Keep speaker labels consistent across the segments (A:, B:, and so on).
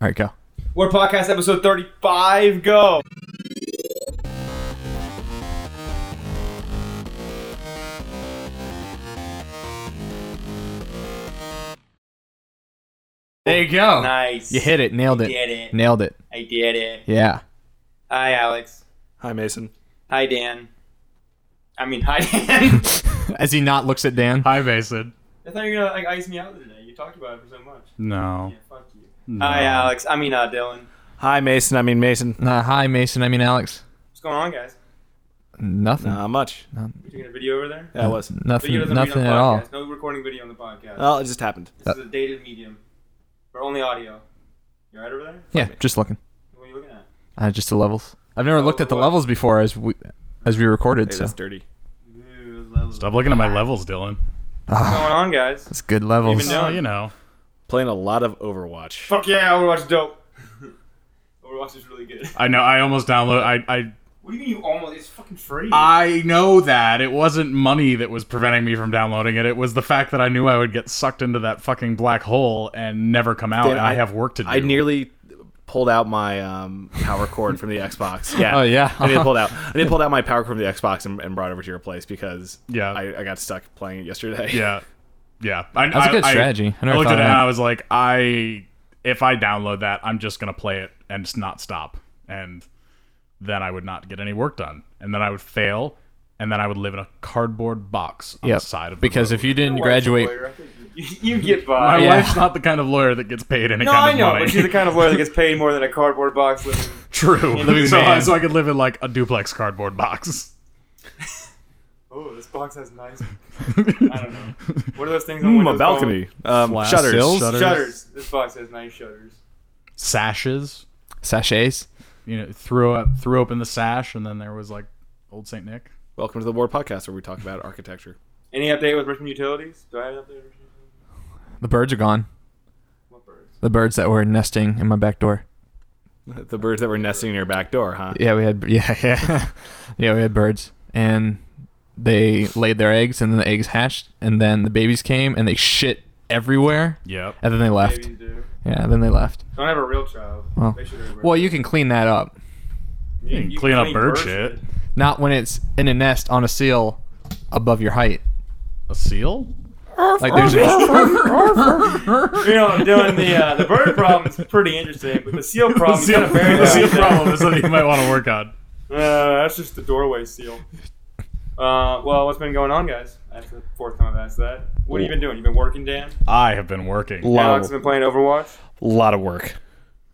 A: All right, go.
B: We're podcast episode 35. Go.
A: There you go.
B: Nice.
A: You hit it. Nailed it.
B: Did it.
A: Nailed it.
B: I did it.
A: Yeah.
B: Hi, Alex.
C: Hi, Mason.
B: Hi, Dan. I mean, hi, Dan.
A: As he not looks at Dan.
C: Hi, Mason.
B: I thought you were going to like ice me out today. You talked about it for so much.
C: No.
B: Yeah, fuck you.
C: no.
B: Hi, Alex. I mean, uh, Dylan.
C: Hi, Mason. I mean, Mason.
A: Uh, hi, Mason. I mean, Alex.
B: What's going on, guys?
A: Nothing.
C: Not much.
B: You taking a video over there?
C: That was.
A: Nothing.
B: Video doesn't read on
A: Nothing
B: the
A: at all.
B: podcast. No recording video on the podcast.
A: Oh,
C: Well, it just happened.
B: this is a dated medium. Or only audio. You alright over there?
A: Yeah. Just looking.
B: What are you looking at?
A: Uh, just the levels. I've never looked at the
B: what?
A: levels before as we as we recorded. so
C: Hey, that's dirty.
B: Ooh, levels.
D: Stop looking at my levels, Dylan.
B: What's going on, guys?
A: Ah, that's good levels.
B: Even
D: Oh,
B: doing?
D: you know.
C: Playing a lot of Overwatch.
B: Fuck yeah, Overwatch dope. Overwatch is really good.
D: I know. I almost download. I I
B: What do you mean you almost? It's fucking free.
D: I know that it wasn't money that was preventing me from downloading it. It was the fact that I knew I would get sucked into that fucking black hole and never come out.
C: Dan,
D: and I,
C: I-
D: have work to do.
C: I nearly pulled out my um, power cord from the Xbox. Yeah.
A: Oh, yeah.
C: I need to pull it out. I need to pull out my power cord from the Xbox and, and brought it over to your place because
D: Yeah.
C: I, I got stuck playing it yesterday.
D: Yeah, yeah. I,
A: That's a
D: I-
A: good
D: I-
A: strategy. I
D: I,
A: never
D: looked
A: thought
D: at it
A: of
D: and
A: that.
D: I was like, I if I download that, I'm just gonna play it and just not stop, and then I would not get any work done, and then I would fail, and then I would live in a cardboard box on
A: Yep.
D: the side of the
A: Because
D: road.
A: if you didn't graduate,
B: You get by.
D: My
A: yeah.
D: wife's not the kind of lawyer that gets paid any
B: no,
D: kind
B: I
D: of
B: know,
D: money.
B: but she's the kind of lawyer that gets paid more than a cardboard box. Living.
D: True.
B: Living
D: so, I,
B: man.
D: so I could live in like a duplex cardboard box.
B: Oh, this box has nice. I don't know. What are those things on
C: Mm,
B: Windows
C: a balcony. Um,
D: Glass
C: shutters.
A: sills?
B: called?
D: Shutters.
B: Shutters. This box has nice shutters.
D: Sashes.
A: sachets.
D: You know, threw up, threw open the sash, and then there was like old Saint Nick.
C: Welcome to the Ward Podcast where we talk about architecture.
B: Any update with Richmond Utilities? Do I have an update? with Richmond Utilities?
A: The birds are gone.
B: What birds?
A: The birds that were nesting in my back door.
C: The birds that were nesting in your back door, huh?
A: Yeah, we had yeah yeah yeah we had birds and they laid their eggs and then the eggs hatched and then the babies came and they shit everywhere
D: Yep.
A: and then they left.
B: Babies do.
A: Yeah, then they left.
B: Don't have a real child.
A: Well-
B: They should have a-
A: Well, you can clean that up.
B: You-
D: can
B: you
D: clean up bird
B: bird
D: shit.
B: shit.
A: Not when it's in a nest on a seal above your height.
D: A seal?
A: Like there's a,
B: you know, doing the uh, the bird problem is pretty interesting, but the seal problem is kind of very
D: the seal problem is something you might want to work on.
B: Uh, that's just the doorway seal. Uh, well, what's been going on, guys? That's the fourth time I've asked that. What have you been doing? You been working, Dan?
D: I have been working.
C: Lot
B: Alex has been
C: of,
B: playing Overwatch.
C: lot of work.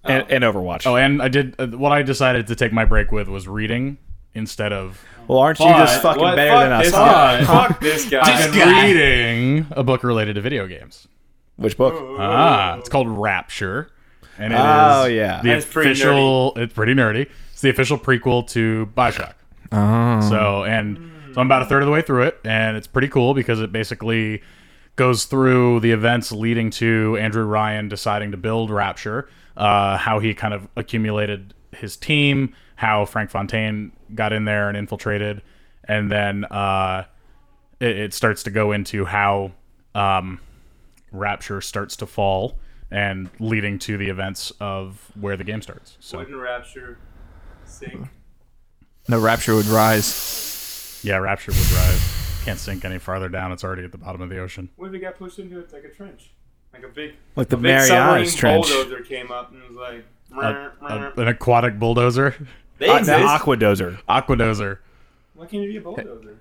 C: And,
B: Oh.
C: and Overwatch.
D: Oh, and I did uh, what I decided to take my break with was reading instead of
C: well, aren't you just fucking
B: What-
C: better
B: fuck
C: than us?
B: This guy.
D: Huh?
B: Fuck this guy.
D: I've been reading a book related to video games.
C: Which book?
D: Ah, it's called Rapture, and it is
C: Oh, yeah.
D: the
B: That's pretty
D: official. It's pretty nerdy. It's the official prequel to Bioshock.
A: oh,
D: So and so I'm about a third of the way through it, and it's pretty cool because it basically goes through the events leading to Andrew Ryan deciding to build Rapture, uh, how he kind of accumulated his team, how Frank Fontaine got in there and infiltrated, and then uh, it, it starts to go into how um, Rapture starts to fall and leading to the events of where the game starts. So
B: Wooden rapture. Sink.
A: no rapture would rise.
D: yeah, Rapture would rise. Can't sink any farther down. It's already at the bottom of the ocean.
B: What if it got pushed into it like a trench? Like a big,
C: Like the
B: a big submarine
C: Marianas Trench.
B: bulldozer came up and was like.
D: a,
B: "Meh,
D: a-
B: meh."
D: an aquatic bulldozer,
B: They
C: Uh,
B: exist.
C: the Aqua Dozer.
D: aquadozer,
B: Why can't it be a bulldozer?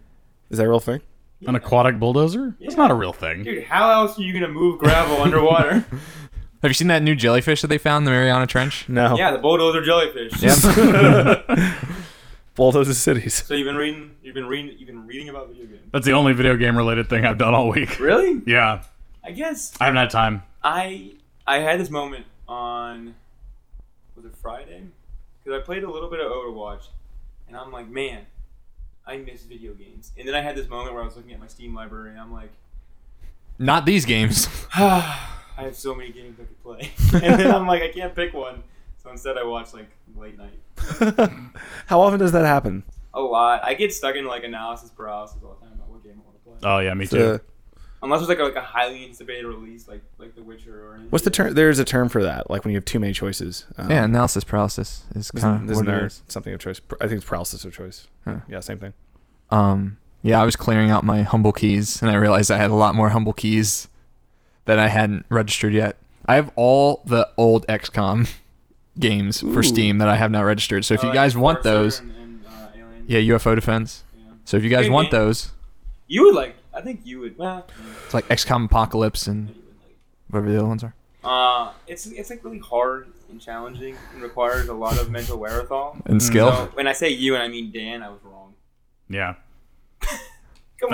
C: Is that a real thing?
D: an aquatic bulldozer. That's not a real thing.
B: Dude, how else are you gonna move gravel underwater?
A: Have you seen that new jellyfish that they found in the Mariana Trench?
C: No.
B: yeah, the bulldozer jellyfish.
C: Bulldozer cities.
B: So you've been reading, you've been reading, you've been reading about video games.
D: That's the only video game related thing I've done all week.
B: Really?
D: Yeah,
B: I guess
D: I haven't had time.
B: I I had this moment on was it Friday? Because I played a little bit of Overwatch, and I'm like, man, I miss video games. And then I had this moment where I was looking at my Steam library, and I'm like, "Ah,
A: Not these games.
B: I have so many games I could play. and then I'm like, I can't pick one. So instead, I watch like late night.
C: How often does that happen?
B: A lot. I get stuck in like analysis paralysis all the time about what game I want to play.
D: Oh yeah, me too.
C: Uh,
B: Unless it's like a, like a highly anticipated release, like like The Witcher or anything.
C: What's the term? There's a term for that, like when you have too many choices. Um,
A: Yeah, analysis paralysis is
C: Isn't,
A: kind of
C: isn't
A: what it
C: there
A: is.
C: something of choice? I think it's paralysis of choice.
A: Huh.
C: Yeah, same thing.
A: Um, yeah, I was clearing out my humble keys, and I realized I had a lot more humble keys that I hadn't registered yet. I have all the old XCOM games for Steam that I have not registered. So if
B: Uh,
A: you
B: like
A: guys want
B: Darksiders
A: those,
B: and- and, uh, Alien.
A: yeah, UFO defense.
B: Yeah.
A: So if you guys
B: Good
A: want
B: game.
A: those,
B: You would like. I think you would. Well,
A: it's like XCOM Apocalypse and
B: you would like.
A: whatever the other ones are.
B: Uh, it's it's like really hard and challenging and requires a lot of mental wherewithal.
A: And skill.
B: So when I say you and I mean Dan, I was wrong.
D: Yeah.
B: Come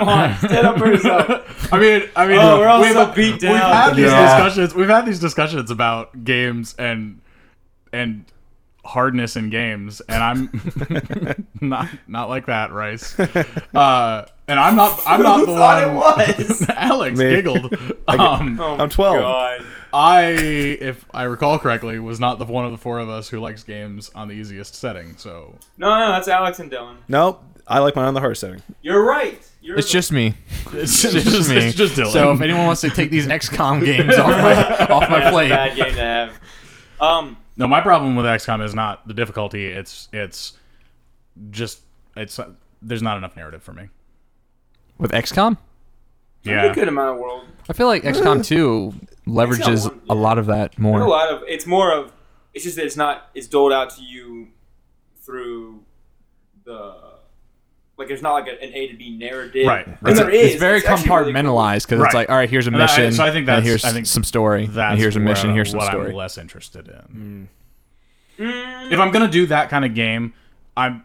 B: on, stand up for yourself.
D: I mean, I mean,
B: Oh, we're all
D: we've-
B: so beat down.
D: We've had these
E: Yeah.
D: discussions. We've had these discussions about games and and hardness in games, and I'm not not like that, Rice. Uh, and I'm not. I'm not
B: Who
D: the
B: thought it
D: one.
B: was?
D: Alex
C: Me.
D: giggled. Um,
B: Oh
C: I'm 12.
B: God.
D: I, if I recall correctly, was not the one of the four of us who likes games on the easiest setting. So
B: No, no, that's Alex and Dylan.
C: Nope. I like mine on the hard setting.
B: You're right. You're
A: It's just me.
D: it's
A: It's just me.
D: It's just Dylan.
A: So if anyone wants to take these XCOM games off my off my
B: That's a bad
A: plate,
B: game to have. Um,
D: No, my problem with XCOM is not the difficulty. It's it's just it's uh, there's not enough narrative for me.
A: with XCOM,
B: yeah. a good amount of world.
A: I feel like XCOM 2 leverages
B: one,
A: a lot of that
B: There's a
A: more.
B: lot of. It's more of. It's just that it's not. It's doled out to you through the. Like there's not like a, an A to B narrative.
D: Right,
B: And
D: right.
A: It's,
B: there is.
A: it's very
B: actually really cool.
A: compartmentalized because
D: Right.
A: it's like, all right, here's a
D: And I-
A: mission.
D: so I think
A: and
D: that's-
A: here's
D: I think
A: some story. and
D: That's
A: here's a mission.
D: where-
A: Here's some
D: what
A: story.
D: I'm less interested in.
B: Mm,
D: If I'm gonna do that kind of game, I'm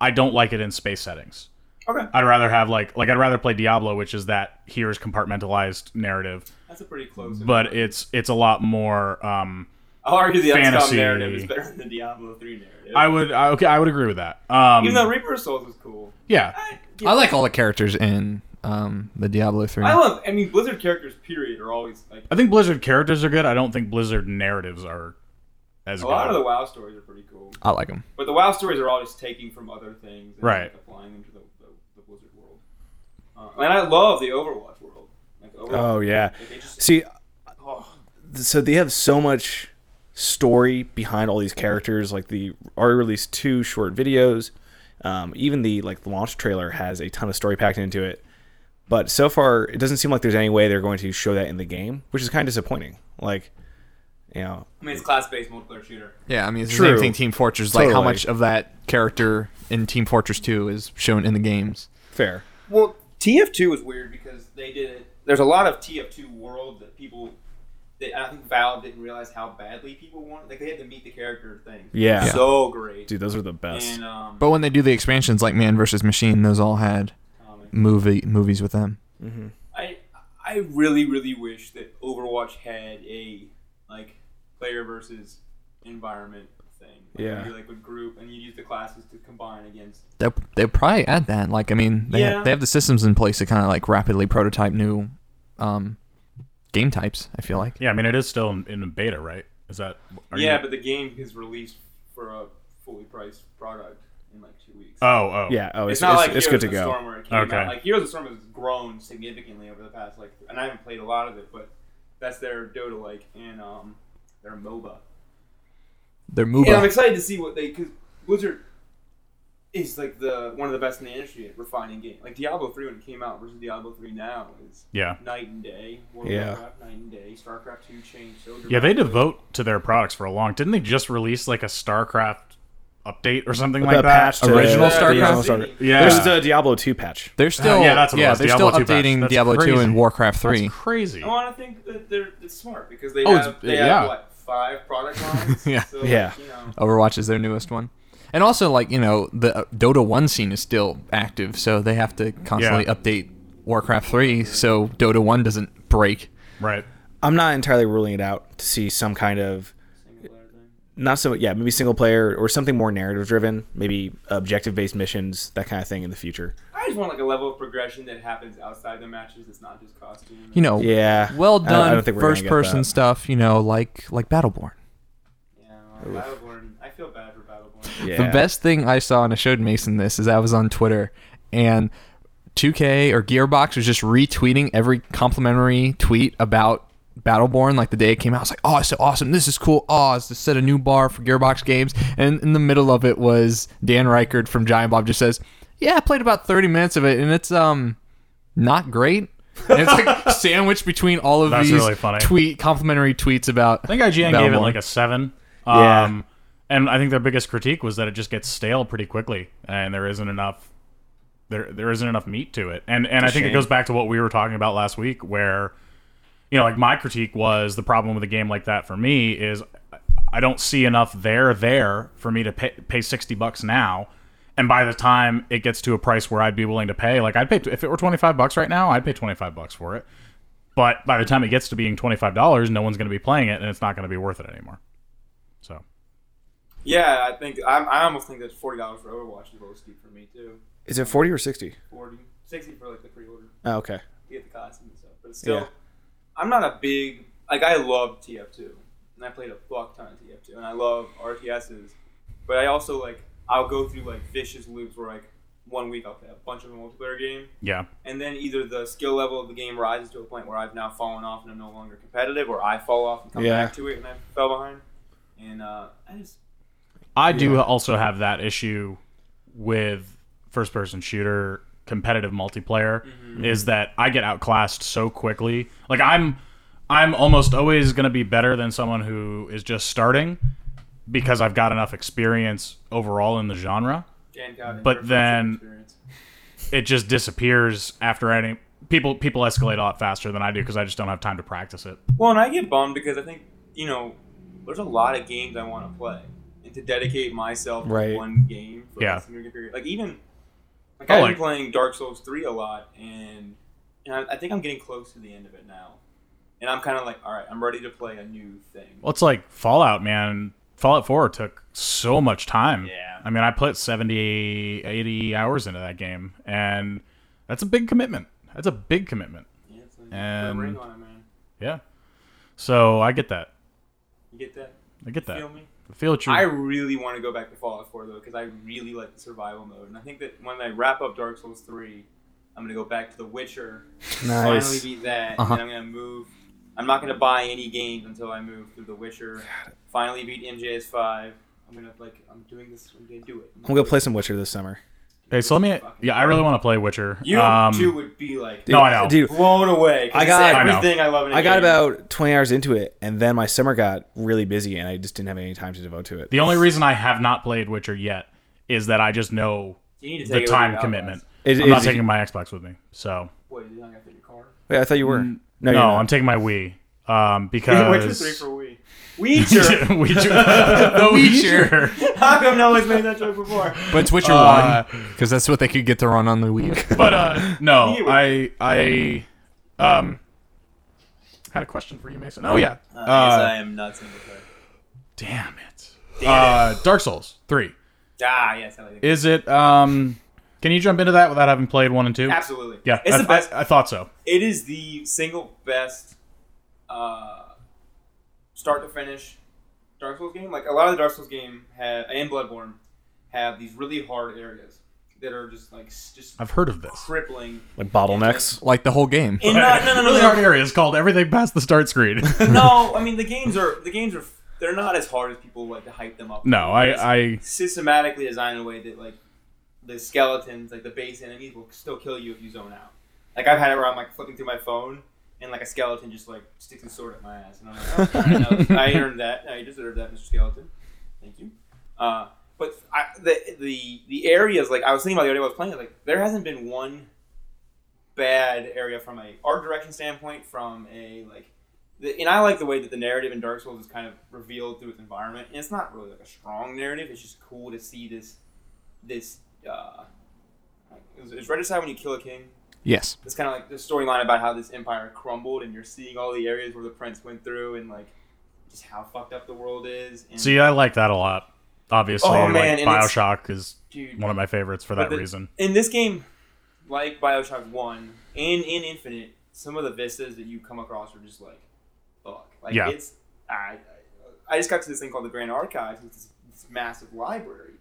D: I don't like it in space settings.
B: okay,
D: I'd rather have like like I'd rather play Diablo, which is that here's compartmentalized narrative,
B: that's a pretty close.
D: but it's it's a lot more. Um,
B: I'll argue the XCOM
D: fantasy-
B: narrative is better than the Diablo three narrative.
D: I would I, okay I would agree with that. Um,
B: Even though Reaper of Souls was cool.
D: yeah,
B: I,
A: I like all the characters in um, the Diablo 3.
B: I love. I mean, Blizzard characters, period, are always like
D: I think Blizzard characters are good. I don't think Blizzard narratives are as
B: a
D: good.
B: lot of the WoW stories are pretty cool.
A: I like them.
B: But the WoW stories are all just taking from other things and
D: Right.
B: like, applying them to the, the, the Blizzard world. Uh, and I love the Overwatch world. Like Overwatch,
C: Oh, yeah.
B: like, they just,
C: See,
B: oh,
C: so they have so much story behind all these characters. Like the already released two short videos. Um, even the like launch trailer has a ton of story packed into it. But so far, it doesn't seem like there's any way they're going to show that in the game, which is kind of disappointing. Like, you know,
B: I mean, it's class-based multiplayer shooter.
A: Yeah, I mean, it's the
C: True.
A: same thing Team Fortress. Like, how
C: Totally.
A: much of that character in Team Fortress 2 is shown in the games?
C: fair.
B: Well, TF2 was weird because they did it. There's a lot of TF2 world that people. That I think Valve didn't realize how badly people wanted. Like they had to meet the character thing.
C: Yeah.
B: So great.
C: Dude, those are the best.
B: And um,
A: But when they do the expansions like Man vs. Machine, those all had
B: um,
A: movie movies with them.
B: I I really really wish that Overwatch had a like player versus environment thing. Like,
C: Yeah.
B: You like would group and you use the classes to combine against.
A: They'll, they'll probably add that. Like, I mean, they,
B: Yeah.
A: have, they have the systems in place to kind of like rapidly prototype new um, game types, I feel like.
D: Yeah, I mean it is still in, in beta, right? Is that are
B: yeah,
D: you-
B: but the game is released for a fully priced product in like two weeks.
D: oh, oh,
C: Yeah. Oh,
B: it's
C: it's, it's,
B: not like
C: it's
B: Heroes
C: good to
B: of the
C: go.
B: Storm where it came
D: Okay.
B: out. Like Heroes of the Storm has grown significantly over the past like, and I haven't played a lot of it, but that's their Dota like and um their MOBA.
A: They're moving.
B: And I'm excited to see what they because Blizzard is like the one of the best in the industry at refining game. Like Diablo three when it came out versus Diablo three now is
D: yeah.
B: night and day. World of
C: Yeah.
B: Warcraft, night and day. Starcraft two changed so.
D: Yeah, they
B: dramatically.
D: devote to their products for a long. Didn't they just release like a StarCraft update or something
C: The
D: like
C: patch
D: that?
C: to-
D: Original
C: Yeah,
D: StarCraft.
C: Diablo
B: Starcraft.
D: Yeah,
C: There's the Diablo 2 patch.
A: They're still
D: yeah, that's what it was,
A: they're
D: Diablo
A: still
D: 2 patch.
A: updating
D: That's
A: Diablo two
D: crazy.
A: and Warcraft
D: That's
A: three.
D: crazy.
B: I want to think that they're it's smart because they
D: Oh,
B: have
D: it's-
B: they
D: yeah.
B: have what five product lines.
A: Yeah.
B: So,
C: Yeah.
B: Like, you know,
A: Overwatch is their newest one, and also like you know the uh, Dota one scene is still active, so they have to constantly
D: Yeah.
A: update Warcraft three so Dota one doesn't break.
D: Right.
C: I'm not entirely ruling it out to see some kind of
B: single player thing.
C: not so yeah maybe single player or something more narrative driven maybe objective based missions that kind of thing in the future
B: I just want like a level of progression that happens outside the matches. That's not just costume.
A: You know,
C: yeah
A: well
C: I don't- I
A: done
C: don't think we're gonna
A: first
C: get
A: person
C: that.
A: stuff. You know, like like Battleborn.
B: Yeah, well, Battleborn. I feel bad for Battleborn.
C: yeah.
A: The best thing I saw, and I showed Mason this, is I was on Twitter and 2K or Gearbox was just retweeting every complimentary tweet about Battleborn, like the day it came out. It's like, oh, it's so awesome. This is cool. Oh, it's to set a new bar for Gearbox games. And in the middle of it was Dan Reichard from Giant Bob just says, yeah, I played about 30 minutes of it, and it's um not great. And it's like sandwiched between all of
D: That's
A: these
D: really funny.
A: tweet complimentary tweets about.
D: I think IGN gave it
A: Battleborn.
D: like a seven.
C: Yeah.
D: Um, and I think their biggest critique was that it just gets stale pretty quickly, and there isn't enough there there isn't enough meat to it. And and I think it
C: shame.
D: goes back to what we were talking about last week, where you know, like my critique was the problem with a game like that for me is I don't see enough there there for me to pay, pay sixty bucks now. And by the time it gets to a price where I'd be willing to pay, like I'd pay if it were twenty five bucks right now, I'd pay twenty five bucks for it. But by the time it gets to being twenty five dollars, no one's going to be playing it, and it's not going to be worth it anymore. So
B: Yeah, I think I, I almost think that forty dollars for Overwatch is low steep for me too.
C: Is it 40 or 60?
B: 40, 60 for like the pre-order.
C: Oh, okay.
B: You get the costume and stuff, but it's still,
C: Yeah.
B: I'm not a big like I love TF2 and I played a fuck ton of TF2 and I love RTSs, but I also like I'll go through like vicious loops where like one week I'll play a bunch of a multiplayer game
D: yeah,
B: and then either the skill level of the game rises to a point where I've now fallen off and I'm no longer competitive, or I fall off and come
C: Yeah.
B: back to it and I fell behind, and uh, I just
D: I do also have that issue with first person shooter competitive multiplayer is that I get outclassed so quickly. Like I'm I'm almost always going to be better than someone who is just starting because I've got enough experience overall in the genre.
B: Dan Cowden,
D: But
B: first-person
D: then-
B: experience.
D: It just disappears after any people people escalate a lot faster than I do because I just don't have time to practice it.
B: Well, and I get bummed because I think you know there's a lot of games I want to play, and to dedicate myself
C: Right.
B: to one game for
D: Yeah.
B: a significant period, like even like
D: Oh,
B: I've
D: like-
B: been playing Dark Souls three a lot, and and I, I think I'm getting close to the end of it now, and I'm kind of like, all right, I'm ready to play a new thing.
D: Well, it's like Fallout, man. Fallout 4 took so much time.
B: Yeah.
D: I mean, I put 70, 80 hours into that game, and that's a big commitment. That's a big commitment.
B: yeah, it's like, put
D: and-
B: a ring on it, man.
D: Yeah. So I get that.
B: You get that?
D: I get that.
B: Feel me?
D: I feel what you're.
B: I really want to go back to Fallout 4 though, because I really like the survival mode, and I think that when I wrap up Dark Souls 3, I'm gonna go back to The Witcher, finally beat that,
A: Uh-huh.
B: and I'm gonna move. I'm not gonna buy any games until I move through The Witcher. Finally beat MJS5. I'm gonna like, I'm doing this. I'm gonna do it.
C: I'm going to play some Witcher this summer.
D: okay, so let me. Yeah, I really want to play Witcher.
B: You
D: um,
B: two would be like
D: No, I know.
C: Dude,
B: blown away. 'cause
C: I got-
B: it's
D: I know.
B: everything I, love in a
C: I got
B: game.
C: about 20 hours into it, and then my summer got really busy, and I just didn't have any time to devote to it.
D: The only reason I have not played Witcher yet is that I just know
B: You need to
D: the
B: take it
D: time
B: without
D: commitment.
B: us.
C: It-
D: I'm not
C: it-
D: taking my Xbox with me. So.
B: Wait, you not gonna fit your car?
C: Wait, I thought you were.
A: Mm.
C: No,
D: No,
C: you're not.
D: I'm taking my Wii. Um, because.
B: Witcher 3 for Wii. Witcher.
D: Witcher. the Witcher.
B: How come no one's made that joke before?
A: But it's Witcher
D: Uh,
A: One because that's what they could get to run on the Wii.
D: but uh, no,
B: You.
D: I I um had a question for you, Mason. Oh yeah,
B: Uh,
D: Uh,
B: yes, I am not single player.
D: damn it.
B: Damn
D: Uh, Dark Souls three.
B: Ah, yes, I like it.
D: Is it? Um, can you jump into that without having played one and two?
B: Absolutely.
D: Yeah,
B: it's
D: I,
B: the best.
D: I, I thought so.
B: it is the single best uh, start to finish Dark Souls game. Like a lot of the Dark Souls game have, and Bloodborne have these really hard areas that are just like s- just
D: I've heard of this.
B: crippling.
C: Like bottlenecks.
A: like the whole game.
B: And not, no, no, no,
D: really
B: no.
D: hard area is called everything past the start screen.
B: no, I mean the games are the games are they're not as hard as people like to hype them up.
D: no, I I
B: systematically designed in a way that like the skeletons, like the base enemies, will still kill you if you zone out. Like I've had it where I'm like flipping through my phone and like a skeleton just like sticks his sword at my ass, and I'm like, oh, all right, no, I earned that. I deserve that, Mr. Skeleton. Thank you. Uh, but I, the the the areas like I was thinking about the area I was playing, like there hasn't been one bad area from a art direction standpoint, from a like the, and I like the way that the narrative in Dark Souls is kind of revealed through its environment. And it's not really like a strong narrative. It's just cool to see this, this. Uh, like, is, is Regicide when you kill a king?
A: Yes.
B: It's kind of like the storyline about how this empire crumbled, and you're seeing all the areas where the prince went through, and like just how fucked up the world is. And,
D: see. I like that a lot. Obviously,
B: Oh, man, and
D: like
B: it's-
D: Bioshock is
B: dude,
D: one of my favorites for
B: But
D: that
B: the-
D: reason.
B: In this game, like Bioshock One and in Infinite, some of the vistas that you come across are just like, fuck. Like
D: Yeah.
B: it's I, I just got to this thing called the Grand Archives, which is this massive library,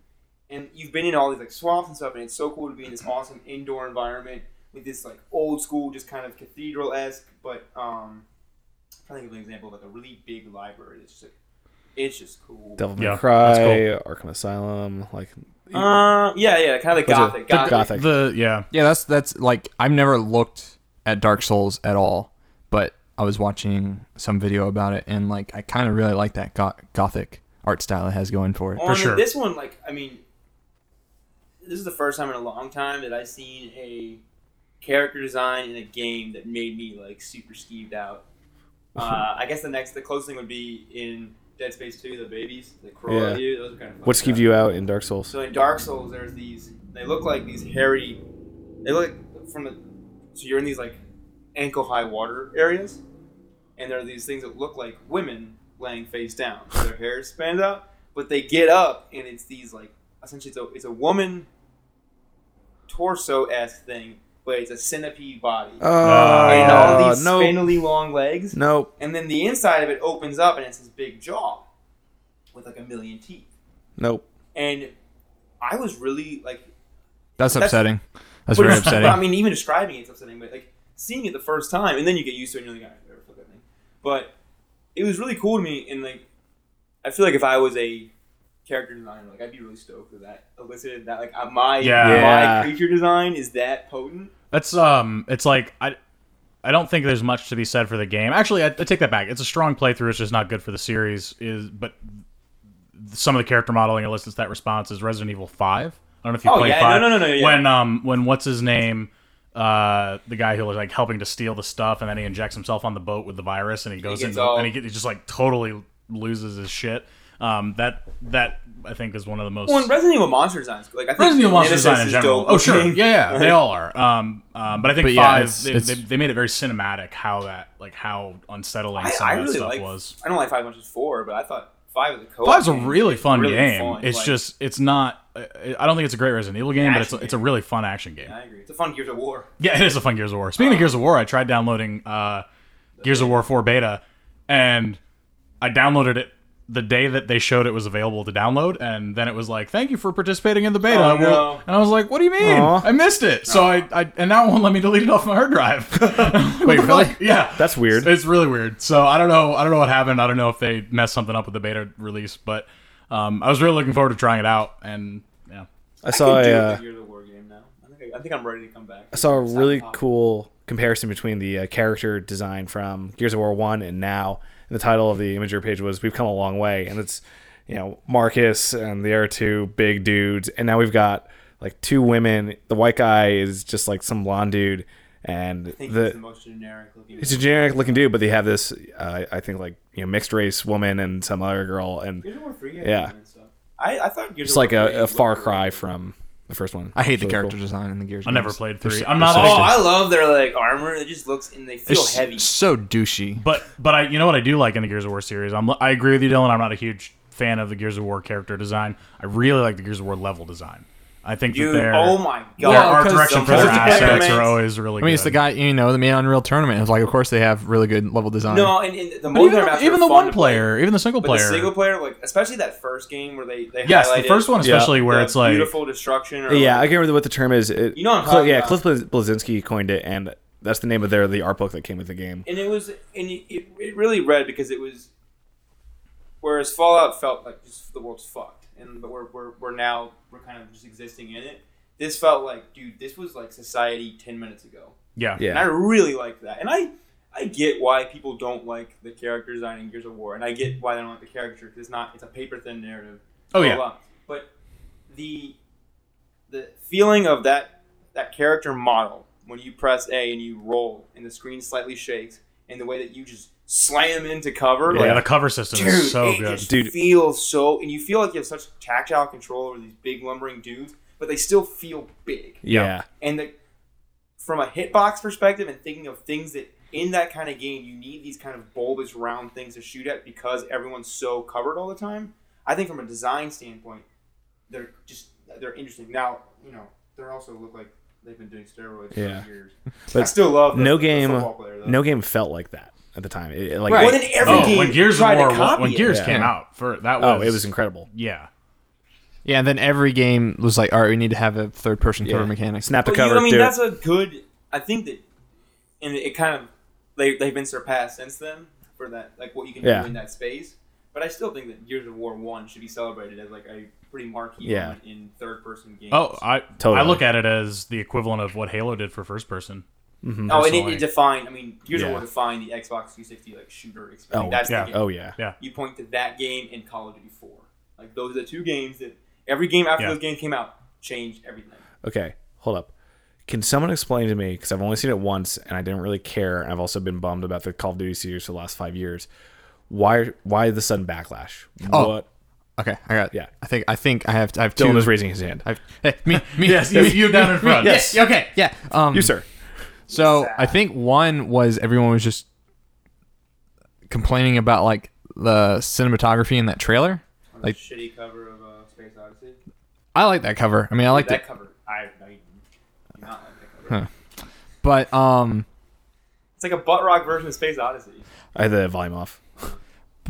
B: and you've been in all these like swamps and stuff, and it's so cool to be in this awesome indoor environment with this like old school, just kind of cathedral esque, but um, I'm trying to think of an example of like a really big library. It's just like, it's just cool.
C: Devil May
D: Yeah,
C: Cry,
D: that's
C: Arkham Asylum, like
B: Uh, yeah, yeah, kind of like
C: What's
B: gothic,
C: it?
B: gothic.
C: Gothic.
D: The yeah,
A: Yeah, that's that's like I've never looked at Dark Souls at all, but I was watching some video about it and like I kind of really like that go- gothic art style it has going for it.
B: On
D: sure.
B: This one, like, I mean, this is the first time in a long time that I've seen a character design in a game that made me like super skeeved out. Uh, I guess the next, the closest thing would be in Dead Space Two, the babies, the crawl
C: Yeah.
B: at you. Those are kind of
C: what
B: fucked up.
C: skeeved you out in Dark Souls?
B: So in Dark Souls, there's these. They look like these hairy. They look like from the. So you're in these like ankle high water areas, and there are these things that look like women laying face down. So their hair is spanned out, but they get up, and it's these like essentially it's a it's a woman torso esque thing, but it's a centipede body.
C: Uh,
B: and all these
C: Oh, no,
B: spindly long legs,
C: no,
B: and then the inside of it opens up, and it's this big jaw with like a million teeth.
C: nope.
B: And I was really like
A: That's
B: That's-
A: upsetting. That's
B: But
A: very
B: it's- but I
A: upsetting.
B: mean, even describing it's upsetting, but like seeing it the first time, and then you get used to it, and you're like, I never felt that thing. But it was really cool to me, and like, I feel like if I was a character designer, like I'd be really stoked with that elicited that like uh, my
D: Yeah.
C: Yeah.
B: my creature design is that potent.
D: that's um, it's like I, I don't think there's much to be said for the game. Actually, I, I take that back. It's a strong playthrough. It's just not good for the series. Is but some of the character modeling elicits that response is Resident Evil Five. I don't know if you
B: Oh,
D: played
B: yeah.
D: Five.
B: No, no, no, no, yeah.
D: When um, when what's his name? Uh, the guy who was like helping to steal the stuff, and then he injects himself on the boat with the virus, and he goes
B: gets
D: into
B: all-
D: and he, get, he just like totally loses his shit. Um, that that I think is one of the most
B: Well, and Resident Evil monster design is cool. Like I think
D: Resident Evil monster
B: Nemesis
D: design in
B: is
D: general.
B: dope
D: Oh sure,
B: looking.
D: yeah, yeah, they all are. Um, um, but I think
A: But yeah,
D: five,
A: it's-
D: they,
A: it's-
D: they, they made it very cinematic. How that, like, how unsettling
B: I,
D: some
B: I
D: of that
B: really
D: stuff
B: like.
D: was.
B: I don't like five much as four, but I thought five was a co.
D: Five's a really fun game. It's
B: like,
D: just, it's not. I I don't think it's a great Resident Evil game, but it's a,
B: Action
D: it's a really fun action game.
B: I agree. It's a fun Gears of War.
D: Yeah, it is a fun Gears of War. Speaking of Gears of War, I tried downloading uh, Gears of War 4 beta, and I downloaded it the day that they showed it was available to download, and then it was like, "Thank you for participating in the beta."
B: Oh,
D: Well-
B: no.
D: And I was like, "What do you mean?
C: Aw.
D: I missed it." So I, I and now it won't let me delete it off my hard drive. Wait,
A: really?
D: Yeah,
C: That's weird.
D: It's really weird. So I don't know. I don't know what happened. I don't know if they messed something up with the beta release, but um, I was really looking forward to trying it out, and yeah.
C: I saw
B: I
C: a
B: can do
C: uh,
B: the Gears of War game now. I think, I, I think I'm ready to come back.
C: I saw a really cool comparison between the uh, character design from Gears of War One and now. And the title of the imager page was "We've Come a Long Way," and it's you know Marcus and the other two big dudes, and now we've got like two women. The white guy is just like some blonde dude, and
B: I think
C: the
B: it's the most generic looking.
C: It's a generic looking dude, but they have this, uh, I think, like you know, mixed race woman and some other girl, and
B: Gears of War three.
C: Yeah.
B: and stuff. I, I thought Gears
C: it's
B: of War
C: like a, a
B: 3
C: far
B: looked
C: cry
B: really
C: from the first one.
A: I hate
C: It's
A: the
C: really
A: character
C: cool.
A: design in the Gears.
D: I never
A: games.
D: played
A: They're
D: three.
A: so-
D: I'm
A: they're
D: not
A: so
D: all-
B: cool. Oh,
A: douchey.
B: I love their like armor. It just looks and they
A: They're
B: feel
A: s-
B: heavy.
A: So douchey.
D: But but I you know what I do like in the Gears of War series. I'm I agree with you, Dylan. I'm not a huge fan of the Gears of War character design. I really like the Gears of War level design. I think
B: Dude,
D: that their
B: oh my god!
D: their art
A: 'cause
D: direction
A: the
D: for their
A: multiplayer
D: assets
B: elements-
D: are always really.
A: I mean, it's the guy you know, the man on Real Tournament. It's like, of course they have really good level design.
B: No, and, and the
D: But
B: multiplayer
D: even
B: maps
D: the,
B: are
D: even the
B: fun
D: one
B: to play,
D: player, even the single
B: but
D: player.
B: the single player, like especially that first game where they they
D: yes, the
B: highlighted
D: first one
C: Yeah.
D: especially where
B: the
D: it's like
B: beautiful destruction. Or
C: Yeah, I
B: like,
C: can't remember what the term is. It,
B: You know what I'm
C: Cl-
B: talking
C: yeah,
B: about.
C: Cliff Blaz- Blazinski coined it, and that's the name of their the art book that came with the game.
B: and it was and it, it, it really read because it was. Whereas Fallout felt like just the world's fucked, and but we're, we're we're now we're kind of just existing in it. This felt like, dude, this was like society ten minutes ago.
D: yeah.
C: Yeah,
B: And I really like that. And I I get why people don't like the character design in Gears of War, and I get why they don't like the character because it's not it's a paper thin narrative.
D: Oh
B: blah,
D: yeah.
B: blah. But the the feeling of that that character model when you press A and you roll and the screen slightly shakes and the way that you just slam into cover,
D: Yeah,
B: like
D: the cover system
B: dude,
D: is so
B: it
D: good.
B: just
C: Dude.
B: feels so, and you feel like you have such tactile control over these big lumbering dudes, but they still feel big
C: yeah,
B: and the, from a hitbox perspective and thinking of things that in that kind of game you need these kind of bulbous round things to shoot at because everyone's so covered all the time i think from a design standpoint they're just they're interesting now you know they're also look like they've been doing steroids
C: Yeah.
B: for years but i
C: But
B: still love the,
C: no
B: the
C: game-
B: football player, though.
C: no game felt like that at the time. It, it, like,
B: More than every
D: Oh,
B: game
D: when Gears of
B: tried
D: War
B: to copy
D: when
B: it.
D: Gears
C: Yeah.
D: came out for that was
C: oh, it was incredible.
D: yeah.
A: Yeah, and then every game was like, all right, we need to have a third person cover mechanic.
C: Snap the
B: But you-
C: cover.
B: i mean
C: do it.
B: that's a good I think that, and it kind of they they've been surpassed since then for that like what you can
C: Yeah.
B: do in that space. But I still think that Gears of War One should be celebrated as like a pretty marquee
C: Yeah.
B: moment in third person games.
D: Oh, I
C: Totally.
D: I look at it as the equivalent of what Halo did for first person.
C: Mm-hmm.
B: oh, and it,
D: personally.
B: it defined. I mean, Gears of
C: Yeah.
B: War defined the Xbox 360 like shooter experience.
C: Oh,
B: That's
D: yeah.
B: the game.
C: Oh yeah.
D: Yeah.
B: You point to that game and Call of Duty Four. Like those are the two games that every game after
D: Yeah.
B: those games came out changed everything.
C: Okay, hold up. Can someone explain to me? Because I've only seen it once, and I didn't really care. And I've also been bummed about the Call of Duty series for the last five years. Why? Why the sudden backlash?
A: Oh.
C: What?
A: Okay, I got.
C: Yeah.
A: I think I think I have. I have two.
C: Dylan is raising his hand.
A: I've, hey, me, me.
D: Yes, you- you down in front.
A: Yes. Okay. Yeah. Um,
C: You sir.
A: So I think one was everyone was just complaining about like the cinematography in that trailer.
B: On
A: Like-
B: like shitty cover of uh, Space Odyssey.
A: I like that cover. I mean, I liked
B: that
A: it,
B: cover. I, I do not like that cover.
A: but um,
B: It's like a butt rock version of Space Odyssey.
C: I had the volume off.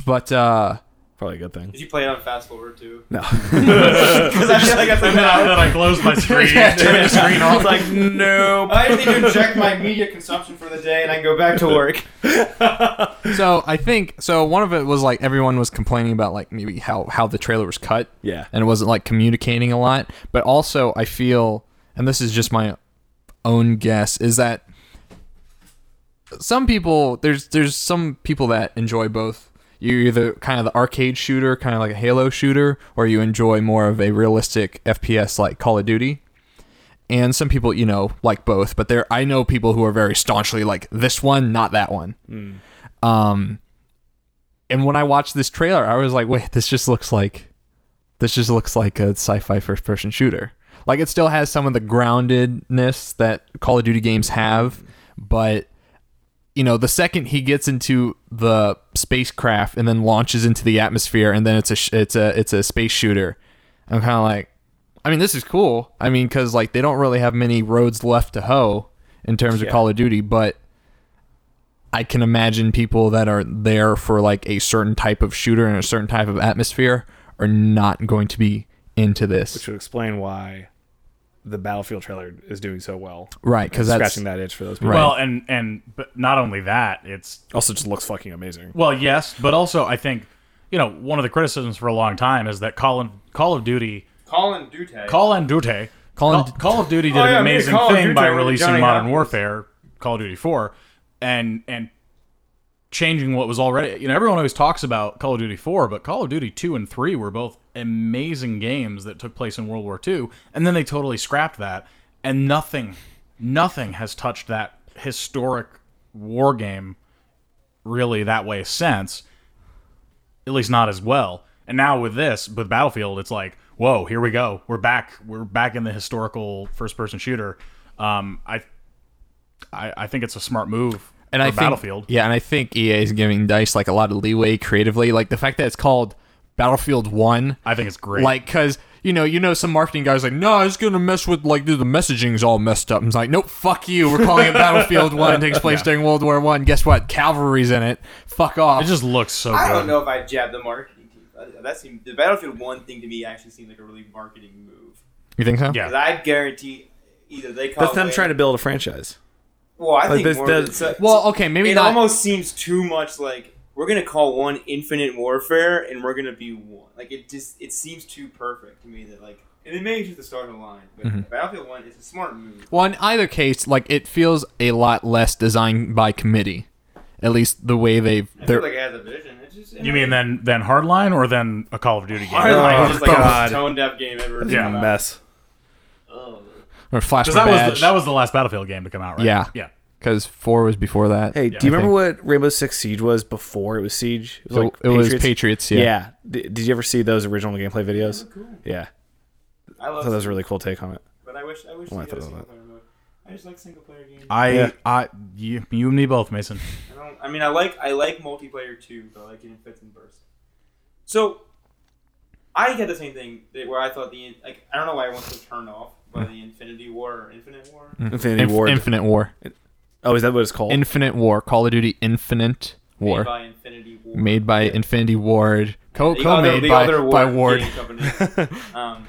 A: but uh,
C: Probably a good thing.
B: Did you play it on fast forward too?
C: No.
B: Because I feel like that's like
D: And then I, then I closed my screen. turned the screen off.
C: It's like nope.
B: I just need to check my media consumption for the day and I can go back to work.
A: so I think so. One of it was like everyone was complaining about like maybe how how the trailer was cut.
C: Yeah.
A: and it wasn't like communicating a lot. But also, I feel, and this is just my own guess, is that some people there's there's some people that enjoy both. You're either kind of the arcade shooter, kind of like a Halo shooter, or you enjoy more of a realistic FPS like Call of Duty. And some people, you know, like both, but there I know people who are very staunchly like this one, not that one. Um, and when I watched this trailer, I was like, wait, this just looks like this just looks like a sci-fi first-person shooter. Like it still has some of the groundedness that Call of Duty games have, but you know, the second he gets into the spacecraft and then launches into the atmosphere, and then it's a sh- it's a it's a space shooter, I'm kind of like, I mean, this is cool. I mean, because like they don't really have many roads left to hoe in terms of
C: Yeah.
A: Call of Duty, but I can imagine people that are there for like a certain type of shooter and a certain type of atmosphere are not going to be into this,
C: Which would explain why the Battlefield trailer is doing so well.
A: right? Because that's
C: Scratching that itch for those people.
D: Well, and and but not only that, it's
C: Also, just looks fucking amazing.
D: Well, yes, but also I think you know one of the criticisms for a long time is that Call of, Call of Duty,
B: Colin Dute.
D: Call and Duty,
A: Call
D: Call,
A: and-
D: Call of Duty did
B: Oh,
D: an
B: yeah, me,
D: amazing
B: Call of
D: thing
B: Duty
D: by
B: with
D: releasing
B: Johnny
D: Modern
B: Hopkins.
D: Warfare, Call of Duty Four, and and changing what was already. You know, everyone always talks about Call of Duty Four, but Call of Duty Two and Three were both amazing games that took place in World War II, and then they totally scrapped that, and nothing, nothing has touched that historic war game really that way since at least not as well. And now with this, with Battlefield, it's like, whoa, here we go. We're back. We're back in the historical first-person shooter. Um, I, I, I think it's a smart move.
A: and
D: for
A: I think,
D: Battlefield.
A: Yeah, and I think EA is giving Dice like a lot of leeway creatively. Like the fact that it's called Battlefield One,
D: I think it's great.
A: like because you know you know some marketing guys like no, it's gonna mess with like dude, the messaging's all messed up. And it's like nope, fuck you. We're calling it Battlefield One. It takes place during World War One. Guess what? Cavalry's in it. Fuck off.
D: it just looks so good.
B: I don't know if I jabbed the marketing team. Uh, That seemed the Battlefield One thing to me actually seemed like a really marketing move.
A: you think so?
D: Yeah.
B: Because I guarantee either they call
C: That's them
B: it-
C: trying to build a franchise.
B: Well, I
C: Like,
B: think
C: this-
B: more of
C: this-
B: it's a-
A: Well, okay, maybe
B: it
A: not.
B: almost seems too much like we're gonna call one infinite warfare and we're gonna be one. Like it just it seems too perfect to me that like and it may be just the start of the line, but
C: Mm-hmm.
B: Battlefield One is a smart move.
A: Well, in either case, like it feels a lot less designed by committee. At least the way they've
B: I
A: they're
B: feel like it has a vision. It's just
D: You mean then then Hardline or then a Call of Duty game?
B: Hardline is just like the
C: God.
B: most tone deaf game ever.
D: Yeah.
B: come out.
C: Mess.
B: Oh.
A: or flash
D: Because that was
A: badge
D: the, that was the last Battlefield game to come out, right?
A: Yeah.
D: yeah.
A: because four was before that.
C: Hey,
D: Yeah.
C: do you
A: I
C: remember what Rainbow Six Siege was before it was Siege? It was,
A: So it was Patriots. Yeah.
C: D- did you ever see those original gameplay videos? Yeah.
B: I
C: I
B: love
C: thought that was a really cool take on it.
B: but I wish I wish
C: Oh, I
B: they had
C: thought
B: a
C: about
B: single
C: that.
B: player mode. I just like single player games.
D: I,
C: Yeah.
D: I, you, you and me both, Mason.
B: I don't. I mean, I like I like multiplayer too, but I like it in fits and bursts. So, I get the same thing that where I thought the like I don't know why I was so turned off by the Infinity War or Infinite War.
C: Infinity
A: Inf-
C: Ward.
A: Infinite War.
C: oh, is that what it's called?
A: Infinite War. Call of Duty Infinite
B: Made
A: War.
B: by Infinity War.
A: Made by Infinity Ward. Co
B: The
A: co
B: other-
A: made
B: the
A: by,
B: other
A: by
B: war
A: Ward.
B: game company. um,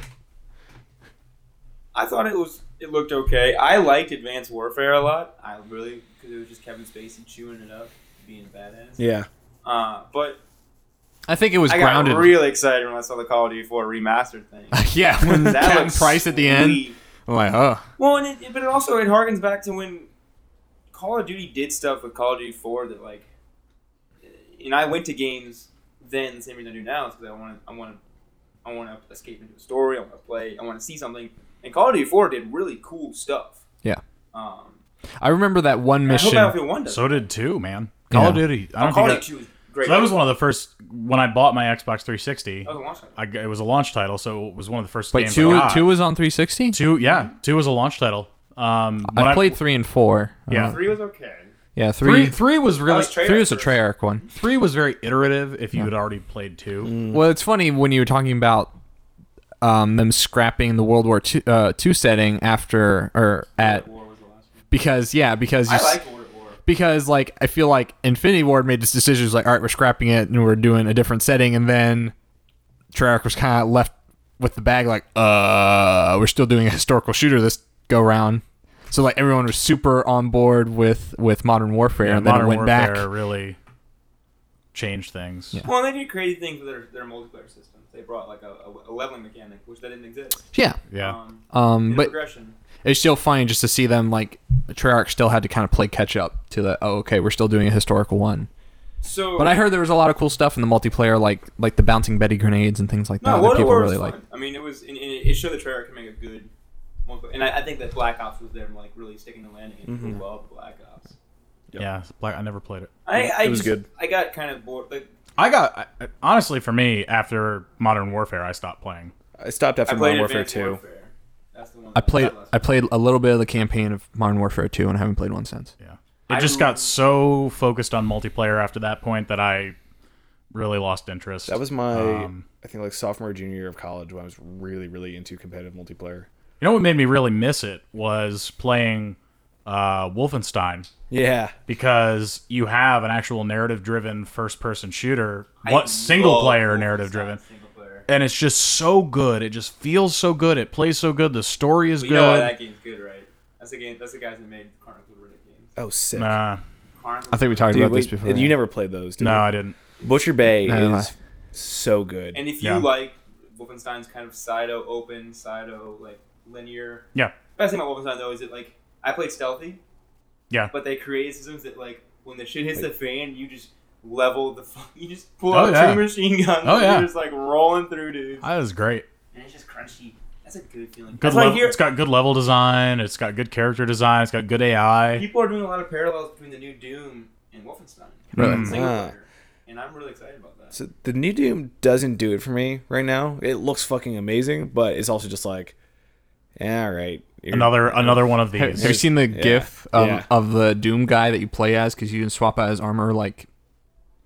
B: I thought it was it looked okay. I liked Advanced Warfare a lot. I really because it was just Kevin Spacey chewing it up, being a badass.
C: Yeah.
B: Uh, but
A: I think it was
B: I got
A: grounded.
B: really excited when I saw the Call of Duty 4 remastered thing.
A: yeah, when
B: That
A: Captain
B: looks
A: Price at the end.
B: sweet.
A: I'm like, oh,
B: Well, and it, but it also it harkens back to when Call of Duty did stuff with Call of Duty 4 that like, and I went to games then the same reason I do now is because I want to I want to I want to escape into a story. I want to play. I want to see something. And Call of Duty 4 did really cool stuff.
A: Yeah.
B: Um,
A: I remember that one
B: and I hope
A: mission.
B: Battlefield 1 does.
D: So did two, man. Call of
A: Yeah.
D: Duty. I don't
B: Call
D: think
B: of
D: that,
B: Duty 2 is great. Oh.
D: so that was one of the first when I bought my Xbox 360.
B: That was a launch title.
D: I, it was a launch title, so it was one of the first
A: Wait,
D: games.
A: two
D: I got.
A: two was on 360.
D: two, yeah, two was a launch title. Um, when
A: I played three and four.
D: Yeah.
A: Uh,
B: Three was okay.
A: yeah,
D: three.
A: three.
D: Three was really
B: was Treyarch
A: Three was a
B: first.
A: Treyarch one.
B: Mm-hmm.
D: three was very iterative. If you had already played two,
A: Well, it's funny when you were talking about um, them scrapping the World War II, uh, II setting after or at
B: War was the last one.
A: because yeah because you
B: I
A: s-
B: like War at War.
A: because like I feel like Infinity Ward made this decision was like all right we're scrapping it and we're doing a different setting and then Treyarch was kind of left with the bag like uh we're still doing a historical shooter this go round so like everyone was super on board with with Modern Warfare
D: yeah,
A: and then
D: Modern
A: it went
D: Warfare
A: back
D: really changed things.
B: Well, they did crazy things with their, their multiplayer systems. They brought like a, a- a leveling mechanic, which that didn't exist.
A: yeah
D: Yeah.
B: Um,
A: um
B: did
A: but
B: progression.
A: it's still funny just to see them like Treyarch still had to kind of play catch up to the oh okay we're still doing a historical one
B: So,
A: but I heard there was a lot of cool stuff in the multiplayer like like the bouncing Betty grenades and things like that
B: no,
A: that
B: World at
A: people
B: War was
A: really
B: fun.
A: like
B: I mean, it was and, and it showed that Treyarch can make a good multiplayer, and I, I think that Black Ops was them like really sticking the landing and people loved Black Ops.
D: Yeah, Black. I never played it.
B: I, I
C: It was
B: just,
C: good.
B: I got kind of bored. Like
D: I got I- I- honestly for me after Modern Warfare, I stopped playing.
C: I stopped after
B: I played
C: Modern Warfare
B: Advanced
C: 2.
B: Warfare. That's the one.
A: I
B: that
A: played
B: last
A: I played a little bit of the campaign of Modern Warfare 2 and I haven't played one since.
D: Yeah, it
B: I
D: just
B: remember-
D: got so focused on multiplayer after that point that I really lost interest.
C: That was my,
D: Um,
C: I think, like sophomore, junior year of college when I was really, really into competitive multiplayer.
D: You know what made me really miss it was playing uh, Wolfenstein
C: Yeah.
D: because you have an actual narrative-driven first-person shooter,
B: one. I
D: what single-player
B: love
D: narrative-driven,
B: Wolfenstein Single player.
D: and it's just so good. It just feels so good. It plays so good. The story is
B: But you know what?
D: good.
B: That game's good, right? That's the game. That's the guys that made Carnival Riddick games.
C: Oh, sick.
D: Nah,
B: Carnival
A: I think we talked
C: Dude,
A: about
C: wait,
A: this before.
C: you never played those, did
D: no,
C: you?
D: I didn't.
C: Butcher Bay
A: No, no,
C: is so good.
B: And if you
D: Yeah.
B: like Wolfenstein's kind of Sido open, Sido like linear.
D: Yeah.
B: Best thing about Wolfenstein though is it like I played stealthy.
D: Yeah.
B: But they created systems that like when the shit hits the fan, you just level the fu- you just pull
D: Oh,
B: out
D: yeah.
B: two machine guns.
D: Oh,
B: and
D: yeah.
B: You're just like rolling through, dude.
D: That was great.
B: And it's just crunchy. That's a good feeling.
D: Good
B: That's why
D: level,
B: here
D: it's got good level design. It's got good character design. It's got good AI.
B: people are doing a lot of parallels between the new Doom and Wolfenstein.
D: Mm-hmm.
A: Really?
B: And single
C: Ah.
B: player. And I'm really excited about that.
C: So the new Doom doesn't do it for me right now. It looks fucking amazing, but it's also just like, yeah, all right. You're-
D: Another another one of
A: Have, have
D: these.
A: you seen the
C: Yeah.
A: GIF of,
C: Yeah.
A: of the Doom guy that you play as because you can swap out his armor like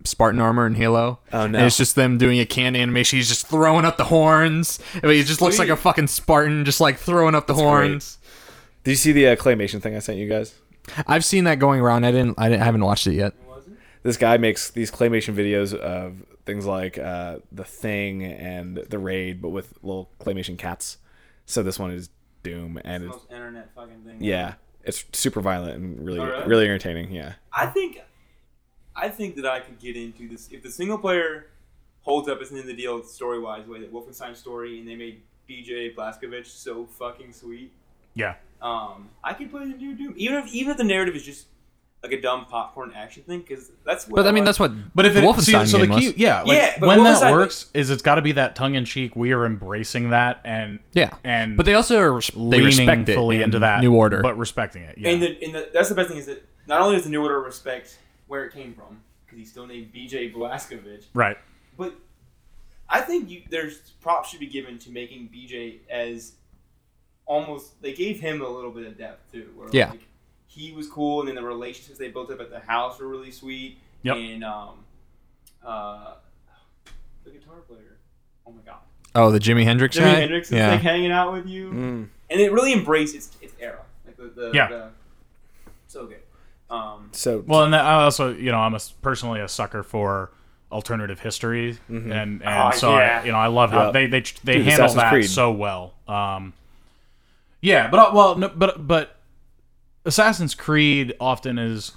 A: Spartan armor in Halo?
C: Oh, no.
A: And it's just them doing a canned animation. He's just throwing up the horns. I mean, he just looks like a
B: Sweet.
A: fucking Spartan, just like throwing up the horns.
C: Did you see the uh, claymation thing I sent you guys?
A: I've seen that going around. I didn't. I, didn't, I haven't watched it yet.
B: Was it?
C: This guy makes these claymation videos of things like uh, the Thing and the Raid, but with little claymation cats. So this one is Doom, and
B: The
C: it's,
B: most internet fucking thing.
C: yeah, it's super violent and really,
B: Oh, really?
C: really entertaining. Yeah,
B: I think, I think that I could get into this if the single player holds up as in the deal story wise way that Wolfenstein's story and they made BJ Blazkowicz so fucking sweet.
D: yeah.
B: Um, I could play the new Doom even if even if the narrative is just like a dumb popcorn action thing because that's what.
A: But I mean,
B: like.
A: that's what.
D: But if it
A: Wolfenstein
D: see, so
A: game
D: the
A: was.
D: key, yeah, like,
B: Yeah, but
D: when
B: Wolfenstein-
D: that works is it's got to be that tongue in cheek. We are embracing that and
A: Yeah.
D: and
A: But they also are, they
D: leaning
A: respect it
D: fully
A: in
D: into that
A: New Order.
D: but respecting it. Yeah,
B: and the, and the, that's the best thing is that not only does the new order respect where it came from because he's still named BJ Blazkowicz,
D: right.
B: But I think you, there's props should be given to making BJ as almost they gave him a little bit of depth too. Where
A: Yeah.
B: like, he was cool, and then the relationships they built up at the house were really sweet.
D: Yep.
B: And um, uh, the guitar player. Oh my god.
A: oh, the Jimi Hendrix
B: Jimi
A: guy?
B: Hendrix is
A: yeah.
B: like hanging out with you,
C: Mm.
B: and it really embraced its, its era. Like the, the,
D: Yeah.
B: the so good. Um,
C: so
D: Well, and that, I also you know I'm a s personally a sucker for alternative history and and
B: Oh,
D: so
B: yeah.
D: I, you know I love how
C: Yeah.
D: they they they
C: Dude,
D: handle
C: Assassin's
D: that
C: Creed.
D: so well. Um, Yeah, but uh, well, no, but but Assassin's Creed often is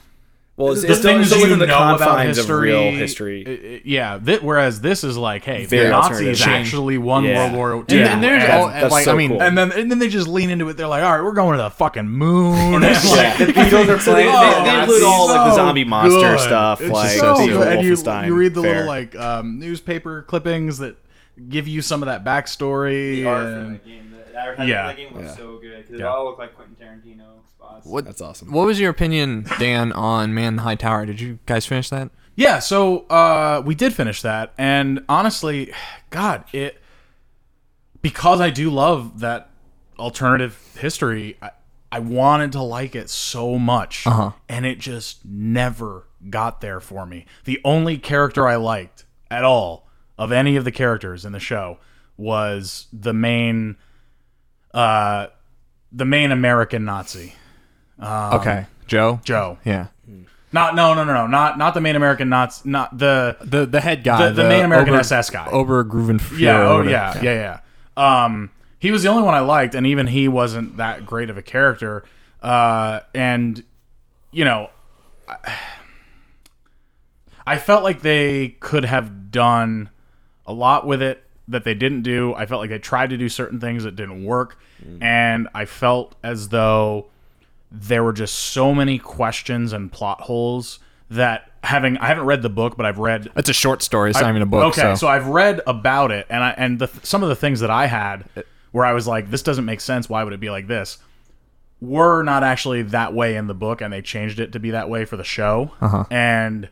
C: Well, it's,
D: the
C: it's still, it's
D: things
C: still
D: you
C: within
D: know
C: the
D: about
C: confines
D: history.
C: of real history.
D: uh, uh, yeah, thi- whereas this is like, hey,
C: Very
D: the Nazis
C: alternative.
D: actually won
C: Yeah.
D: World War
A: And,
D: II.
C: Yeah.
A: and there's
C: Yeah.
A: all,
C: That's
A: like,
C: so
A: I mean,
C: cool.
A: and then and then they just lean into it. They're like, all right, we're going to the fucking moon.
B: That's
A: It's like-
B: like-
C: Yeah.
B: the Beatles are playing.
A: Oh,
C: they, they
A: that's
C: include all like the
A: so
C: zombie monster
D: good.
C: stuff,
D: It's
C: like
D: so
A: so
C: the
A: good.
D: and you,
C: Wolfenstein.
D: you read the
C: fair.
D: little like um, newspaper clippings that give you some of that backstory.
B: the art from
D: and-
B: that game. The- I remember
D: Yeah.
B: that game was
C: Yeah.
B: so good because it
D: Yeah.
B: all looked like Quentin Tarantino spots.
A: What
C: That's awesome.
A: What was your opinion, Dan, on Man in the High Tower? Did you guys finish that?
D: Yeah, so uh, we did finish that, and honestly, God, it because I do love that alternative history. I, I wanted to like it so much,
A: Uh-huh.
D: and it just never got there for me. The only character I liked at all of any of the characters in the show was the main, uh, the main American Nazi,
A: okay, Joe.
D: Um, Joe.
A: Yeah,
D: Not no no no no not not the main American Nazi, not the
A: the the head guy,
D: The- the main American SS guy.
A: Ober
D: Yeah. Oh, yeah. Yeah. Yeah. Um, he was the only one I liked, and even he wasn't that great of a character. Uh, and you know, I, I felt like they could have done a lot with it that they didn't do. I felt like they tried to do certain things that didn't work, and I felt as though there were just so many questions and plot holes that having I haven't read the book, but I've read
A: That's a short story. It's not even a book.
D: Okay, so.
A: so,
D: I've read about it, and I and the, some of the things that I had where I was like, this doesn't make sense. Why would it be like this? Were not actually that way in the book, and they changed it to be that way for the show. Uh-huh. And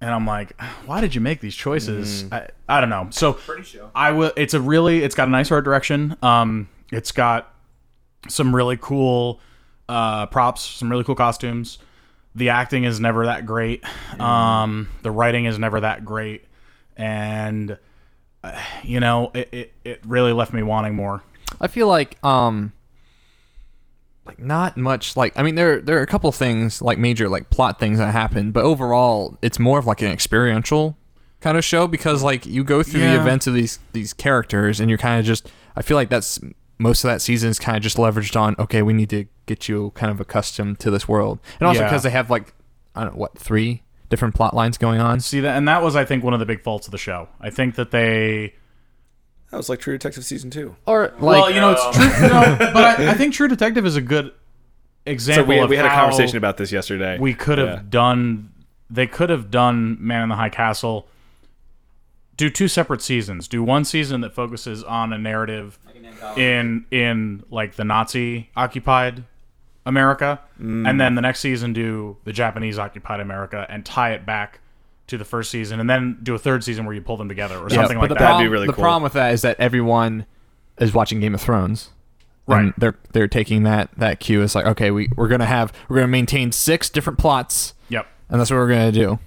D: and I'm like, why did you make these choices? I, I don't know. So
B: Pretty show.
D: I will. It's a really. It's got a nice art direction. Um, it's got some really cool uh, props, some really cool costumes. The acting is never that great. Um, the writing is never that great, and uh, you know, it, it it really left me wanting more.
A: I feel like um like not much like I mean there there are a couple things like major like plot things that happen, but overall it's more of like an experiential kind of show because like you go through the
D: Yeah.
A: events of these these characters and you're kind of just I feel like that's most of that season is kind of just leveraged on okay, we need to get you kind of accustomed to this world. And also
D: Yeah.
A: because they have like I don't know what three different plot lines going on.
D: See that, and that was, I think, one of the big faults of the show. I think that they
C: That was like True Detective season two.
A: Or like
D: well, you know, it's true. No, but I, I think True Detective is a good
C: So
D: example.
C: we,
D: of
C: we had a
D: how
C: conversation about this yesterday.
D: we could have
C: Yeah.
D: done. They could have done Man in the High Castle. Do two separate seasons. Do one season that focuses on a narrative
B: Like an anthology.
D: in in like the Nazi occupied America, and then the next season do the Japanese occupied America and tie it back to the first season, and then do a third season where you pull them together or something like
A: the
D: that.
C: That'd be
A: Problem,
C: really
A: the
C: cool.
A: problem with that is that everyone is watching Game of Thrones.
D: Right.
A: And they're they're taking that that cue as like, okay, we, we're gonna have we're gonna maintain six different plots
D: yep.
A: and that's what we're gonna do.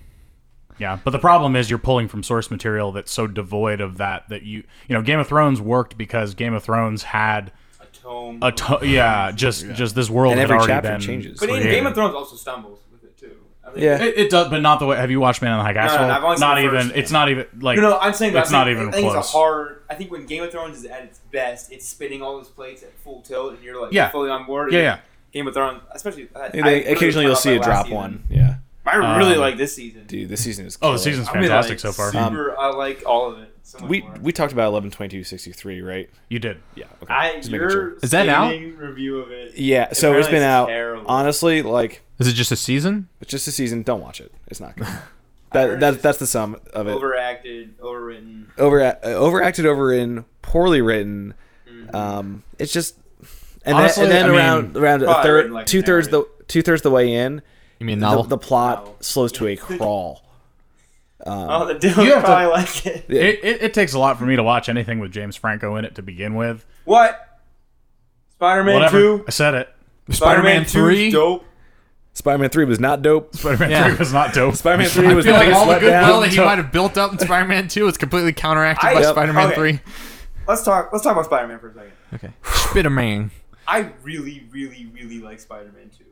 D: Yeah, but the problem is you're pulling from source material that's so devoid of that that you you know Game of Thrones worked because Game of Thrones had
B: a tome.
D: a to- yeah just just this world
C: and
D: had
C: every
D: already
C: chapter
D: been-
C: changes.
B: but in
D: Yeah.
B: Game of Thrones also stumbles with it too. I think
C: Yeah.
D: It, it does, but not the way. Have you watched Man in the High Castle?
B: I've only seen
D: not
B: the first
D: even.
B: one.
D: It's not even like.
B: No, no, I'm saying
D: it's
B: I'm
D: not
B: saying-
D: even
B: I think
D: close.
B: It's a hard. I think when Game of Thrones is at its best, it's spinning all those plates at full tilt, and you're like
D: Yeah.
B: fully on board.
D: Yeah, yeah.
B: Game of Thrones, especially. I,
C: And
B: I
C: they-
B: really
C: occasionally, you'll
B: fell off
C: see a
B: by last
C: drop
B: season.
C: one. Yeah,
B: I really
D: Um,
B: like this season.
C: dude, this season is.
D: Oh, the
C: killer.
D: season's
B: I mean,
D: fantastic
B: like,
D: so far.
B: Super, I like all of it. So much
C: We
B: more.
C: we talked about eleven twenty two sixty three, right?
D: you did.
C: Yeah. Okay.
B: I
C: Just making
B: your
C: sure.
A: Is that out?
B: scathing Review of it.
C: Yeah. So it's
B: Apparently
C: been out.
B: terrible.
C: Honestly, like
A: Is it just a season?
C: it's just a season. Don't watch it. It's not good.
B: heard
C: that that
B: it's
C: that's the sum of it.
B: Overacted, overwritten.
C: Over uh, overacted, overwritten, poorly written.
B: Mm-hmm.
C: Um, it's just. And
D: Honestly,
C: then, and
D: I
C: then
D: mean-
C: around around a
B: Probably
C: third,
B: written like an
C: two thirds the
B: average.
C: two thirds the way in,
A: You mean
C: the,
A: novel?
C: the plot
B: No.
C: slows to a crawl. Um,
B: oh, the dude
D: have to-
B: probably like it.
C: Yeah.
D: It, it, it takes a lot for me to watch anything with James Franco in it to begin with.
B: What? Spider-Man
D: Whatever.
B: Two.
D: I said it.
A: Spider-Man
B: 2 's Dope.
C: Spider-Man Three was not dope.
D: Spider-Man
A: Yeah.
D: Three was not dope.
C: Spider-Man Three was the
A: I feel like
C: biggest
A: all the goodwill
C: letdown.
A: that he might have built up in Spider-Man 2 is completely counteracted
B: I-
A: by
B: Yep.
A: Spider-Man
B: Okay.
A: 3.
B: Let's talk. Let's talk about Spider-Man for a second.
A: Okay. Spider-Man.
B: I really, really, really like Spider-Man Two,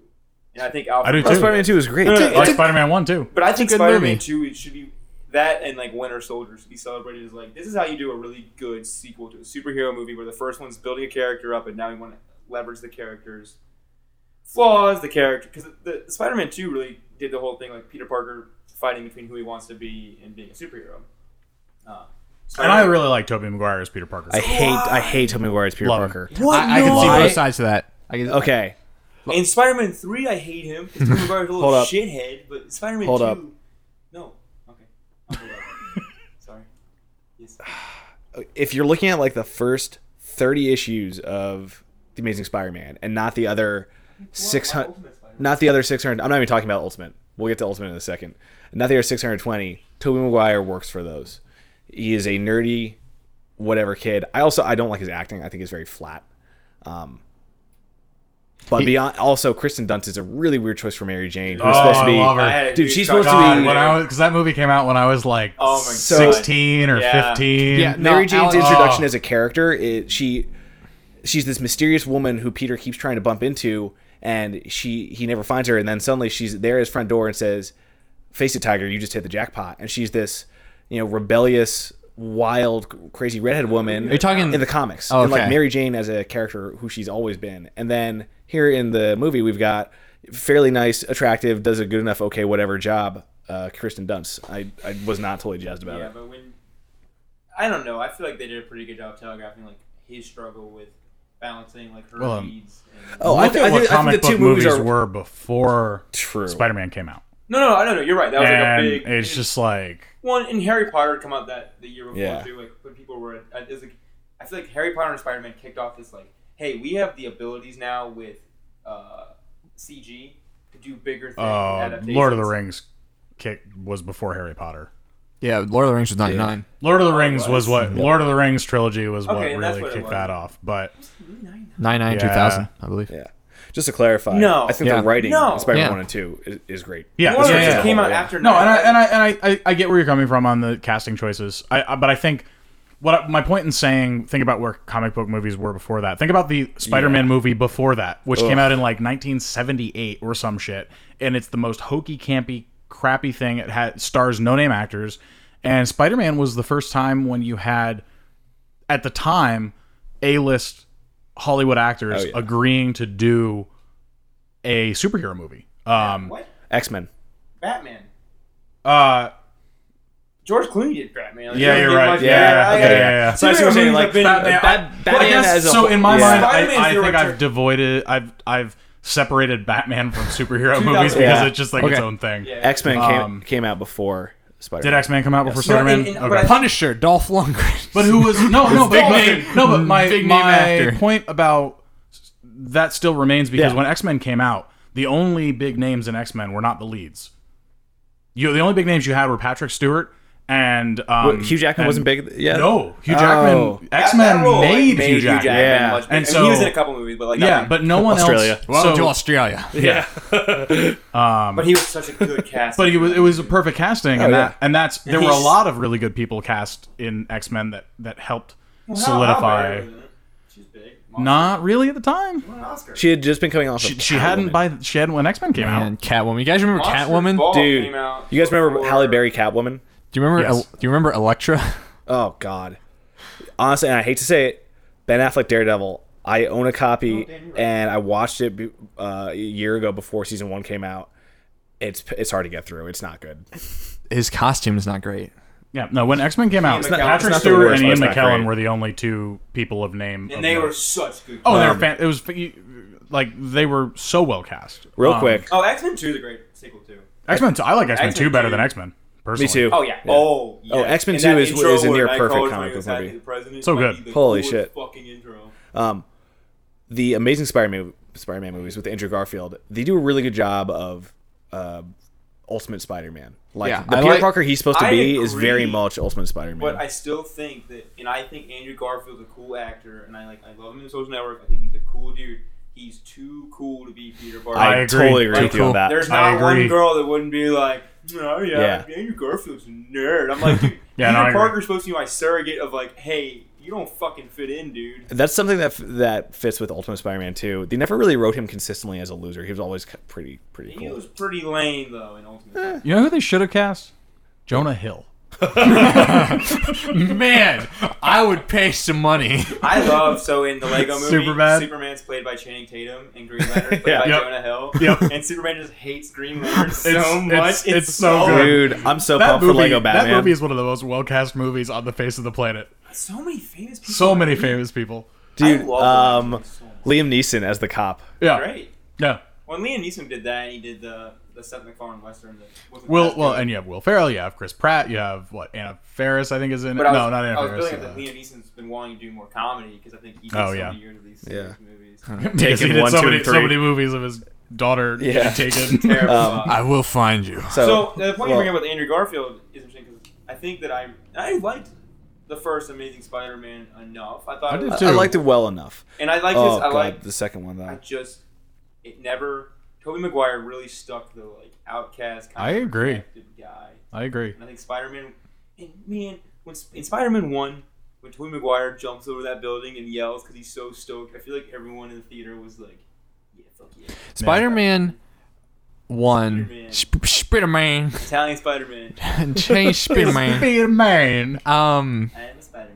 B: and I think Alfred.
D: I do,
B: Molina-
D: too.
C: Spider-Man Two was great.
B: No, no,
D: I like
B: It's a-
D: Spider-Man One too.
B: But I think
A: good
B: Spider Man
A: movie.
B: 2 it should be that and like Winter Soldier should be celebrated as like this is how you do a really good sequel to a superhero movie where the first one's building a character up and now you want to leverage the characters' flaws, the character because the, the Spider-Man Two really did the whole thing like Peter Parker fighting between who he wants to be and being a superhero. Uh,
D: And I really like Tobey Maguire as Peter Parker.
C: I hate I hate Tobey Maguire's Peter
D: Love him.
C: Parker.
B: What?
A: I, I can see
C: No.
A: both sides of that. I can,
C: Okay,
B: In Spider-Man Three, I hate him. 'cause Tobey Maguire's a little
C: Hold up.
B: shithead, but Spider-Man
C: Hold
B: Two.
C: up.
B: No. Okay. I'll hold up. Sorry. Yes.
C: if you're looking at like the first 30 issues of the Amazing Spider-Man and not the other 600,
B: Ultimate Spider-Man.
C: not the other 600. I'm not even talking about Ultimate. We'll get to Ultimate in a second. Not the other 620. Tobey Maguire works for those. He is a nerdy, whatever kid. I also I don't like his acting. I think he's very flat. Um, but beyond also, Kristen Dunst is a really weird choice for Mary Jane. Who's
D: Oh,
C: supposed to
D: I
C: be
D: love her.
B: I had a
C: Dude,
B: huge
C: she's
B: crush
C: supposed to
B: on
D: God,
C: be-
B: her.
D: when I was because that movie came out when I was like
B: Oh my
C: So-
B: god.
D: 16 or
B: Yeah.
D: 15.
A: Yeah, no,
C: Mary
A: Alex-
C: Jane's introduction
D: Oh.
C: as a character, it, she she's this mysterious woman who Peter keeps trying to bump into, and she he never finds her, and then suddenly she's there at his front door and says, "Face it, Tiger, you just hit the jackpot." And she's this, you know, rebellious, wild, crazy redhead woman.
A: Are you talking-
C: in the comics?
A: Oh,
C: And, like
A: okay.
C: Mary Jane as a character who she's always been, and then here in the movie we've got fairly nice, attractive, does a good enough, okay, whatever job. Uh, Kristen Dunst. I, I was not totally jazzed about
B: Yeah,
C: it.
B: but when I don't know, I feel like they did a pretty good job telegraphing like his struggle with balancing like her
D: Well, um,
B: needs. And...
C: Oh, I,
D: Look
C: thi-
D: at
C: I
D: what
C: think, I
D: comic
C: think the two
D: book movies
C: movies are
D: were before
C: True.
D: Spider-Man came out,
B: No, no, no, no, no. You're right. That was like a
D: and
B: big.
D: it's just like
B: one in Harry Potter had come out that the year before
C: Yeah.
B: too. Like when people were, it was like, I feel like Harry Potter and Spider Man kicked off this like, hey, we have the abilities now with uh, CG to do bigger things.
D: uh,
B: adaptations.
D: Lord of the Rings kick was before Harry Potter.
A: Yeah, Lord of the Rings was 99.
D: Lord of the
B: Oh, it
D: Rings
B: was.
D: was what Lord of the Rings trilogy was what
B: Okay, that's
D: really
B: what it
D: kicked
B: was.
D: that off. But
A: 99,
D: Yeah.
A: 2000, I believe.
C: Yeah. Just to clarify,
B: No.
C: I think
A: Yeah.
C: the writing
B: No.
C: in Spider-Man
A: Yeah.
C: 1 and 2 is, is great.
D: yeah,
B: Lord of the
D: yeah,
B: Rings
D: yeah.
B: came out
C: Yeah.
B: after
D: No, and I
B: Nine.
D: and I and I, I, I get where you're coming from on the casting choices. I, I but I think what I, my point in saying think about where comic book movies were before that. Think about the Spider-Man movie before that, which came out in like 1978 or some shit, and it's the most hokey, campy, crappy thing. It had stars no-name actors, and Spider-Man was the first time when you had at the time A-list Hollywood actors
C: Oh, yeah.
D: agreeing to do a superhero movie. Um,
B: what
C: X-Men.
B: Batman?
D: uh,
B: George Clooney did Batman. Like,
D: Yeah,
B: he
D: you're
B: did
D: right.
B: much-
D: Yeah, yeah, yeah, yeah, yeah.
C: So I see what you're saying,
B: Superhero
C: like,
B: movies have been-
C: Batman- Batman
D: I guess-
C: as a
D: so
C: whole-
D: in my
C: yeah.
D: mind,
B: Spider-Man's
D: I, I
B: the
D: think
B: return-
D: I've devoided, I've I've separated Batman from superhero movies because
C: Yeah.
D: it's just like its
A: Okay.
D: own thing.
B: Yeah.
C: X-Men
D: Um,
C: came, came out before Spider-Man.
D: Did X Men come out before
B: No,
D: Spider Man?
B: and- and- but I-
A: Punisher, Dolph Lundgren.
D: But who was no no but my, no but my
A: big name
D: my
A: actor.
D: point about that still remains because
C: Yeah.
D: when X Men came out, the only big names in X Men were not the leads. You the only big names you had were Patrick Stewart and um,
C: Hugh Jackman
D: and-
C: wasn't big. Yeah.
D: No, Hugh
C: Oh.
D: Jackman. X Men
B: That role, like,
D: made, Hugh Jackman.
C: Yeah.
B: much bigger.
D: And
B: I mean, he was
D: so-
B: in a couple movies, but like
D: Yeah,
B: nothing.
D: but no one
C: Australia.
D: else.
A: Welcome
D: so-
A: to Australia.
C: Yeah.
B: but he was such a good cast.
D: but he was, it was a perfect casting, and
C: Oh,
D: that
C: yeah.
D: and that's there were a
B: he's-
D: lot of really good people cast in X Men that that helped
B: Well, how- how
D: solidify.
B: big was it? She's big. Mom,
D: Not really at the time.
B: won an Oscar.
C: She had just been coming off
D: She,
C: of
D: she hadn't
C: Catwoman.
D: by she hadn't when X Men came out.
A: And Catwoman. You guys remember
B: Monsters
A: Catwoman?
B: Ball
C: Dude,
B: came out
C: you guys remember
B: before-
C: Halle Berry Catwoman?
A: Do you remember?
D: Yes.
A: do you remember Elektra?
C: Oh, God. Honestly, and I hate to say it, Ben Affleck Daredevil, I own a copy,
B: Oh, damn, you're right.
C: and I watched it be- uh, a year ago before season one came out. It's, it's hard to get through. It's not good.
A: His costume is not great.
D: Yeah, no, when X Men came out,
B: It's not- it's
D: Patrick
B: not the
D: Stewart
C: worst, but
D: and Ian
C: it's not
D: McKellen
C: great.
D: were the only two people of name. of
B: And they
D: note.
B: were um, such good.
D: oh, they were
B: cast.
D: fan- it was like they were so well cast.
C: Real
D: Um,
C: quick.
B: Oh, X Men Two is a great sequel too.
D: X Men. I like X Men Two
B: X-Men
D: better
B: 2.
D: than X Men. Personally,
C: Me too.
B: Oh yeah.
C: Yeah.
B: Oh. Yeah.
C: Oh, X-Men
B: And
C: 2
B: that
C: is-
B: intro
C: is a
B: where
C: near
B: Matt
C: perfect
B: Collins
C: comic book
B: goes out to
C: movie.
B: the president
D: So
B: might
D: good.
B: be the
C: Holy
B: coolest
C: shit.
B: Fucking intro.
C: Um, the Amazing Spider-Man, Spider-Man movies with Andrew Garfield, they do a really good job of uh, Ultimate Spider-Man. Like
A: Yeah,
C: the
A: I
C: Peter
A: like-
C: Parker he's supposed to
B: I
C: be is very
B: agree,
C: much Ultimate Spider-Man.
B: But I still think that, and I think Andrew Garfield's a cool actor, and I like I love him in Social Network. I think he's a cool dude. He's too cool to be Peter Parker.
C: I
D: I agree.
C: totally agree
B: Too
C: with you on
A: cool.
C: that.
B: There's
D: I
B: not one
D: agree.
B: girl that wouldn't be like, oh yeah, Andrew Garfield's a nerd. I'm like, dude,
D: Yeah, no, I
B: Peter
D: agree.
B: Parker's supposed to be my surrogate of like, hey, you don't fucking fit in, dude.
C: That's something that f- that fits with Ultimate Spider-Man too. They never really wrote him consistently as a loser. He was always c- pretty pretty
B: He
C: cool.
D: Eh.
B: was pretty lame though in Ultimate. Spider-Man.
D: You know who they should have cast? Jonah Hill.
A: Man, I would pay some money.
B: I love so in the Lego movie,
D: Superbad.
B: Superman's played by Channing Tatum and Green Lantern played
C: Yeah.
B: by
D: Yep.
B: Jonah Hill.
D: Yep.
B: And Superman just hates Green Lantern so
D: It's-
B: much.
D: it's-
B: It's,
D: it's
B: so,
D: so good.
C: Dude, I'm so
D: Oh, That
C: pumped
D: movie,
C: for Lego Batman.
D: that movie is one of the most well cast movies on the face of the planet.
B: So many famous people.
D: So many famous people.
C: Dude,
B: I love Liam
C: um,
B: Neeson so much.
C: Liam Neeson as the cop.
D: Yeah,
B: Great.
D: yeah.
B: When Liam Neeson did that, he did the the Seth MacFarlane western. That wasn't
D: Will
B: as
D: well,
B: good.
D: and you have Will Ferrell, you have Chris Pratt, you have what Anna Ferris, I think is in. it.
B: But I was,
D: no, not Anna
B: I was
D: Faris.
B: building up that Liam Neeson's been wanting to do more comedy because I think he did
D: Oh,
B: so
D: yeah.
B: many years of these
C: Yeah.
B: movies.
D: Because he
C: Taken
D: did
C: one,
D: so
C: two,
D: many,
C: and
D: so
C: three.
D: many movies of his daughter getting
C: Yeah.
D: taken.
B: Terrible.
C: Um,
B: Uh,
A: I will find you.
B: so the point you
C: well-
B: bring up with Andrew Garfield is interesting because I think that I I liked the first Amazing Spider-Man enough. I thought
D: I
B: it
D: did
B: was-
C: I, I liked it well enough.
B: and I liked
C: oh
B: this. I
C: god,
B: liked
C: the second one
B: I
C: though.
B: just it never. Toby Maguire really stuck to the like outcast.
D: I agree.
B: protected Guy,
D: I agree.
B: and I think Spider Man. And man, when Sp- in Spider Man One, when Toby Maguire jumps over that building and yells because he's so stoked, I feel like everyone in the theater was like, "Yeah, fuck yeah,
A: Spider Man 1.
B: Spider-Man.
A: Sp- Spider Man.
B: Italian Spider Man,
A: Change Spider Man.
D: Spider-Man.
A: Um,
B: I am a Spider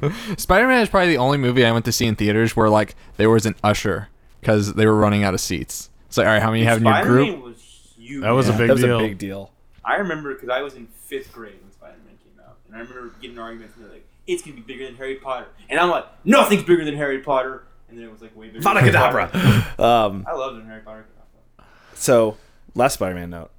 B: Man."
A: Spider Man is probably the only movie I went to see in theaters where like there was an usher because they were running out of seats. It's like, all right, how many you have in your
B: Spider
A: group?
B: Man was huge.
D: That was a
C: Yeah,
D: big
C: that was
D: deal.
C: a big deal.
B: I remember because I was in fifth grade when Spider Man came out, and I remember getting arguments and they're like, "It's gonna be bigger than Harry Potter," and I'm like, "Nothing's bigger than Harry Potter," and then it was like way bigger. than Harry Potter.
C: Abracadabra. um,
B: I loved when Harry Potter came out.
C: so last Spider-Man note.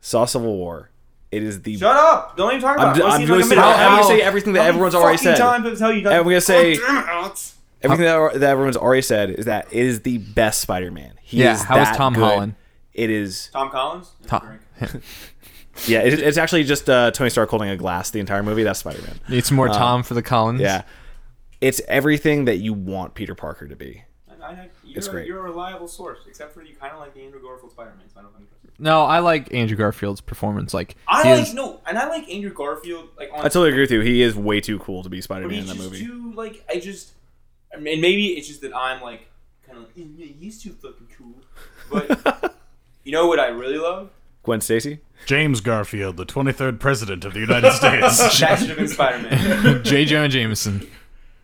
C: Saw Civil War. It is the
B: Shut up! Don't even talk about
C: I'm,
B: it.
C: ju-
B: I've
C: I'm
B: seen it
C: gonna
B: like
C: say,
B: a minute.
C: I'm
B: How-
C: gonna say everything that
B: how
C: everyone's
B: many
C: already
B: fucking
C: said.
B: Times I tell you,
C: And we're gonna say-
B: God damn it, Alex.
C: Everything that, that everyone's already said is that it is the best Spider-Man. He
A: Yeah,
C: is
A: how is
C: that
A: Tom
C: good.
A: Holland?
C: It is.
B: Tom Collins.
A: Tom.
C: Yeah, it, it's actually just uh, Tony Stark holding a glass the entire movie. That's Spider-Man.
A: Need some more
B: Uh,
A: Tom for the Collins.
C: Yeah, it's everything that you want Peter Parker to be.
B: I, I, you're,
C: It's great.
B: You're a reliable source, except for you kind of like the Andrew Garfield Spider-Man. So I don't think.
A: No, I like Andrew Garfield's performance. Like
B: I
A: he
B: like
A: is-
B: no, and I like Andrew Garfield like on
C: I totally agree with you. He is way too cool to be
B: But
C: Spider-Man
B: he's
C: in that
B: just
C: movie.
B: too like I just, I mean, maybe it's just that I'm like kind of like "Mm, yeah, he's too fucking cool. But you know what I really love?
C: Gwen Stacy.
D: James Garfield, the 23rd president of the United States.
B: That should have been Spider-Man.
A: J. Jonah Jameson.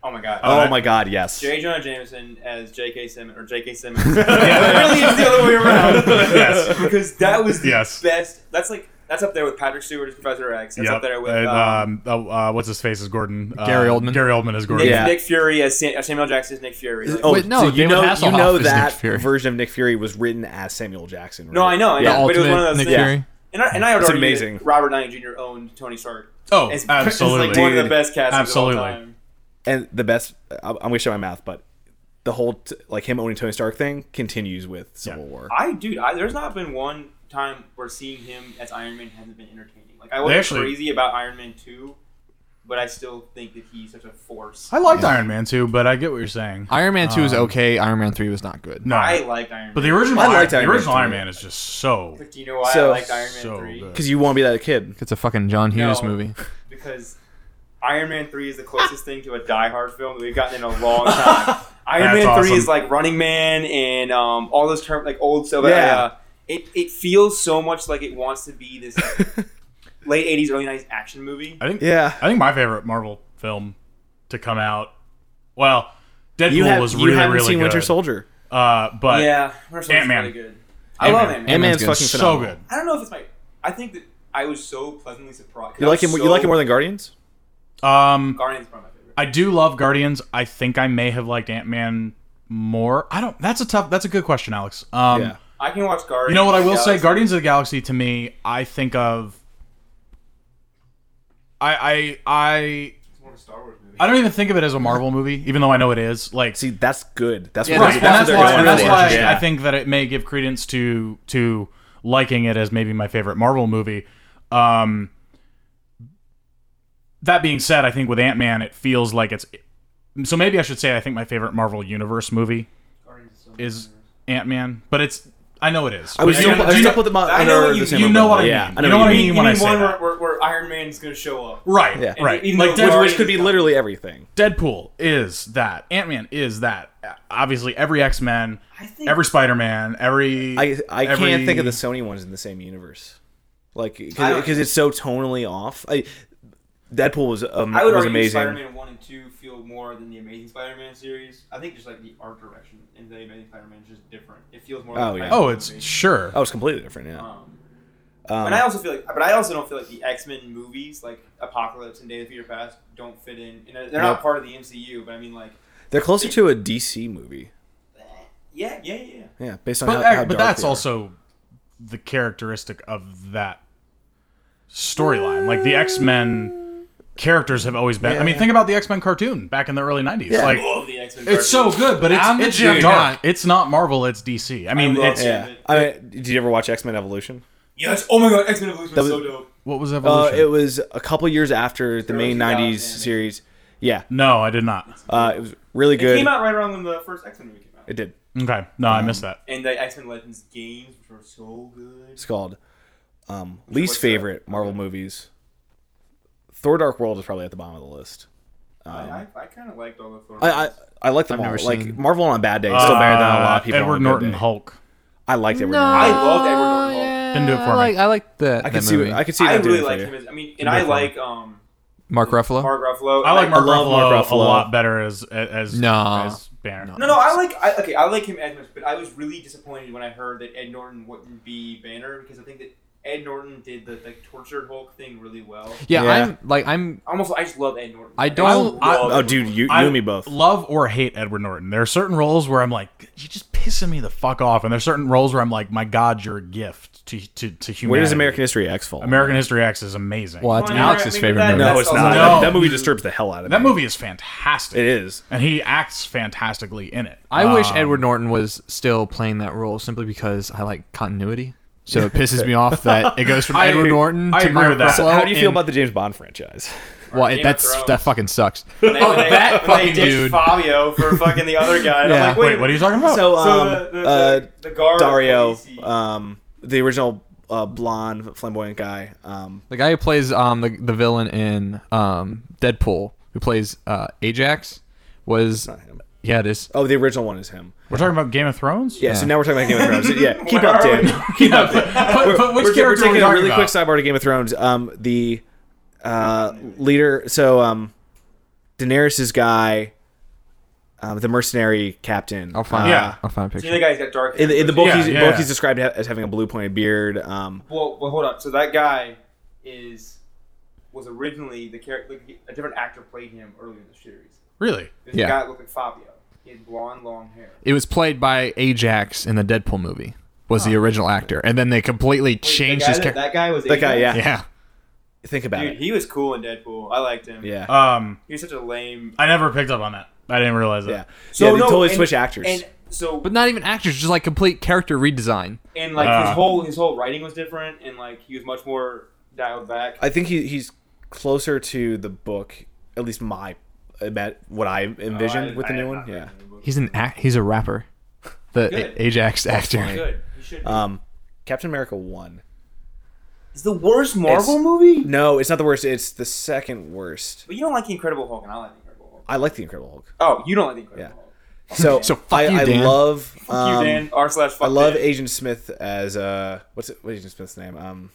B: Oh my god.
C: Oh my God, yes.
B: J. Jonah Jameson as J.K. Simmons or J.K. Simmons. Really, it's the other way around.
D: Yes.
B: because that was the
D: Yes.
B: best. That's like that's up there with Patrick Stewart as Professor X. That's
D: Yep.
B: up there with
D: And,
B: um,
D: um, oh, uh, what's his face is Gordon. Uh,
A: Gary Oldman.
D: Gary Oldman is Gordon.
B: Nick,
C: yeah.
B: Nick Fury as Sam, as Samuel Jackson as Nick Fury. Like,
C: Oh,
A: Wait, no,
C: so you
A: David
C: know, you
A: Hasselhoff
C: know
A: is Nick
C: that
A: Fury.
C: version of Nick Fury was written as Samuel Jackson. Right?
B: no, I know, I know.
A: The
C: Yeah.
B: but it was one
A: ultimate
B: of those
A: Nick
B: things.
A: Fury.
B: and I, and I would
C: It's
B: argue that
C: amazing.
B: Robert Downey Jr. owned Tony Stark.
D: Oh,
B: It's,
D: absolutely.
B: It's like one of the
C: Dude.
B: best castings
D: Absolutely.
B: of all time.
C: And the best, I'm, I'm gonna show my mouth, but the whole t- like him owning Tony Stark thing continues with Civil War.
B: I dude, I, there's not been one time where seeing him as Iron Man hasn't been entertaining. Like I wasn't
D: actually-
B: crazy about Iron Man two, but I still think that he's such a force.
D: I liked Iron Man too, but I get what you're saying.
A: Iron Man Two
B: Um,
A: is okay. Iron Man Three was not good.
D: no,
B: I liked Iron
D: but the
B: Man.
D: original,
C: I
D: Iron,
C: liked Iron
D: the
C: Man
D: original Iron
C: three.
D: Man is just so
B: But do you know why
C: So-
B: I liked Iron Man
D: so
B: three?
D: good.
C: Because you want to be that kid.
A: It's a fucking John Hughes
B: No.
A: movie.
B: Because Iron Man three is the closest thing to a Die Hard film that we've gotten in a long time. Iron
D: That's
B: Man three is
D: awesome.
B: like Running Man and um, all those term like old so
C: Yeah.
B: uh, it, it feels so much like it wants to be this late 80s early 90s action movie
D: I think
C: Yeah.
D: I think my favorite Marvel film to come out. Well, Deadpool
C: You, have,
D: was
C: you
D: really
C: haven't
D: really
C: seen
D: good.
C: Winter Soldier.
D: Uh, but
B: yeah, Winter Soldier's
D: Ant-Man.
B: really good. I love
D: Ant-Man.
B: Ant
C: Ant
B: Man.
C: Man's
A: good.
C: fucking
D: so
C: phenomenal.
D: good.
B: I don't know if it's my. I think that I was so pleasantly surprised. 'cause
C: You
B: I
C: like him?
B: was
C: You like
B: so-
C: him more than Guardians?
D: Um,
B: Guardians? is Probably my favorite.
D: I do love Guardians. I think I may have liked Ant Man more. I don't. That's a tough. That's a good question, Alex. Um,
C: yeah.
B: I can watch Guardians.
D: You know what I will say?
B: Galaxy.
D: Guardians of the Galaxy to me, I think of. I I
B: It's more of a Star Wars movie.
D: I I don't even think of it as a Marvel movie, even though I know it is. Like,
C: See, that's good. That's
A: Yeah,
C: what
D: Right,
A: that's
C: that's,
D: and that's,
C: what
D: why,
C: they're
D: and that's
C: going
D: why
C: for.
D: I think that it may give credence to to liking it as maybe my favorite Marvel movie. Um, that being said, I think with Ant Man, it feels like it's. So maybe I should say I think my favorite Marvel Universe movie
B: Guardians is so
D: is Ant Man, but it's I know it is.
C: I was
D: You know-
C: still, I was
D: you
C: still
D: know-
C: put them on
B: I know
C: under
B: what you-
C: the same
D: you know
C: umbrella.
D: what I mean.
C: Yeah,
D: You know what I mean
B: you
D: when I
B: mean
D: say
B: one where,
D: that.
B: where, where Iron Man's gonna show up?
D: right,
C: Yeah.
D: right.
B: Even
D: like
B: though
D: Deadpool,
B: Guardians-
C: Which could be literally everything.
D: Deadpool is that. Ant Man is that. Obviously, every X Men,
B: I think
D: every Spider Man, every
C: I I
D: every-
C: can't think of the Sony ones in the same universe. like
B: I don't-
C: because it's so tonally off. I, Deadpool was um,
B: I would
C: was
B: argue
C: amazing.
B: Spider-Man one and two feel more than the Amazing Spider-Man series. I think just like the art direction in the Amazing Spider-Man is just different. It feels more.
C: Oh,
B: like
C: yeah.
D: Oh, it's sure.
C: Oh, it's completely different. Yeah.
B: Um,
C: Um,
B: and I also feel like, but I also don't feel like the X Men movies, like Apocalypse and Day of the Future Past, don't fit in. And they're
C: Nope.
B: not part of the MCU, but I mean, like,
C: they're closer to a DC movie.
B: eh, yeah, yeah, yeah.
C: Yeah, based on
D: but
C: how, how
D: but
C: dark
D: that's
C: they are.
D: also the characteristic of that storyline. Like the X Men characters have always been. I mean,
C: Yeah.
D: think about the X Men cartoon back in the early '90s.
C: Yeah.
D: Like
B: Love the X Men.
D: it's so good, but it's
A: I'm
D: it's
A: with you.
D: dark. It's not Marvel. It's DC. I mean,
B: love
D: it's
B: it.
C: Yeah. I mean, did you ever watch X Men Evolution?
B: Yes. Oh my God, X Men Evolution was
C: That
B: so
C: was-
B: dope.
D: what was
C: Uh,
D: Evolution?
C: it was a couple years after the
B: Early
C: main '90s
B: 2000s.
C: series. Yeah,
D: no, I did not.
C: uh, it was really
B: It
C: good.
B: came out right around when the first X Men movie came out,
C: It did.
D: Okay, no, I missed that.
B: and the X Men Legends games, which were so good.
C: It's called um, least
B: what's that?
C: favorite Marvel movies. Thor: Dark World is probably at the bottom of the list.
B: I, I, I kind of liked all the Thor.
C: I I, I like them
A: I've
C: all.
A: never
C: like
A: seen-
C: Marvel on a bad day is still better than a lot of people. on a
D: Uh, Edward
C: good
D: Norton
C: day.
D: Hulk.
C: I liked Edward
B: I
C: Norton. Hulk.
B: loved Edward Norton. Hulk.
D: Didn't do it for
A: I
D: me.
A: like, I like that.
C: I
A: that
C: could see.
A: movie.
C: I could see.
B: I
C: that
B: really
C: doing it for
B: like
C: you.
B: him as. I mean, and I like um
A: Mark Ruffalo.
B: Mark Ruffalo.
D: I like Mark
C: love
D: Ruffalo,
C: Mark
D: a
C: Ruffalo.
D: lot better as as
A: No.
D: as Banner.
B: No, no, I like. I, okay, I like him as much, but I was really disappointed when I heard that Ed Norton wouldn't be Banner because I think that Ed Norton did the like tortured Hulk thing really well.
A: yeah,
C: Yeah.
A: I'm like I'm.
B: Almost, I just love Ed Norton.
A: I
B: Like,
A: don't-
B: I
D: I-
B: love
C: Oh,
B: Ed
C: dude,
B: Norton.
C: you, you and me both.
D: Love or hate Edward Norton. There are certain roles where I'm like, you're just pissing me the fuck off, and there's certain roles where I'm like, my God, you're a gift to to, to humanity.
C: Where does American History X fall?
D: American History X is amazing.
A: Well, that's
B: Well, yeah, I
A: Alex's
B: mean,
A: favorite
B: that-
A: movie.
C: No,
B: That's
C: it's
B: all-
C: not.
D: No.
C: That, that movie disturbs the hell out of me.
D: that movie is
C: It
D: fantastic,
C: is.
D: and he acts fantastically in it.
A: I wish
D: Um,
A: Edward Norton was still playing that role simply because I like continuity. So it pisses me off that it goes from
D: I-
A: Edward Norton
D: I
A: to
D: agree
A: Mark
D: with that.
A: Ruffalo.
D: So
C: How do you feel
A: and-
C: about the James Bond franchise?
A: Well, it,
B: Game of
A: that's
B: Thrones?
A: that fucking sucks. Oh,
B: When they, when they,
A: that
B: when they
A: fucking
B: ditched
A: dude.
B: Fabio for fucking the other guy. and
A: Yeah.
B: I'm like, wait,
D: Wait, what are you talking about?
C: So, um,
B: so the, the,
C: uh,
B: the guard
C: Dario,
B: police, he-
C: um, the original uh, blonde flamboyant guy. Um,
A: The guy who plays um the, the villain in um Deadpool, who plays uh Ajax, was
C: not him.
A: yeah it is.
C: Oh, the original one is him.
D: We're talking about Game of Thrones.
C: Yeah. So
A: Yeah.
C: now we're talking about Game of Thrones. Yeah. Keep
B: Where
C: up,
B: are
C: Dan.
B: we?
C: Keep up, Dan.
D: but, but which
C: we're,
D: character
C: we're
D: are we
C: taking a
D: talking
C: really
D: about?
C: quick sidebar to Game of Thrones. Um, the uh, leader, so um, Daenerys' guy, um, the mercenary captain. Uh,
A: I'll find
D: Yeah.
A: I'll find a
B: the other
A: picture.
B: guy's got dark.
C: In the, in the book,
D: Yeah,
C: he's,
D: yeah.
C: book he's described ha- as having a blue pointed beard. Um,
B: Well, well, hold on. So that guy is was originally the character. Like, a different actor played him earlier in the series.
D: Really?
B: There's
A: Yeah.
B: a guy that looked like Fabio. He had blonde, long hair.
A: It was played by Ajax in the Deadpool movie. Was the original actor, and then they completely
B: Wait,
A: changed
B: the guy
A: his
B: that,
A: character.
B: that guy was
C: That guy,
B: Asian?
C: that-
A: Yeah,
C: think about
B: Dude,
C: it.
B: he was cool in Deadpool. I liked him.
C: Yeah.
D: Um,
B: He was such a lame.
D: I never picked up on that. I didn't realize that.
C: yeah. So yeah, they totally switch actors.
B: And so,
A: but not even actors, just like complete character redesign.
B: and like
D: Uh.
B: his whole his whole writing was different, and like he was much more dialed back.
C: I think he, he's closer to the book, at least my about what I envisioned
B: I-
C: with the
B: Uh, I
C: new
B: have
C: one.
B: not read
C: Yeah.
B: the new book.
A: He's an act. He's a rapper. The
B: Good.
A: A- Ajax
C: funny.
A: actor.
B: good. He should. Be.
C: Um, Captain America one.
B: it's the worst Marvel
C: it's-
B: movie.
C: No, it's not the worst. It's the second worst.
B: But you don't like the Incredible Hulk, and I like the Incredible Hulk.
C: I like the Incredible Hulk.
B: Oh, you don't like the Incredible
C: Yeah.
B: Hulk.
C: So,
A: So fuck
C: I,
A: you,
C: I
A: Dan.
C: love.
B: Fuck you
C: um,
B: Dan. R slash.
C: I
B: fuck
C: love
B: Dan.
C: Agent Smith as uh, what's it, what's Agent Smith's name? Um,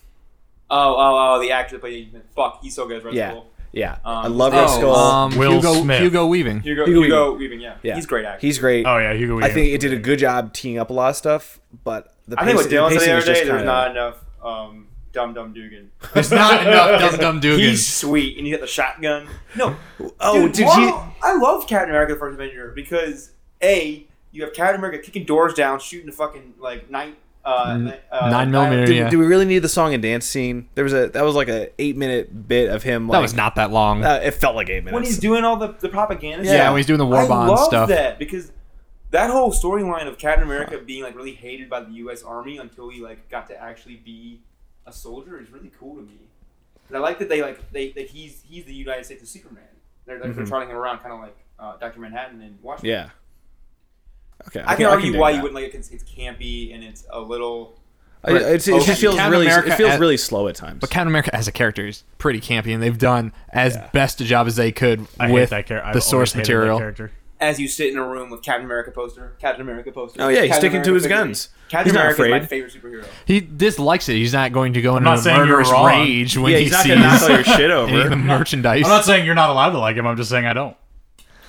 B: Oh, oh, oh, the actor that played Agent Smith. Fuck, he's so good as Red
C: yeah,
B: Skull.
C: yeah. I
B: Um,
C: love Red Skull.
A: um,
D: Will
A: Hugo,
D: Smith.
A: Hugo Weaving.
B: Hugo,
C: Hugo
B: Hugo, Weaving, yeah.
C: yeah,
B: He's a great actor.
C: He's great.
D: Oh yeah, Hugo.
C: I
D: Weaving.
C: think it did a good job teeing up a lot of stuff, but the
B: I think what
C: pace- the
B: Dylan said
C: pacing
B: the
C: was
B: other
C: just
B: day, there's
C: kinda-
B: not enough um, Dum Dum Dugan.
A: There's not enough Dum Dum
B: He's
A: Dugans.
B: sweet, and he got the shotgun. No,
C: Oh, dude,
B: dude,
C: he-
B: Marvel- I love Captain America: The First Avenger because a you have Captain America kicking doors down, shooting a fucking like nine uh,
C: Mm-hmm.
A: N-
B: ni- uh,
A: nine millimeter,
C: Do,
A: yeah.
C: do we really need the song and dance scene? There was a that was like a eight minute bit of him. Like,
A: that was not that long.
C: Uh, it felt like eight minutes.
B: When he's doing all the, the propaganda,
A: yeah,
C: yeah.
A: when he's doing the war
B: I
A: bond
B: love
A: stuff.
B: that because that whole storyline of Captain America being like really hated by the U.S. Army until he like got to actually be a soldier is really cool to me. And I like that they like they that he's he's the United States of Superman. They're like they're trotting him around kind of like uh, Doctor Manhattan and Watchmen.
C: Mm-hmm. yeah. Okay,
B: I can argue
C: dig
B: why you
C: that.
B: wouldn't like it because it's campy and it's a little.
C: I- I- it's- it
B: Okay.
C: just feels
A: Captain
C: really
A: America
C: it feels
A: at-
C: really slow oh, at times.
A: But Captain America as a character is pretty campy, and they've done as best a job as they could
D: I hate
A: with
D: that character.
A: the source material.
D: character.
B: as you sit in a room with Captain America poster, Captain America poster.
C: Oh, yeah, he's
B: Captain
C: sticking to his
B: figurine.
C: guns.
B: Captain
C: He's not
B: America is my
C: afraid.
B: favorite superhero.
A: He dislikes it. He's not going to go into
D: not
A: a
D: saying you're
A: murderous
D: wrong.
A: rage when
C: yeah,
A: he
C: he's not
A: sees
C: gonna knock all your shit
A: any of the
C: over.
A: merchandise.
D: I'm not saying you're not allowed to like him. I'm just saying I don't.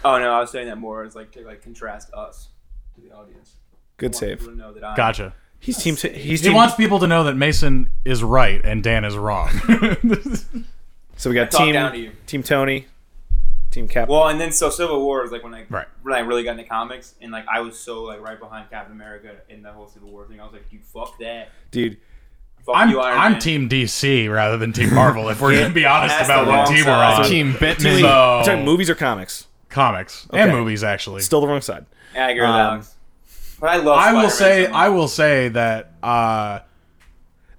B: Oh no, I was saying that more as like to like contrast us to the audience. I
C: Good
B: want people
C: save.
B: to know that I'm
D: Gotcha.
C: He's team. Sa- he's
D: He
C: team.
D: wants people to know that Mason is right and Dan is wrong.
C: so we got
B: talk down to
C: team.
B: you.
C: Team Tony. Team Cap.
B: Well, and then so Civil War is like when I
D: Right.
B: when I really got into comics and like I was so like right behind Captain America in the whole Civil War thing. I was like, dude, fuck that.
C: Dude,
B: Fuck
D: I'm
B: you, Iron
D: I'm
B: Man.
D: Team DC rather than Team Marvel. If we're gonna be honest
B: That's
D: about
B: the
D: what
B: wrong
D: team we're
B: side.
D: on,
A: Team Batman.
D: So-
C: I'm talking movies or comics.
D: comics and movies actually.
C: Still the wrong side.
B: Yeah, I agree with
C: Um,
B: Alex. But I love.
D: I
B: Spider-Man
D: will say
B: so much.
D: I will say that uh,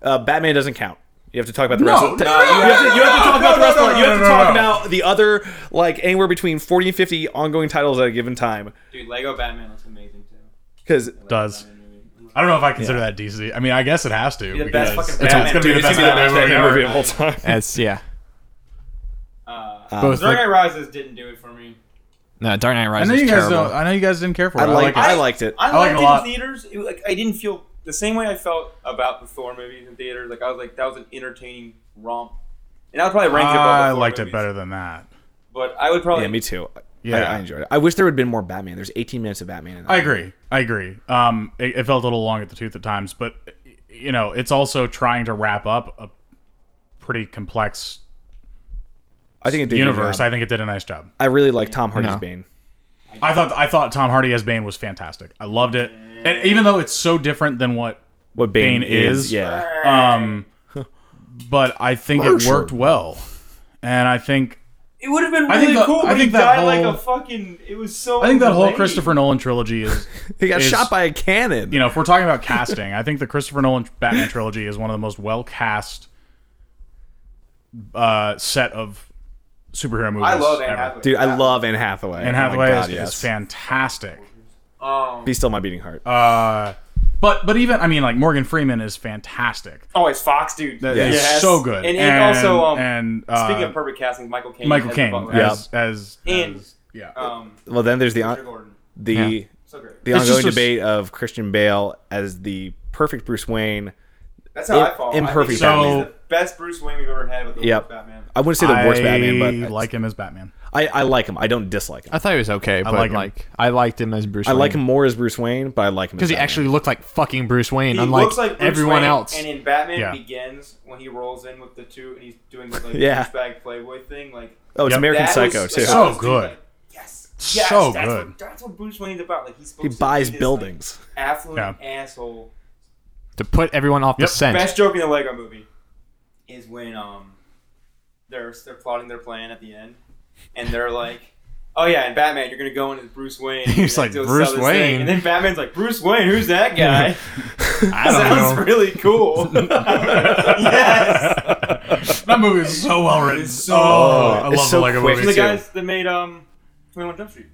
C: Uh, Batman doesn't count. You have to talk about the
D: No,
C: rest. Of the-
D: no,
C: you have to, you have to talk about the rest.
D: no,
C: of the-
D: no,
C: you have
D: no,
C: to
D: no,
C: talk
D: no.
C: about the other like anywhere between forty and fifty ongoing titles at a given time.
B: dude, Lego Batman looks amazing too.
C: Because
D: does.
B: Batman
D: I don't know if I consider that DC. I mean, I guess it has to.
B: the best
D: because
B: fucking
D: it's,
B: Batman,
D: gonna be
B: dude.
D: the
B: It's gonna be
D: best
B: the
D: Batman
B: best
D: movie
B: Batman
D: ever.
C: the whole time.
A: That's yeah.
B: Uh,
A: Both
B: Dark
A: like,
B: Knight Rises didn't do it for me.
A: no, Dark Knight
D: I
A: Rises.
D: know you
A: is
D: guys
A: terrible.
D: don't. I know you guys didn't care for it.
C: I
D: I
C: like.
D: like it.
C: I liked it.
B: I,
D: I like
B: liked
D: it a
B: it
D: lot.
B: in theaters. It, was, like I didn't feel the same way I felt about the Thor movies in theaters. Like I was like that was an entertaining romp, and I would probably rank it. Above the
D: I
B: Thor
D: liked it
B: movies,
D: better than that.
B: But I would probably
C: Yeah, me too. Yeah,
D: Yeah.
C: I, I enjoyed it. I wish there had been more Batman. There's 18 minutes of Batman. In that
D: I agree. I agree. Um, it, it felt a little long at the tooth at times, but you know, it's also trying to wrap up a pretty complex
C: I think it did. a good
D: universe.
C: job.
D: I think it did a nice job.
C: I really like Tom Hardy's
A: No.
C: Bane.
D: I thought I thought Tom Hardy as Bane was fantastic. I loved it, and even though it's so different than what,
C: What Bane,
D: Bane
C: is,
D: is-
C: yeah.
D: um, but I think it
C: Marshall.
D: worked well, and I think
B: It would have been
D: I
B: really
D: think the-
B: cool.
D: I
B: But I
D: think
B: think he
D: that
B: died like
D: whole-
B: a fucking. It was so.
D: I think that whole
B: lame.
D: Christopher Nolan trilogy is,
C: He got
D: is-
C: shot by a cannon.
D: you know, if we're talking about casting, I think the Christopher Nolan Batman trilogy is one of the most well cast uh, set of superhero movies.
B: I love Anne
D: ever.
B: Hathaway.
C: Dude, I love Anne Hathaway.
D: uh, Anne
C: Oh my
D: Hathaway
C: God,
D: is,
C: yes.
D: is fantastic.
B: Um,
C: He's still my beating heart.
D: Uh, but but even I mean like Morgan Freeman is fantastic.
B: oh, it's Fox, dude.
D: That
C: Yes.
D: is
B: Yes.
D: so good.
B: And, and also, um,
D: and uh,
B: speaking of perfect castings, Michael Caine.
D: Michael
B: as the
D: Caine
B: Butler.
C: Yeah.
D: as, as
B: And-
D: as- yeah.
B: Um,
C: well, then there's the
B: Richard
C: on-
B: Gordon.
C: the
A: Yeah.
B: So great.
C: the
D: It's
C: ongoing
D: just a s-
C: debate of Christian Bale as the perfect Bruce Wayne.
B: That's how I
C: Im-
B: fall.
C: imperfect
B: I think he's
D: Batman.
B: the best Bruce Wayne we've ever had with the
C: Yep.
B: worst Batman.
C: I wouldn't say the worst
D: I
C: Batman, but
D: like him as Batman.
C: I, I like him. I don't dislike him.
A: I thought he was okay, but
D: like
A: like,
D: him.
A: I liked him as Bruce.
C: I like him more as Bruce Wayne, but I like him
A: because he actually looked like fucking Bruce Wayne, unlike
B: Bruce
A: everyone
B: Wayne,
A: else.
B: And in Batman
D: Yeah.
B: Begins, when he rolls in with the two and he's doing the like,
C: Yeah.
B: douchebag playboy thing, like
C: Oh, it's
D: Yep.
C: American
B: that
C: Psycho
B: was,
C: too.
B: like,
D: So
B: I was, dude,
D: good.
B: like, yes, yes,
D: So
B: that's
D: good.
B: What, that's what Bruce Wayne's about. Like he's
C: he
B: supposed to
C: buys
B: be this,
C: buildings.
B: like, affluent
D: Yeah.
B: asshole.
A: to put everyone off
D: Yep.
A: the scent.
B: Best joke in the Lego Movie is when um they're they're plotting their plan at the end, and they're like. Oh yeah, and Batman, you're gonna go in as Bruce Wayne. and
A: He's
B: you're
A: like,
B: gonna
A: "Bruce
B: sell this
A: Wayne?"
B: thing." and then Batman's like, "Bruce Wayne, who's that guy?"
A: I
B: Sounds really cool. yes.
D: that movie is so well written.
B: It's so-
D: oh, I
C: It's
D: love
C: so
D: the Lego
C: quick.
D: movie.
B: They're the
C: too.
B: guys that made um, Twenty One Jump Street.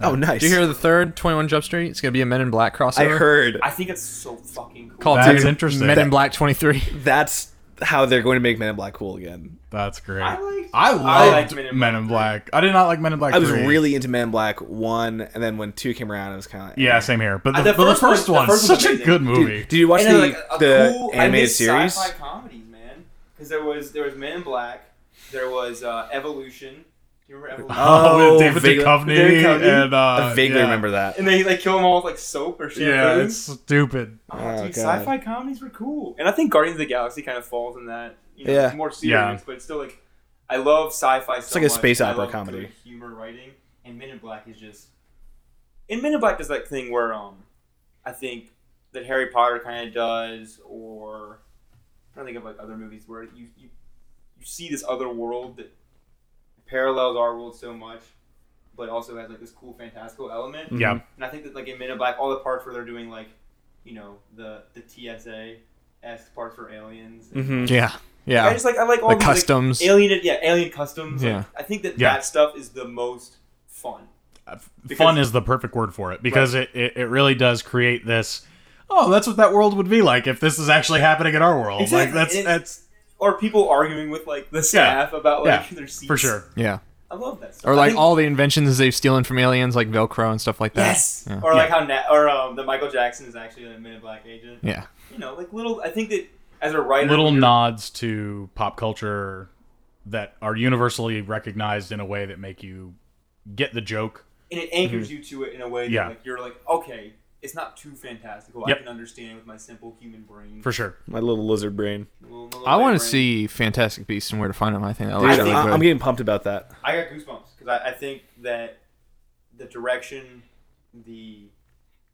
C: oh, nice.
A: Do you hear the third Twenty One Jump Street? It's gonna be a Men in Black crossover.
C: I heard
B: I think it's so fucking cool.
A: called
D: That's
A: dude,
D: interesting.
A: Men in Black Twenty Three.
C: that's how they're going to make Men in Black cool again.
D: That's great.
B: I liked-
D: I loved
B: I liked
D: Men,
B: Men
D: in
B: in
D: Black. I did not like Men in Black.
C: I was
D: 3.
C: really into Men in Black one, and then when two came around, I was kind of like,
D: yeah, same here. But the,
B: The
D: but the
B: first one-
D: first
B: the
D: one,
B: first one's
D: such a
B: amazing.
D: good movie.
C: Did you watch
B: And
C: the,
B: like a, a
C: the
B: cool, I
C: animated
B: miss
C: series?
B: Sci-fi comedies, man. Because there was there was Men in Black, there was uh, Evolution. Do you remember Evolution?
D: oh,
C: Oh,
D: with David
C: vaguely-
D: Duchovny
B: David Duchovny.
D: and uh,
C: I vaguely
D: yeah.
C: remember that.
B: and they like kill them all with like soap or shit.
D: Yeah, it's stupid.
B: oh,
C: Oh,
B: dude,
C: God.
B: sci-fi comedies were cool, and I think Guardians of the Galaxy kind of falls in that. You know,
C: Yeah.
B: it's more serious,
D: Yeah.
B: but it's still like I love sci-fi. It's
C: like a space opera comedy.
B: humor writing, and Men in Black is just. And Men in Black does that thing where um, I think that Harry Potter kind of does, or I'm trying to think of like other movies where you you, you see this other world that parallels our world so much, but also has like this cool fantastical element.
D: Yeah,
B: And I think that like in Men in Black, all the parts where they're doing like, you know, the the TSA esque parts for aliens. and-
C: Mm-hmm.
A: Yeah,
B: I
A: yeah.
B: just like I like all
A: The
B: these, like,
A: customs.
B: alien yeah alien customs. like,
A: Yeah.
B: I think that
D: Yeah.
B: that stuff is the most fun. Because-
D: fun is the perfect word for it because it, it, it really does create this. Oh, that's what that world would be like if this is actually happening in our world.
B: Exactly,
D: Like Oh, that's
B: and it-
D: that's
B: Or people arguing with like the staff about like
D: Yeah.
B: their seats.
D: for sure.
A: Yeah,
B: I love that. Stuff.
A: Or
B: I
A: like
B: think-
A: all the inventions they've stolen from aliens, like Velcro and stuff like that.
B: Yes.
A: Yeah.
B: Or like how Na- or um, that Michael Jackson is actually a Men in Black agent.
A: Yeah.
B: You know, like little. I think that as a writer,
D: little
B: when you're-
D: nods to pop culture that are universally recognized in a way that make you get the joke.
B: and it anchors
A: Mhm.
B: you to it in a way that
D: Yeah.
B: like you're like okay, it's not too fantastical.
D: Yep.
B: I can understand with my simple human brain.
D: For sure.
C: My little lizard brain.
B: Little- little
A: I want
B: brain.
A: to see Fantastic Beasts and Where to Find Them. I think that
C: Dude,
A: looks
B: think-
A: really
C: I, am
A: good.
C: getting pumped about that.
B: I got goosebumps because I, I think that the direction, the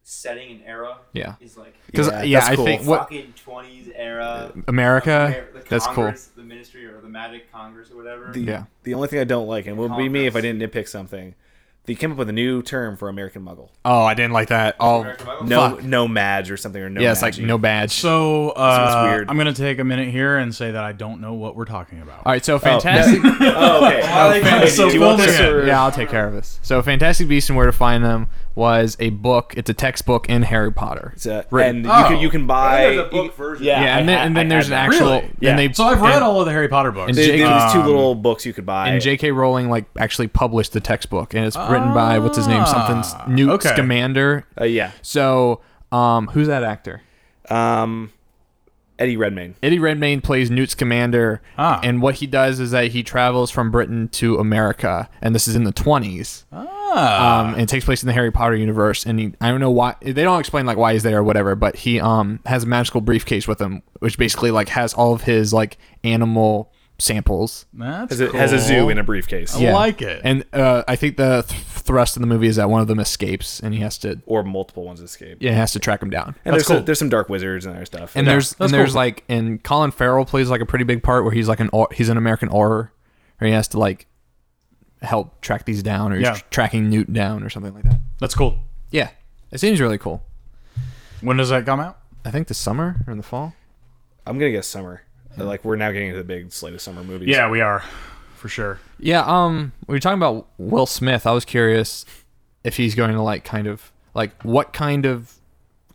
B: setting and era
A: Yeah.
B: is like
A: Because
C: Yeah,
A: yeah,
C: that's
A: I
C: cool.
A: think what
B: fucking twenties era.
A: America.
B: Ameri- the
A: that's cool.
B: Congress, The ministry or the magic Congress or whatever.
C: The,
A: Yeah.
C: the only thing I don't like, and it would be me if I didn't nitpick something, they came up with a new term for American Muggle.
A: Oh, I didn't like that. Oh,
B: American Muggle?
C: No,
A: Fuck.
C: no Madge or something or no.
A: yeah, it's like
C: Madgey.
A: no badge.
D: So uh,
C: weird.
D: I'm gonna take a minute here and say that I don't know what we're talking about.
A: All right, so
C: Oh,
A: Fantastic.
C: no- oh, okay.
B: I like
C: Okay,
B: that.
C: do you want this
D: Yeah.
C: or-
A: yeah, I'll take care of this. So Fantastic Beasts and Where to Find Them was a book. It's a textbook in Harry Potter.
C: It's a-
A: Right.
C: And
D: Oh.
C: you can you can buy
B: there's a book version.
C: Yeah,
A: yeah, and then,
C: I-
A: and then
C: I-
A: there's an
C: I-
A: actual.
D: Really?
A: And
C: Yeah.
A: they,
D: So I've read
A: and-
D: all of the Harry Potter books.
A: And
C: There-
A: Jake-
C: there was two
D: Um,
C: little books you could buy.
A: And J.K. Rowling like actually published the textbook, and it's written by what's his name, something S-
D: Ah,
A: Newt
D: okay.
A: Scamander.
C: Uh, yeah.
A: So, um, who's that actor?
C: Um, Eddie Redmayne.
A: Eddie Redmayne plays Newt's commander,
D: Ah.
A: and what he does is that he travels from Britain to America, and this is in the twenties.
D: Ah.
A: Um, and it takes place in the Harry Potter universe, and he, I don't know why they don't explain like why he's there or whatever, but he um has a magical briefcase with him, which basically like has all of his like animal samples.
D: that's
C: Has a, has a zoo in a briefcase.
D: I like it.
A: And uh, I think the th- thrust of the movie is that one of them escapes, and he has to
C: Or multiple ones escape.
A: yeah, has to track him down.
C: And
D: That's
C: there's, a-
D: cool.
C: there's some dark wizards and other stuff.
A: And there's
D: that's
A: and there's
D: cool.
A: like and Colin Farrell plays like a pretty big part where he's like an au- he's an American auror, or he has to like help track these down, or he's
D: Yeah.
A: tr- tracking Newt down, or something like that.
D: That's cool.
A: Yeah, it seems really cool.
D: When does that come out?
A: I think the summer or in the fall.
C: I'm gonna guess summer. Like we're now getting into the big slate of summer movies.
D: Yeah, we are, for sure.
A: Yeah, um, we were talking about Will Smith. I was curious if he's going to like kind of like what kind of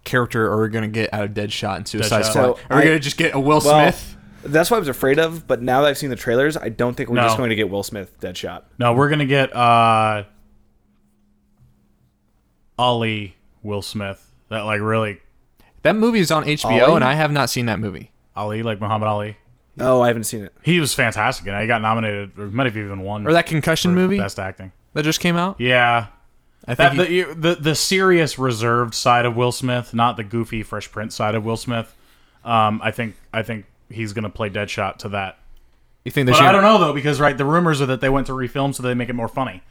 A: character are we going to get out of Deadshot and Suicide
D: Deadshot.
A: Squad?
C: So,
A: are we
C: I-
A: going to just get a Will
C: Well,
A: Smith?
C: that's what I was afraid of. But now that I've seen the trailers, I don't think we're
D: No.
C: just going to get Will Smith Deadshot.
D: No, we're gonna get uh, Ollie Will Smith. That like really
A: That movie is on HBO,
C: Ollie?
A: and I have not seen that movie.
D: Ali, like Muhammad Ali.
C: Oh, I haven't seen it.
D: He was fantastic, and he got nominated. Or might have even won
A: Or that concussion movie
D: best acting.
A: that just came out.
D: Yeah,
A: I think
D: that
A: he-
D: the, you- the the serious, reserved side of Will Smith, not the goofy, fresh print side of Will Smith. Um, I think I think he's gonna play Deadshot to that.
A: you think they
D: But
A: should.
D: I don't know though, because right, the rumors are that they went to refilm so they make it more funny.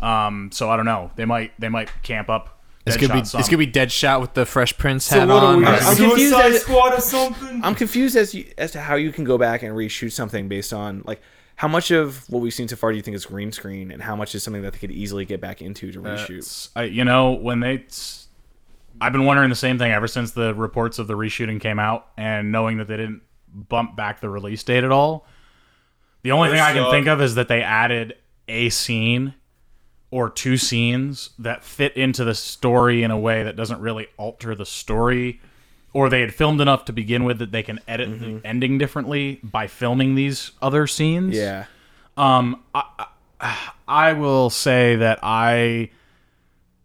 D: Um, so I don't know. They might they might camp up.
A: It's gonna be
D: Deadshot some.
A: it's gonna be Deadshot with the Fresh Prince hat
C: what are
A: on.
C: we-
A: Or-
C: I'm confused
B: Suicide
C: as-
B: Squad or something.
C: I'm confused as you, as to how you can go back and reshoot something based on like how much of what we've seen so far do you think is green screen, and how much is something that they could easily get back into to reshoot?
D: It's- I, you know, when they, s- I've been wondering the same thing ever since the reports of the reshooting came out, and knowing that they didn't bump back the release date at all. The only thing I can
B: sucked.
D: think of is that they added a scene or two scenes that fit into the story in a way that doesn't really alter the story. Or they had filmed enough to begin with that they can edit the ending differently by filming these other scenes.
C: yeah.
D: I will say that I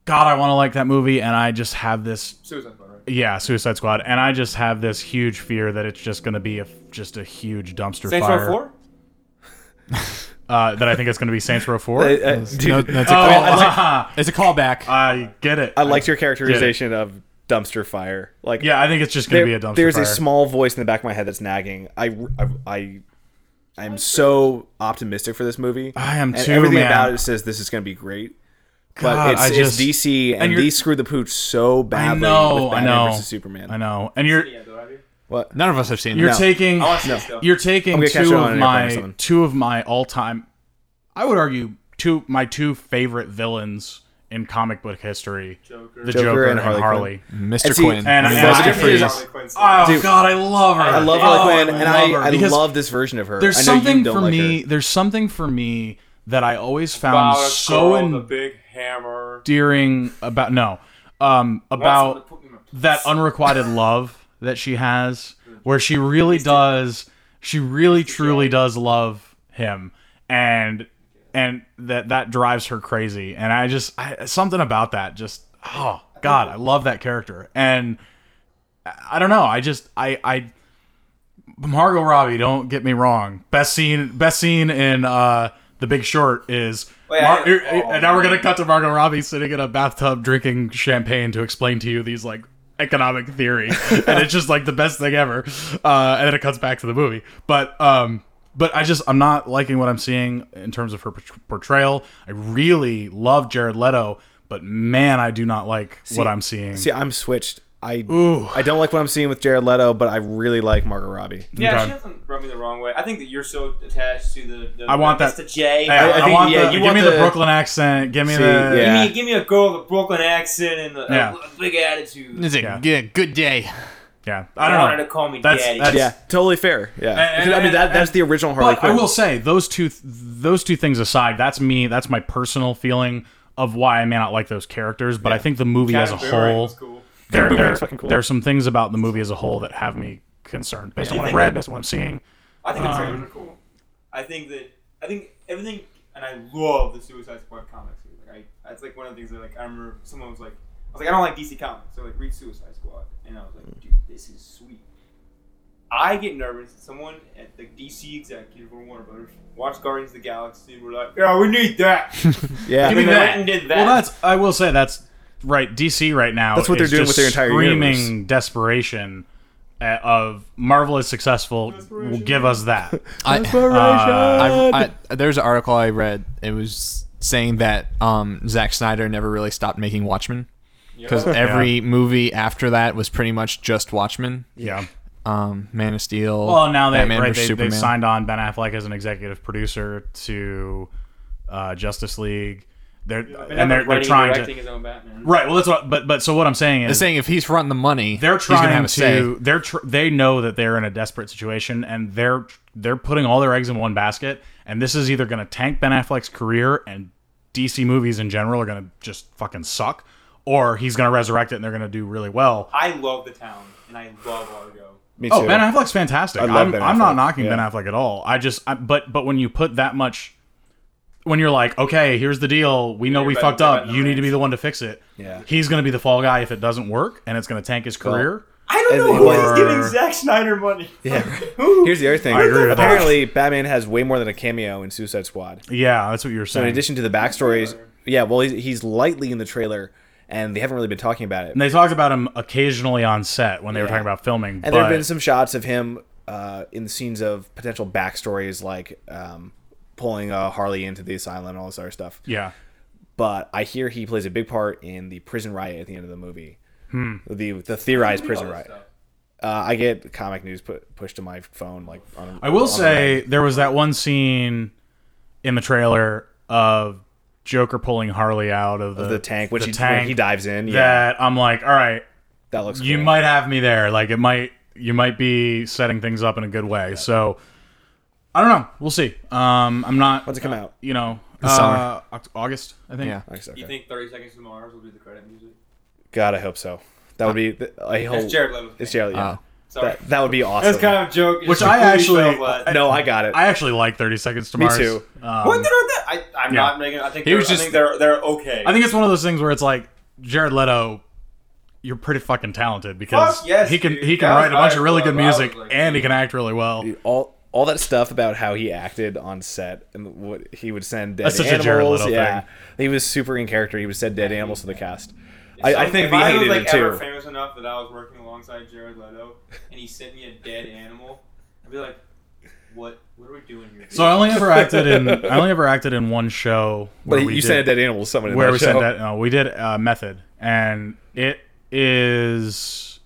D: God, I want to like that movie and I just have this
B: Suicide Squad, right?
D: yeah, Suicide Squad and I just have this huge fear that it's just going to be a just a huge dumpster
B: Saints Row
D: fire.
B: Four.
D: Uh, that I think it's going to be Saints Row 4.
C: Uh, uh, dude,
A: No, that's a
D: oh,
A: call-
C: I
A: it's a callback.
D: I get it.
C: I liked your characterization of dumpster fire. Like
D: Yeah, I think it's just going
C: there-
D: to be a dumpster
C: there's
D: fire.
C: a small voice in the back of my head that's nagging. I I I, am so optimistic for this movie.
D: I am
C: and
D: too,
C: Everything
D: man.
C: about it says this is going to be great. But
D: God,
C: it's,
D: I just-
C: it's DC, and,
D: and you're-
C: these screwed the pooch so
D: I
C: badly.
D: know,
C: with
D: I
C: Batman
D: know.
C: Versus Superman.
D: I know. And you're
B: Yeah, though, have you?
C: What?
A: None of us have seen
D: you're
A: it.
C: No.
D: taking
B: Oh, I want to see this, though.
D: You're taking
C: gonna catch it
D: two
C: on
D: of
C: an airplane or
D: my
C: something.
D: two of my all time. I would argue two my two favorite villains in comic book history:
B: Joker.
D: the Joker,
C: Joker and
D: and Harley.
C: Harley Mm-hmm.
A: Mr.
C: And see-
A: Quinn.
D: And,
A: I mean,
D: and
A: Jessica
D: I,
C: Freeze.
A: Friis.
B: Harley Quinn.
D: Oh
C: Dude,
D: God, I love her.
C: I love
D: oh,
C: Harley Quinn, and
D: love her.
C: I, I
D: Because
C: love this version of her.
D: There's
C: I know you
D: something
C: don't
D: for
C: like
D: me.
C: her.
D: There's something for me that I always found
B: About a girl
D: so
B: with a
D: endearing
B: big hammer.
D: about no, um,
B: Want
D: about
B: someone to put me in my-
D: that unrequited love that she has, where she really does, she really truly does love him, and and that that drives her crazy. And I just I, something about that just oh god, I love that character. And I- I don't know, I just I I Margot Robbie, don't get me wrong. Best scene best scene in uh The Big Short is
B: Wait,
D: Mar-
B: I- oh,
D: and now we're gonna cut to Margot Robbie sitting in a bathtub drinking champagne to explain to you these like economic theory, and it's just like the best thing ever. Uh, and then it cuts back to the movie, but um, but I just I'm not liking what I'm seeing in terms of her portray- portrayal. I really love Jared Leto, but man, I do not like what I'm seeing.
C: See, I'm switched. I
D: Ooh.
C: I don't like what I'm seeing with Jared Leto, but I really like Margot Robbie.
B: Yeah,
D: Okay.
B: she doesn't rub me the wrong way. I think that you're so attached to the. the
D: I want
B: that's
D: that-
B: The J.
D: Hey, I,
C: I
D: I
C: think-
D: want
C: yeah,
D: the,
C: you
D: give
C: want
D: me the,
C: the-
D: Brooklyn accent. Give me
C: See,
D: the
C: yeah.
B: give me, give me a girl with a Brooklyn accent and a,
D: Yeah.
B: a big attitude.
A: It's a
D: Yeah.
A: good, good day.
D: yeah.
B: I
D: I don't
B: wanted
D: know.
B: to call me
D: That's-
B: daddy.
D: that's-
C: Yeah, totally fair. Yeah,
D: And- and-
C: I mean that,
D: and-
C: that's the original Harley
D: But I
C: Quinn.
D: will say those two those two things aside, that's me. That's my personal feeling of why I may not like those characters. But I think the movie as a
B: Captain Boomerang
D: whole,
B: was cool.
D: there, there,
C: fucking cool.
D: there are some things about the movie as a whole that have me concerned based on what I read, based on what I'm seeing.
B: I think the
C: Um,
B: trailers are cool. I think that I think everything, and I love the Suicide Squad comics. Like I, that's like one of the things that like I remember someone was like, I was like, I don't like DC comics, so like read Suicide Squad, and I was like, dude, this is sweet. I get nervous that someone at the DC executive or Warner Brothers watched Guardians of the Galaxy and were like, yeah, we need that.
C: yeah, Uh,
B: Give me
D: mean,
B: that.
D: that-
B: And did that.
D: Well, that's I will say that's right. DC right now
C: That's what they're
D: is
C: doing
D: just
C: with their entire
D: screaming
C: universe.
D: desperation uh, of Marvel is successful. Will give us that. Uh,
A: I, I, I, there's an article I read. It was saying that um, Zack Snyder never really stopped making Watchmen because every movie after that was pretty much just Watchmen.
D: yeah.
A: Um, Man of Steel.
D: Well, now they,
A: Batman
D: right,
A: vs
D: they, they
A: Superman.
D: signed on Ben Affleck as an executive producer to uh, Justice League. They're and they're, they're
B: Writing
D: trying
B: directing
D: to
B: his own Batman.
D: right. Well, that's what. But but so what I'm saying
A: They're
D: is
A: saying if he's fronting the money,
D: they're
A: he's gonna
D: trying
A: have a
D: to
A: say.
D: they're tr- they know that they're in a desperate situation and they're they're putting all their eggs in one basket and this is either going to tank Ben Affleck's career and DC movies in general are going to just fucking suck or he's going to resurrect it and they're going to do really well.
B: I love the town and I love Argo.
C: me too.
D: Oh, Ben Affleck's fantastic. I
C: I love
D: am
C: Ben
D: I'm not
C: Affleck.
D: knocking Ben
C: Yeah.
D: Affleck at all. I just, I, but but when you put that much, when you're like, okay, here's the deal. We know we
B: Everybody-
D: fucked up.
B: everybody
D: You need
B: knows.
D: to be the one to fix it.
C: Yeah.
D: He's gonna be the fall guy if it doesn't work, and it's gonna tank his career.
B: I don't
C: And
B: know
C: they
B: who
D: were-
B: is giving Zack Snyder money.
C: Yeah.
B: Who?
C: Here's the other thing.
D: I agree with that.
C: Apparently, Batman has way more than a cameo in Suicide Squad.
D: yeah, that's what you were
C: So, in
D: saying.
C: addition to the backstories, yeah, well, he's, he's lightly in the trailer, and they haven't really been talking about it.
D: and they talked about him occasionally on set when they were
C: Yeah.
D: talking about filming.
C: And
D: but
C: there have been some shots of him uh, in the scenes of potential backstories, like um, pulling uh, Harley into the asylum and all this other stuff.
D: yeah,
C: But I hear he plays a big part in the prison riot at the end of the movie.
D: Hmm.
C: The the theorized prison riot. Uh, I get comic news put, pushed to my phone like on.
D: I will
C: on
D: say there was that one scene in the trailer of Joker pulling Harley out of the,
C: the, the tank, which
D: the
C: he,
D: tank
C: when he dives in. Yeah,
D: That I'm like, all right,
C: that looks.
D: you
C: cool.
D: might have me there. Like it might you might be setting things up in a good way. So I don't know. We'll see. Um, I'm not.
C: When's it come out?
D: You know,
A: This summer.
D: uh, Oct- August. I think.
A: Yeah.
C: I guess,
B: You
C: okay.
B: think 30 Seconds to Mars will be the credit music?
C: God, I hope so. That would be th- a whole.
B: That's Jared Leto.
C: Oh, It's Jared. Yeah.
A: Oh.
B: Sorry.
C: that, that would be awesome.
B: That's kind of a joke.
D: Which I actually-
B: What
C: no, I got it.
D: I actually like Thirty Seconds to
C: Me
D: Mars.
C: too.
D: Um,
B: what did that? I, I'm
D: Yeah.
B: not making. I think
A: He
B: they're,
A: was
B: I
A: just-
B: think they're they're okay.
D: I think it's one of those things where it's like Jared Leto. You're pretty fucking talented because
B: Fuck yes,
D: he can
B: dude.
D: he can
B: That was
D: write a bunch of really good
B: my- I was
D: music
B: like,
D: and he can act really well.
C: all all that stuff about how he acted on set and what he would send dead
D: That's such a
C: animals.
D: Jared Leto
C: yeah,
D: thing.
C: he was super in character. He would send dead animals to the cast. I, I
B: If
C: think
B: if
C: we
B: I was
C: hated
B: like
C: him too.
B: ever famous enough that I was working alongside Jared Leto and he sent me a dead animal, I'd be like, "What? What are we doing here?"
D: So I only ever acted in I only ever acted in one show. Where
C: But you
D: we
C: sent
D: did-
C: a dead animal to someone in
D: where
C: that
D: we
C: show.
D: sent that no we did uh, method and it is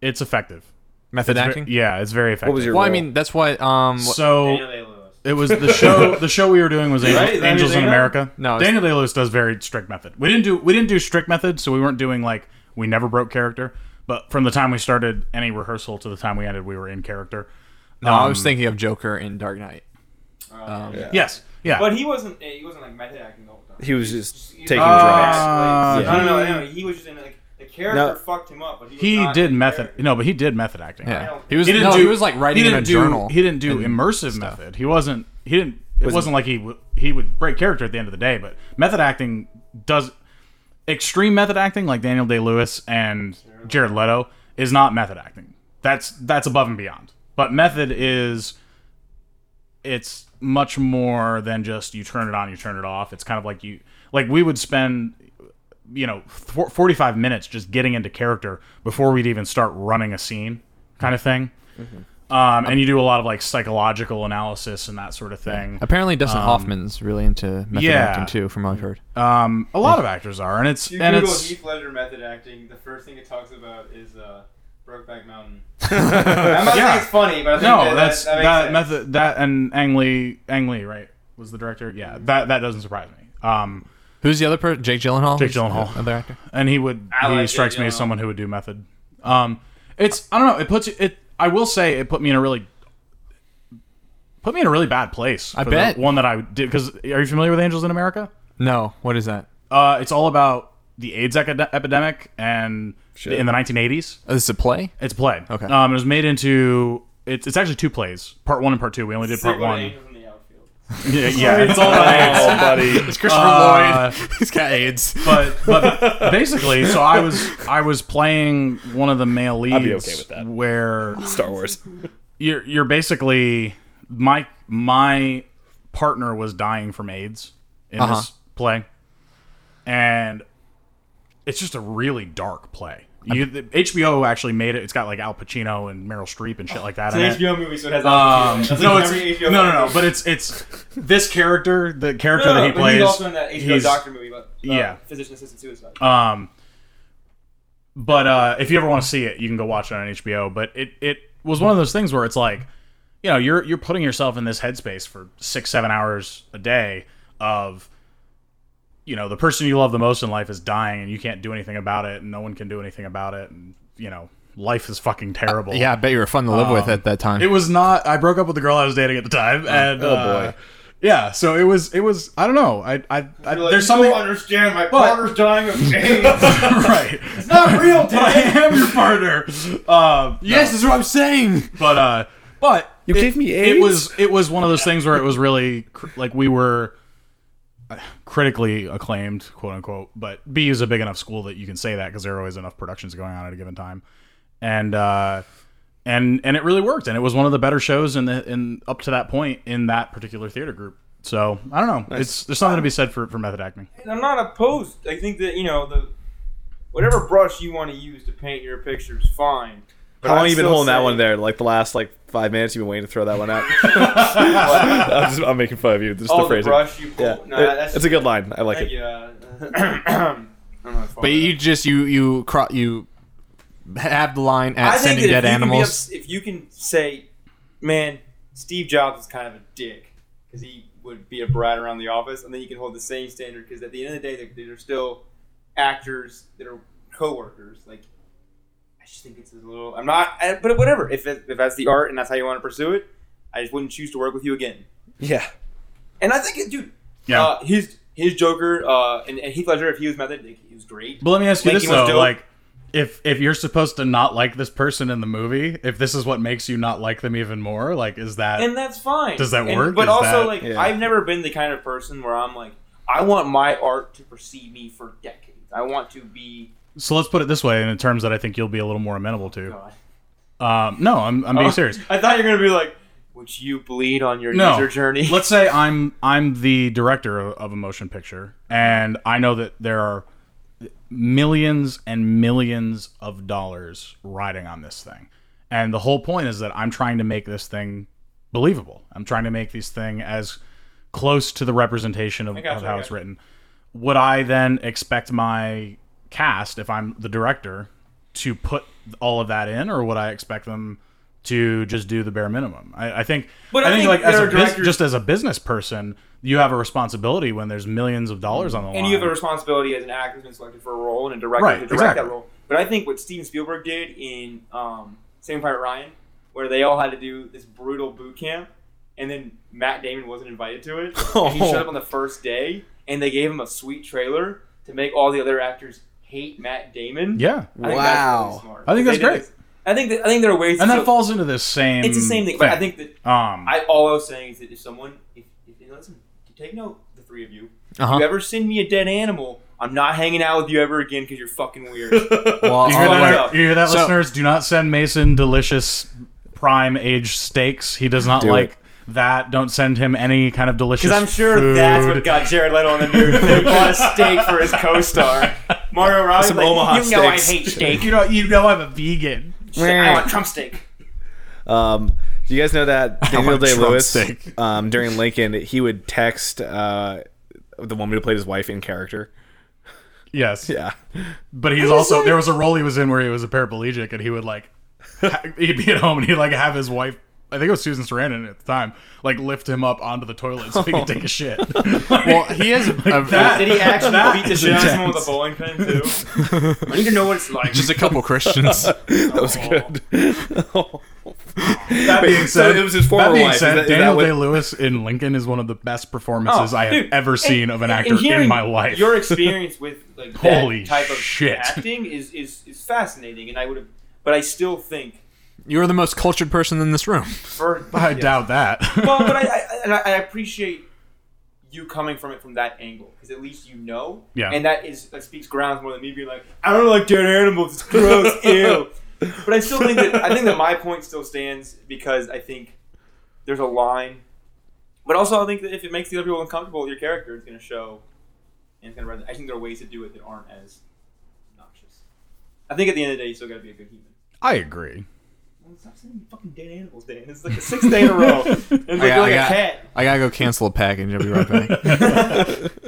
D: it's effective
A: method acting.
D: yeah it's very effective
C: What was your
A: Well, I
C: role?
A: mean, that's why. Um,
D: so
B: Daniel Day-Lewis.
D: it was the show the show we were doing was Angel-
B: Right, is that
D: angels in
B: anything
D: america
A: No, it's-
D: daniel day-lewis does very strict method we didn't do we didn't do strict method so we weren't doing like we never broke character but from the time we started any rehearsal to the time we ended we were in character Um,
A: no, I was thinking of Joker in Dark Knight.
B: Um,
D: yes yeah
B: But he wasn't. eh, He wasn't like method acting the whole time.
C: he was just
B: He was-
C: taking
D: Ah.
C: drugs.
B: Like,
C: Yeah.
B: No, no, no, no. He was just in like the character
C: No.
B: fucked him up. But he was
D: he
B: not
D: did
B: in
D: method
B: character.
D: no but he did method acting
A: Yeah,
B: don't-
A: he was.
D: he didn't
A: no,
D: do
A: he was like writing
D: he
A: in a
D: didn't do,
A: journal.
D: He didn't do immersive method. He wasn't. He didn't it wasn't, like he w- he would break character at the end of the day, but method acting does extreme method acting like Daniel Day Lewis and Jared Leto is not method acting. That's that's above and beyond. But method is it's much more than just you turn it on, you turn it off. It's kind of like you like we would spend you know for 45 minutes just getting into character before we'd even start running a scene kind of thing. Um, and you do a lot of like psychological analysis and that sort of thing.
A: Apparently, Dustin Hoffman's really into method
D: yeah.
A: acting too, from what I've heard.
D: Um, a lot of actors are, and it's
B: You
D: and
B: Google
D: it's
B: Heath Ledger method acting. The first thing it talks about is uh, Brokeback Mountain. I'm not
D: Yeah.
B: saying it's funny, but I think
D: no,
B: that,
D: that's
B: that,
D: that,
B: makes sense.
D: method that and Ang Lee Ang Lee right was the director. Yeah, that that doesn't surprise me. Um,
A: Who's the other person? Jake Gyllenhaal.
D: Jake
A: Who's the
D: Gyllenhaal.
A: other actor.
D: and he would
B: I
D: he
B: like it,
D: strikes me
B: you
D: as
B: know.
D: someone who would do method. Um, it's I don't know. It puts it. I will say it put me in a really put me in a really bad place. I
A: bet.
D: one that I did because are you familiar with Angels in America?
A: No, what is that?
D: Uh, it's all about the AIDS ec- epidemic and
C: Shit.
D: in the 1980s.
A: Oh, this is a play.
D: It's a play.
A: Okay.
D: Um, it was made into it's, it's actually two plays, part one and part two. We only did
B: Say
D: part
B: what
D: one.
B: Angels in the outfield.
D: yeah, yeah, it's all about
C: Oh,
D: AIDS.
C: buddy.
A: It's Christopher
D: Uh,
A: Lloyd. He's got AIDS.
D: But but basically, so I was I was playing one of the male leads.
C: be okay with that.
D: Where
C: Star Wars.
D: you're you're basically my my partner was dying from AIDS in
A: Uh-huh.
D: this play, and it's just a really dark play. You, the, HBO actually made it. It's got like Al Pacino and Meryl Streep and shit like that. in it.
B: It's an HBO movie, so it has
D: Um,
B: That's like
D: no,
B: every
D: it's, no,
B: HBO
D: no, no.
B: movie.
D: But it's it's this character, the character
B: No, no,
D: that he
B: but
D: plays.
B: He's Uh, also in that HBO
D: he's-
B: Doctor movie, about, about
D: Yeah.
B: physician assistant suicide.
D: Um, but uh, if you ever want to see it, you can go watch it on HBO. But it it was one of those things where it's like, you know, you're you're putting yourself in this headspace for six seven hours a day of. You know, the person you love the most in life is dying, and you can't do anything about it, and no one can do anything about it, and you know, life is fucking terrible.
A: Yeah, I bet you were fun to live with
D: Um,
A: at that time.
D: It was not. I broke up with the girl I was dating at the time, and
C: oh,
D: uh,
C: boy.
D: yeah. So it was. It was. I don't know. I. I. I
B: You're like,
D: there's
B: you don't
D: something.
B: understand. My partner's dying of AIDS.
D: right.
B: it's not real,
D: But I
B: Dad.
D: am your partner. Um,
A: yes, this is what I'm saying.
D: but uh, but
C: You
D: it,
C: gave me
D: It was. It was one of those things where it was really cr- like we were uh, critically acclaimed, quote unquote. But BU is a big enough school that you can say that because there are always enough productions going on at a given time, and. uh and and it really worked and it was one of the better shows in the in up to that point in that particular theater group so i don't know it's there's something to be said for, for method acting
B: I'm not opposed. I think that you know the whatever brush you want to use to paint your picture is fine.
C: How long
B: I'd
C: you been
B: still
C: holding that
B: say-
C: one there? Like the last like five minutes, you've been waiting to throw that one out. I'm, just, I'm making fun of you. Just
B: Oh,
C: the
B: the
C: phrasing.
B: brush you pull.
C: Yeah,
B: No,
C: it-
B: that's
C: it's a good line. I like
B: Thank
C: it.
B: you. uh, I don't know if I
A: But you just you you cro- you have the line at
B: I think
A: sending
B: that
A: dead
B: if you can be
A: animals.
B: ups- if you can say, man, Steve Jobs is kind of a dick because he would be a brat around the office, and then you can hold the same standard because at the end of the day, they're, they're still actors that are coworkers. Like, I just think it's a little. I'm not, I, but whatever. If it, if that's the art and that's how you want to pursue it, I just wouldn't choose to work with you again.
C: Yeah.
B: And I think, it- dude,
D: Yeah.
B: uh, his his Joker uh, and, and Heath Ledger, if he was method, like, he was great.
D: But let me ask you
B: Lincoln
D: this
B: was
D: though,
B: dope.
D: like if if you're supposed to not like this person in the movie, if this is what makes you not like them even more, like is that
B: and that's fine.
D: Does that
B: And-
D: work?
B: But
D: Is
B: also,
D: that-
B: like,
C: Yeah.
B: I've never been the kind of person where I'm like, I want my art to perceive me for decades. I want to be.
D: so let's put it this way in terms that I think you'll be a little more amenable to.
B: God.
D: Um, no, I'm I'm being serious.
B: I thought you were gonna be like, would you bleed on your
D: No.
B: user journey?
D: Let's say I'm I'm the director of, of a motion picture and I know that there are millions and millions of dollars riding on this thing. And the whole point is that I'm trying to make this thing believable. I'm trying to make this thing as close to the representation of,
B: gotcha,
D: of
B: I
D: how it's
B: gotcha.
D: written. Would I then expect my cast, if I'm the director, to put all of that in, or would I expect them to just do the bare minimum? I, I think.
B: But
D: I
B: I
D: think,
B: think
D: like as
B: there
D: a
B: are
D: bus-
B: directors-
D: just as a business person, you have a responsibility when there's millions of dollars on the line.
B: and you have a responsibility as an actor who's been selected for a role and a director
D: Right,
B: to direct
D: exactly.
B: that role. But I think what Steven Spielberg did in um, Saving Private Ryan, where they all had to do this brutal boot camp, and then Matt Damon wasn't invited to it, and he
C: Oh.
B: showed up on the first day, and they gave him a sweet trailer to make all the other actors hate Matt Damon.
D: yeah,
B: I think that's
C: Wow.
B: really smart.
D: I think that's
B: They did
D: great.
B: this- I think that, I think there are ways.
D: and
B: to
D: that falls into this same.
B: It's the same thing. But I think that
D: Um,
B: I all I was saying is that if someone, if, if in hey, listen, take note, the three of you.
A: Uh-huh.
B: You ever send me a dead animal, I'm not hanging out with you ever again because you're fucking weird.
A: Well,
D: You hear
A: I'll-
B: right.
D: that, you hear that
A: So-
D: listeners? Do not send Mason delicious prime aged steaks. He does not
C: Do
D: like
C: it.
D: that. Don't send him any kind of delicious.
B: Because I'm sure
D: food.
B: that's what got Jared Leto on the news. They bought a steak for his co-star. Mario Robbie's
C: Some
B: like,
C: Omaha
B: you know I
C: steaks."
B: hate steak.
D: You know, you know, I'm a vegan.
B: I want Trump steak.
C: Um, do you guys know that Daniel
A: want
C: Day
A: Trump
C: Lewis
A: steak.
C: um, during Lincoln he would text uh, the woman who played his wife in character.
D: Yes,
C: Yeah,
D: but he's also there was a role he was in where he was a paraplegic, and he would like ha- he'd be at home and he'd like have his wife. I think it was Susan Sarandon at the time, like lift him up onto the toilet so he
B: Oh.
D: could take a shit.
A: well, he is a, a-
D: that-
B: Did he actually
D: That
B: beat the
D: is
B: shit out of someone
D: intense.
B: with a bowling pin too? I need to know what it's like.
A: just a couple Christians.
C: that was good.
D: That being
C: so
D: said,
C: it was his former
D: that being
C: wife. Is
D: said,
C: that- is that
D: Daniel
C: what-
D: Day Lewis in Lincoln is one of the best performances
B: Oh,
D: I have
B: dude,
D: ever
B: and-
D: seen of an actor
B: and hearing
D: in my life.
B: Your experience with like that
D: Holy
B: type of
D: shit.
B: acting is, is is fascinating, and I would have, but I still think
A: You're the most cultured person in this room.
B: for
D: I
B: yeah.
D: doubt that.
B: Well, but I, I and I, I appreciate you coming from it from that angle because at least you know,
D: Yeah.
B: and that is that speaks grounds more than me being like, I don't like dead animals, it's gross, ew. But I still think that I think that my point still stands because I think there's a line, but also I think that if it makes the other people uncomfortable, your character is going to show, and it's going to. resonate. I think there are ways to do it that aren't as obnoxious. I think at the end of the day, you still got to be a good human.
D: I agree.
B: Well, Stop saying fucking dead animals, Dan. It's like the sixth day in a row. It's like, you're
A: I
B: like a
A: got-
B: cat.
A: I gotta go cancel a package. I'll be right back.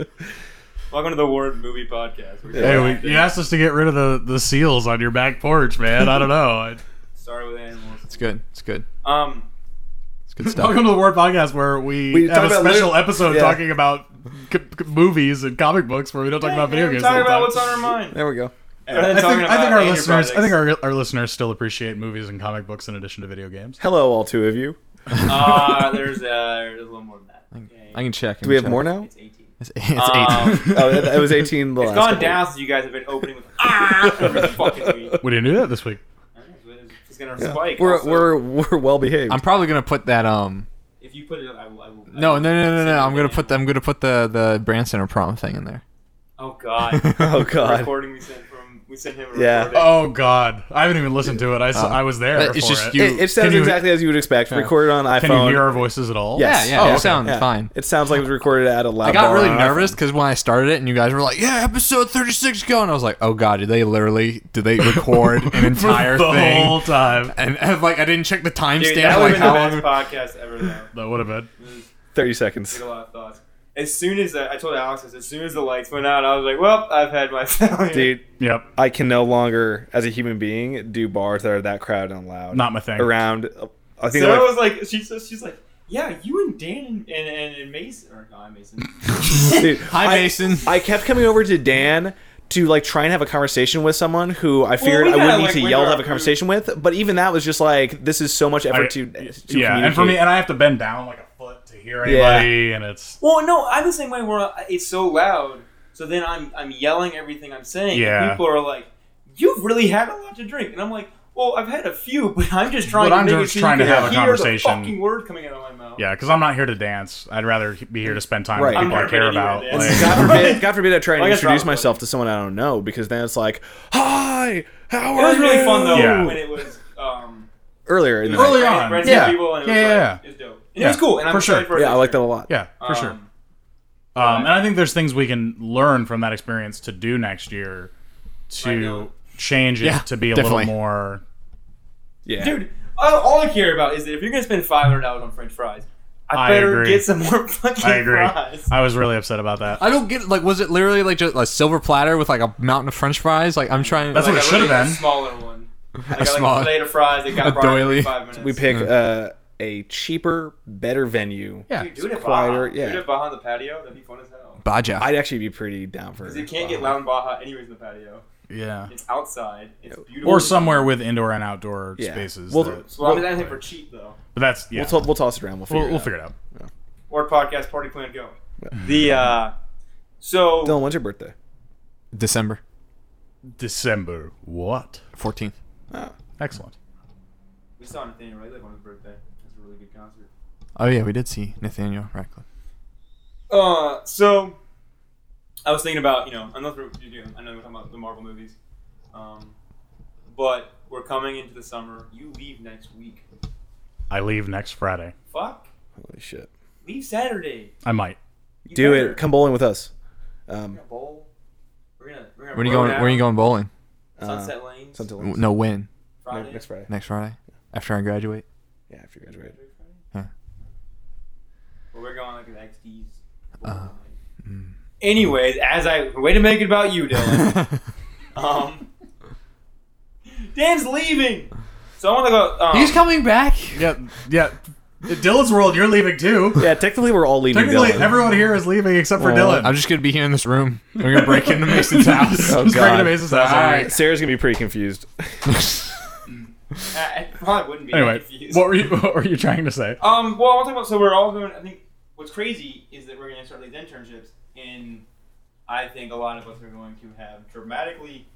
B: Welcome to the Word Movie Podcast. We're
D: Hey,
B: so
D: we,
B: happy.
D: you asked us to get rid of the, the seals on your back porch, man. I don't know.
B: Sorry with animals.
A: It's good. It's good.
B: Um,
A: It's good stuff.
D: Welcome to the Word Podcast, where we,
C: We
D: have
C: talk
D: a
C: about
D: special
C: lit-
D: episode
C: yeah.
D: talking about c- c- movies and comic books, where we don't talk about video
B: we're
D: games. all
B: talking
D: the
B: about
D: time.
B: what's on our mind.
C: There we go.
B: Rather than
D: I think,
B: talking
D: I think
B: about
D: our
B: major
D: listeners, I think
B: projects.
D: our, our listeners still appreciate movies and comic books in addition to video games.
C: Hello, all two of you.
B: Ah, there's, uh, there's a little more than that. Okay.
A: I can check.
C: Do we have more now?
B: It's 18.
A: It's, it's
B: Um,
A: eight.
C: Oh, that, that was eighteen. The
B: It's
C: last
B: gone
C: couple.
B: down since you guys have been opening with ah every fucking week.
D: We didn't do that this week.
B: I don't know, It's gonna
C: Yeah.
B: spike.
C: We're
B: also.
C: we're we're well behaved.
A: I'm probably gonna put that. Um.
B: if you put it, up, I will. I will I
A: No,
B: will
A: no, no, no, no. I'm gonna put
B: that.
A: the. I'm gonna put the the Brand Center prom thing in there.
B: Oh God. The
C: oh god.
B: recording we sent from we sent him. A
C: Yeah.
B: recording.
D: Oh God, I haven't even listened to it. I, s- I was there.
A: Uh, But it's
D: for
A: just
D: it.
A: you-
C: It, it sounds
D: you-
C: exactly as you would expect. Recorded on iPhone.
D: Can you hear our voices at all?
C: Yes.
A: Yeah, yeah.
C: Oh,
A: it
C: okay.
A: sounds
C: Yeah.
A: fine.
C: It sounds like it was recorded at a loud.
A: I got
C: bar
A: really
C: on an
A: nervous because when I started it and you guys were like, "Yeah, episode 36 going," I was like, "Oh God, did they literally did they record an entire
D: the
A: thing?"
D: whole time.
A: and, and, like I didn't check the
B: Dude,
A: timestamp.
B: that would
A: Like
B: have been
A: how long?
B: the best podcast ever though.
D: That would have been.
C: iPhone. Thirty seconds.
B: I had a lot of thoughts. As soon as uh, I, I told Alex this, as soon as the lights went out, I was like, "Well, I've had my failure."
C: Dude,
D: Yep.
C: I can no longer, as a human being, do bars that are that crowded and loud.
D: Not my thing.
C: around. I think
B: Sarah
C: they're
B: was like, "She's she's like, yeah, you and Dan and and, and Mason or not Mason."
C: like, dude,
A: Hi,
C: I,
A: Mason.
C: I kept coming over to Dan to like try and have a conversation with someone who I figured
B: we
C: I wouldn't
B: gotta,
C: need
B: like,
C: to
B: winter
C: yell to
B: our
C: have a
B: group.
C: conversation with. But even that was just like this is so much effort
D: I-
C: to, to
D: yeah, and for me, and I have to bend down like a foot to hear anybody, and it's
B: well, no, I'm the same way where I- it's so loud, so then I'm I'm yelling everything I'm saying. and
D: Yeah.
B: people are like, "You've really had a lot to drink," and I'm like. Well, I've had a few, but I'm just trying to
D: But I'm
B: make it
D: just
B: so
D: trying to
B: you can
D: have a
B: hear
D: conversation.
B: The fucking word coming out of my mouth.
D: yeah, because I'm not here to dance. I'd rather he- be here to spend time
C: Right.
D: with people
B: I'm
D: I
B: not
D: care
B: ready to
D: about.
B: dance.
D: like-
C: God forbid, God forbid I try and
B: Like a
C: introduce
B: drama.
C: myself to someone I don't know because then it's like, "Hi, how
B: It
C: are
B: was really
C: you?"
B: fun though
D: Yeah.
B: when it was um,
C: Earlier, in the
D: Early
C: night.
B: Ren-
D: on,
B: Ren's
D: yeah.
B: people, and it was
D: Yeah, yeah,
B: like-
D: yeah.
B: It was dope. And
D: Yeah,
B: It was cool, and I'm
D: for
B: excited
D: sure.
B: for it
C: yeah, I
B: this
C: like that
B: year.
C: a lot.
D: yeah, for sure.
B: Um,
D: Um, and I think there's things we can learn from that experience to do next year
B: I
D: to
B: know.
D: change it
A: Yeah,
D: to be a
A: definitely.
D: little more.
C: yeah.
B: Dude, all, all I care about is that if you're gonna spend five hundred dollars on French fries, I
D: I
B: better
D: agree.
B: get some more fucking
D: I agree.
B: fries.
D: I was really upset about that.
A: I don't get like was it literally like just a silver platter with like a mountain of French fries? Like I'm trying.
D: That's
B: Like,
D: what it
B: I
D: should have
B: really want
D: been.
B: A smaller one. I got like
A: smaller-
B: a plate of fries that
A: a
B: got brought in
A: doily.
B: in five minutes.
C: we pick uh, a cheaper, better venue.
A: yeah.
B: Dude, do it at
C: quieter,
B: Baja.
C: yeah.
B: Do it at Baja on the patio. That'd be fun as hell.
A: Baja.
C: I'd actually be pretty down for.
B: Because you can't get loud in Baja anyways in the patio.
D: Yeah,
B: It's outside. It's beautiful.
D: or somewhere with indoor and outdoor
C: Yeah.
D: spaces.
C: Well,
D: that-
B: So I'm not anything for cheap though.
D: but that's yeah.
C: We'll, t- we'll toss it around. We'll figure,
D: We'll, we'll
C: it, out.
D: figure it out.
B: Or podcast party plan go. The uh, so
C: Dylan, when's your birthday?
A: December
D: December what?
A: 14th.
C: Oh,
D: Excellent.
B: we saw Nathaniel Rateliff on his birthday. It was a really good concert.
A: Oh yeah, we did see Nathaniel Radcliffe.
B: Uh, so I was thinking about you know I know what you're doing. I know we're talking about the Marvel movies, um, but we're coming into the summer. You leave next week.
D: I leave next Friday.
B: Fuck,
C: Holy shit.
B: leave Saturday.
D: I might.
B: You
C: Do
B: better.
C: it. Come bowling with us. Um,
B: We're gonna bowl. We're gonna. We're gonna
A: When are you
B: roll
A: going?
B: down
A: When are you going bowling?
B: Sunset Lane.
C: Sunset Lane.
A: W- No, when?
B: Friday.
C: Next Friday.
A: Next Friday? After I graduate?
C: Yeah, after you graduate.
B: Friday?
A: Huh.
B: Well, we're going like an XD's.
A: Uh,
B: Mm. Anyways, as I way to make it about you, Dylan. um, Dan's leaving, so I want to go. Um,
A: He's coming back.
D: Yeah, yeah. Dylan's world, you're leaving too.
C: Yeah, technically we're all leaving.
D: Technically,
C: Dylan.
D: everyone here is leaving except for
C: Oh,
D: Dylan.
A: I'm just gonna be here in this room. We're gonna break into Mason's house.
C: Oh,
D: Just bring it to
C: God.
D: Mason's house.
A: All
D: Alright.
C: Sarah's gonna be pretty confused.
B: I, I Uh, probably wouldn't be that
D: Anyway,
B: confused.
D: what were you? What were you trying to say?
B: Um, well, I want to talk about. So we're all going. I think what's crazy is that we're going to start these internships, and I think a lot of us are going to have dramatically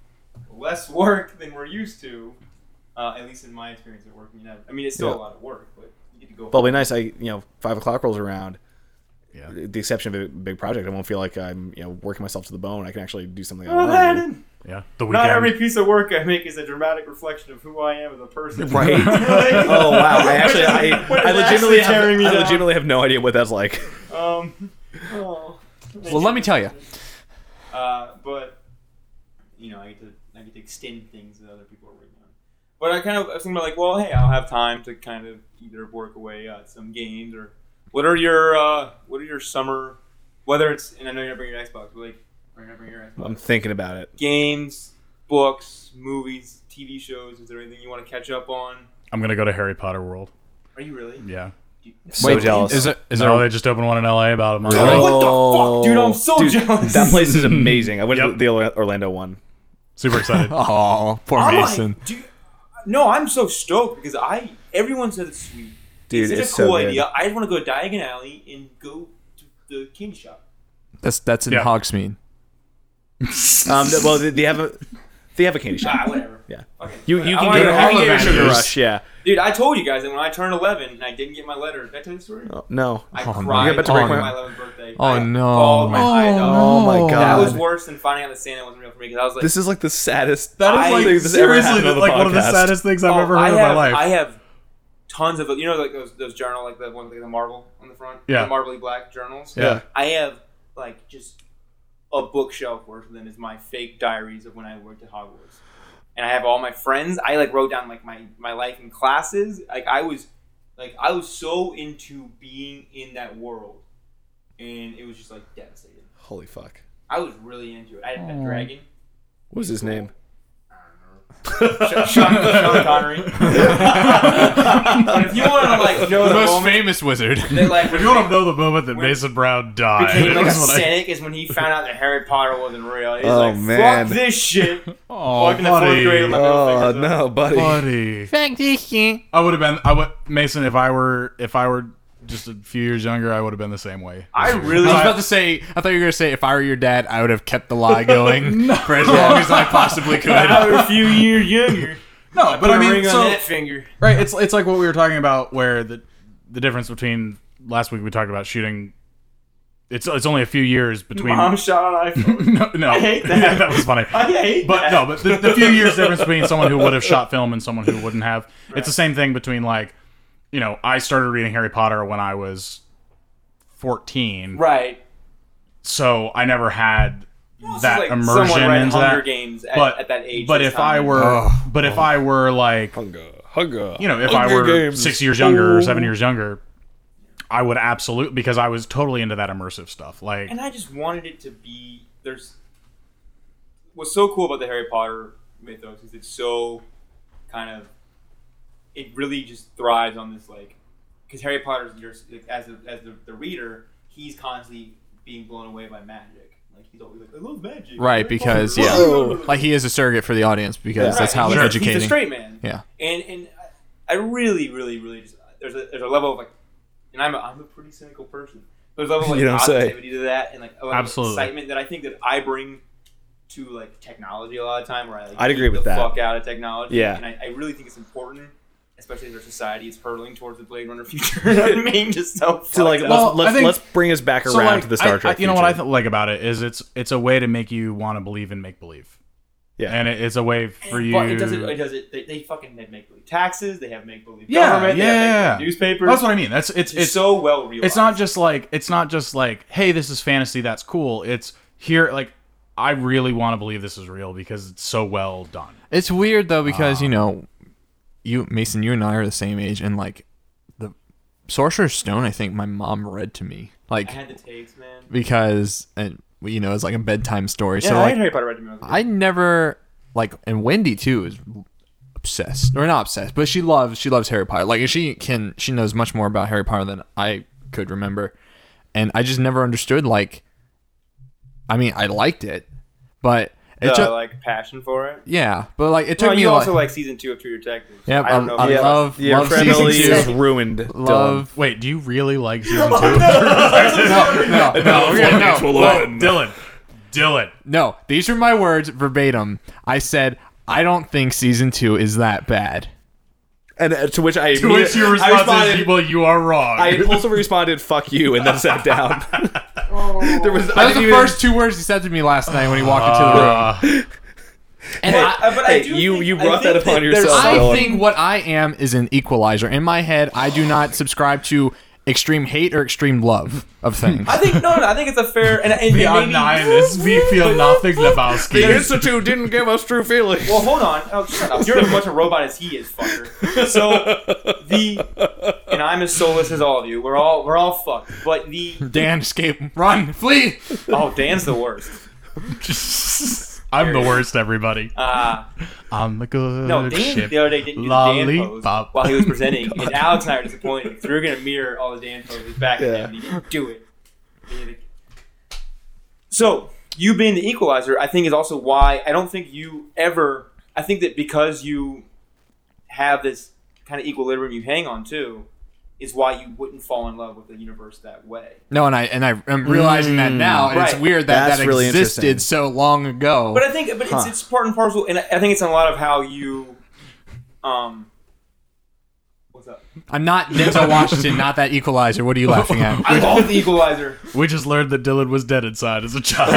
B: less work than we're used to. Uh, at least in my experience at work, you know, I mean, it's still
C: Yeah.
B: a lot of work, but you get to go.
C: But it'll be nice. I you know five o'clock rolls around.
D: Yeah.
C: with The exception of a big project, I won't feel like I'm you know working myself to the bone. I can actually do something. I
B: Well,
C: want to
B: then,
D: Yeah, the
B: Oh, not
D: weekend.
B: every piece of work I make is a dramatic reflection of who I am as a person.
C: do. Right? oh wow! I actually, I,
B: What is
C: I legitimately,
B: actually
C: have,
B: tearing me
C: I
B: down?
C: legitimately have no idea what that's like.
B: Um, oh.
A: well, let me tell you.
B: Uh, but you know, I get to I get to extend things that other people are working on. But I kind of I was thinking about like, well, hey, I'll have time to kind of either work away at some games or what are your uh, what are your summer whether it's and I know you're not bringing your Xbox, but like or you're not bringing your Xbox.
C: I'm thinking about it.
B: Games, books, movies, TV shows. Is there anything you want to catch up on?
D: I'm gonna go to Harry Potter World.
B: Are you really?
D: Yeah.
C: So jealous.
A: Is there? Is
D: No,
A: there?
D: they just opened one in LA about a month
B: Really?
D: ago.
B: What the fuck, dude? I'm so
C: Oh. Dude,
B: jealous.
C: That place is amazing. I went to
D: Yep.
C: the Orla- Orlando one.
D: Super excited.
A: Oh, poor
B: I'm
A: Mason.
B: like, dude, no, I'm so stoked because I everyone says it's sweet.
C: Dude,
B: it's
C: it's,
B: such a
C: so
B: cool
C: good.
B: idea. I just want to go to Diagon Alley and go to the King Shop.
A: That's that's in
D: Yeah.
A: Hogsmeade.
C: Um, th- well, they- they have a they have a candy shop.
B: Ah, whatever.
C: Yeah.
B: Okay.
C: You you
B: I
C: can
B: wanna
C: get
B: go
C: you
B: to
C: can
B: all
C: get a
B: of
C: sugar
B: Avengers.
C: rush. Yeah.
B: Dude, I told you guys that when I turned 11 and I didn't get my letter. Did I tell you the story?
C: Oh, no.
B: I
A: Oh, no.
B: cried
C: You're about to break
B: on
C: my-
B: my 11th birthday.
A: Oh
B: I
A: no!
B: bawled my eyes out.
C: Oh, my God.
B: That was
C: God.
B: worse than finding out that Santa wasn't real for me because I was like,
C: This is like the saddest.
D: That
B: I-
D: is like
C: thing that's ever
D: seriously
C: happened on the
D: like one of the
C: podcast.
D: saddest things I've
B: Oh,
D: ever heard
B: I
D: in
B: have,
D: my life.
B: I have tons of you know like those those journal like the one with the marble on the front,
D: Yeah.
B: the marbly black journals.
D: Yeah.
B: I have like just a bookshelf worth of them is my fake diaries of when I worked at Hogwarts, and I have all my friends. I like wrote down like my my life in classes. Like I was like I was so into being in that world, and it was just like devastating.
C: Holy fuck.
B: I was really into it. I had a dragon.
C: What was his name?
B: Sean, Sean Connery. but if you want to like know the, moment
A: famous wizard.
B: that like
D: if you want to know the moment that
B: When-
D: Mason Brown died,
B: became like a
D: that's what I-
B: cynic is when he found out that Harry Potter wasn't real. He's
C: Oh,
B: like,
C: man.
B: fuck this shit.
D: oh,
B: Walking to fourth
D: buddy.
B: grade with my middle
C: Oh
B: fingers up.
C: no, buddy.
D: buddy. I would have been. I would Mason if I were if I were just a few years younger. I would have been the same way.
B: I really.
A: I was about to say. I thought you were gonna say if I were your dad, I would have kept the lie going for as long as I possibly could.
B: I were a few years younger.
D: no,
B: Put a ring on that finger.
D: right? It's it's like what we were talking about, where the the difference between last week we talked about shooting. It's it's only a few years between.
B: Mom shot on iPhone.
D: no, no,
B: I hate that.
D: Yeah, that was funny.
B: I hate
D: But
B: that.
D: no, but the, the few years difference between someone who would have shot film and someone who wouldn't have. It's the same thing between like, you know, I started reading Harry Potter when I was fourteen,
B: Right.
D: so I never had that
B: It's like
D: immersion
B: someone read
D: into
B: Hunger
D: that.
B: Games at,
D: but
B: at that age.
D: but
B: this
D: if I
B: time.
D: were,
A: Ugh.
D: but if I were like,
C: Hunger, hunger.
D: you know, if I
C: Hunger
D: were
C: Games.
D: six years younger
C: Oh.
D: or seven years younger, I would absolutely because I was totally into that immersive stuff. Like,
B: and I just wanted it to be there's what's so cool about the Harry Potter mythos is it's so kind of it really just thrives on this like because Harry Potter's your as a, as the, the reader he's constantly being blown away by magic like he's always like I love magic
A: Right,
B: Harry Potter."
A: because, yeah. Like he is a surrogate for the audience because
C: Yeah.
A: that's how
B: Right,
A: they're
B: he's- He's a
A: educating.
B: straight man
A: Yeah.
B: and and I I really, really, really just there's a there's a level of like, and I'm a, I'm a pretty cynical person. There's a level of
C: You
B: like
C: don't say.
B: positivity to that and like a level of
D: Absolutely.
B: excitement that I think that I bring to like technology a lot of time where I like
C: I'd
B: geek
C: agree with
B: the
C: that.
B: fuck out of technology.
C: Yeah.
B: and I, I really think it's important especially as our society is hurtling towards the Blade Runner future. I mean, just so
C: So like,
B: fucked
C: let's
B: up.
D: Well,
C: let's,
D: I think-
C: let's bring us back around
D: So, like,
C: to the Star
D: I-
C: Trek.
D: I- you know what I
C: future.
D: th- like about it is it's it's a way to make you want to believe and make believe.
C: Yeah.
D: and it, it's a way for you.
B: But it doesn't. It doesn't. They, they fucking have make believe taxes. They have make believe
D: Yeah,
B: government.
D: yeah,
B: they have
D: yeah, yeah.
B: make-believe newspapers.
D: That's what I mean. That's it's
B: it's,
D: it's
B: so well realized.
D: it's not just like it's not just like hey this is fantasy that's cool. It's here like I really want to believe this is real because it's so well done.
A: It's weird though because
B: Ah.
A: you know, you Mason, you and I are the same age, and like the Sorcerer's Stone, I think my mom read to me, like
B: I had the tapes, man.
A: because and you know it's like a bedtime story.
B: Yeah,
A: so
B: I
A: like
B: had Harry Potter read to me. when I was a kid.
A: I never like, and Wendy too is obsessed or not obsessed, but she loves she loves Harry Potter. Like she can she knows much more about Harry Potter than I could remember, and I just never understood. Like, I mean, I liked it, but it
B: The,
A: took
B: like passion for it.
A: yeah, but like it took
B: No,
A: me
B: you
A: a
B: also
A: lot.
B: like season two of True Detective.
A: Yep,
B: I don't know.
A: I-
B: if
A: I
B: you-
A: love-
C: yeah,
A: love
C: Frenemies
A: season
C: is
A: two.
C: ruined. Dylan.
A: love.
D: Wait, do you really like season two?
A: No, no, no, okay, no,
D: Well, Dylan, Dylan.
A: no. These are my words verbatim. I said I don't think season two is that bad.
C: And uh, to which I
D: To which your
C: I
D: response
C: responded-
D: is, well, you are wrong.
C: I impulsively responded "fuck you" and then sat down. there was
A: That was the first two words he said to me last night when he walked into the room.
D: Uh,
A: And I-
B: Uh, but I
C: Hey,
B: do
C: you
B: think-
C: you
B: I
C: brought that
B: think
C: upon
B: there's-
C: yourself.
A: I
C: Dylan.
A: think what I am is an equalizer. In my head, I do not subscribe to extreme hate or extreme love of things.
B: I think no, no. I think it's a fair and, and
D: we
B: and
D: are
B: maybe-
D: nihilists. We feel nothing,
C: the
D: Lebowski.
C: institute didn't give us true feelings.
B: Well, hold on. Oh, shut up. You're as much a robot as he is, fucker. So the and I'm as soulless as all of you. We're all we're all fucked. But the
A: Dan, escape, run, flee.
B: oh, Dan's the worst.
D: I'm the worst, everybody.
B: Uh,
D: I'm the good
B: no, Dan
D: ship.
B: the other day didn't do the Dan pose
D: Lollipop.
B: while he was presenting, and Alex and I are disappointed because we were gonna mirror all the Dan poses back at
C: Yeah.
B: him, and he didn't do it. He did it. So you being the equalizer, I think, is also why I don't think you ever. I think that because you have this kind of equilibrium you hang on to, is why you wouldn't fall in love with the universe that way.
A: No, and I and I, I'm realizing that now, and it's
B: Right.
A: weird that
C: That's
A: that
C: really interesting.
A: existed so long ago.
B: But I think, but it's,
C: Huh.
B: it's part and parcel, and I I think it's on a lot of how you, um, what's up?
A: I'm not Denzel Washington, not that equalizer. What are you laughing at?
B: I love the equalizer.
D: We just learned that Dylan was dead inside as a child.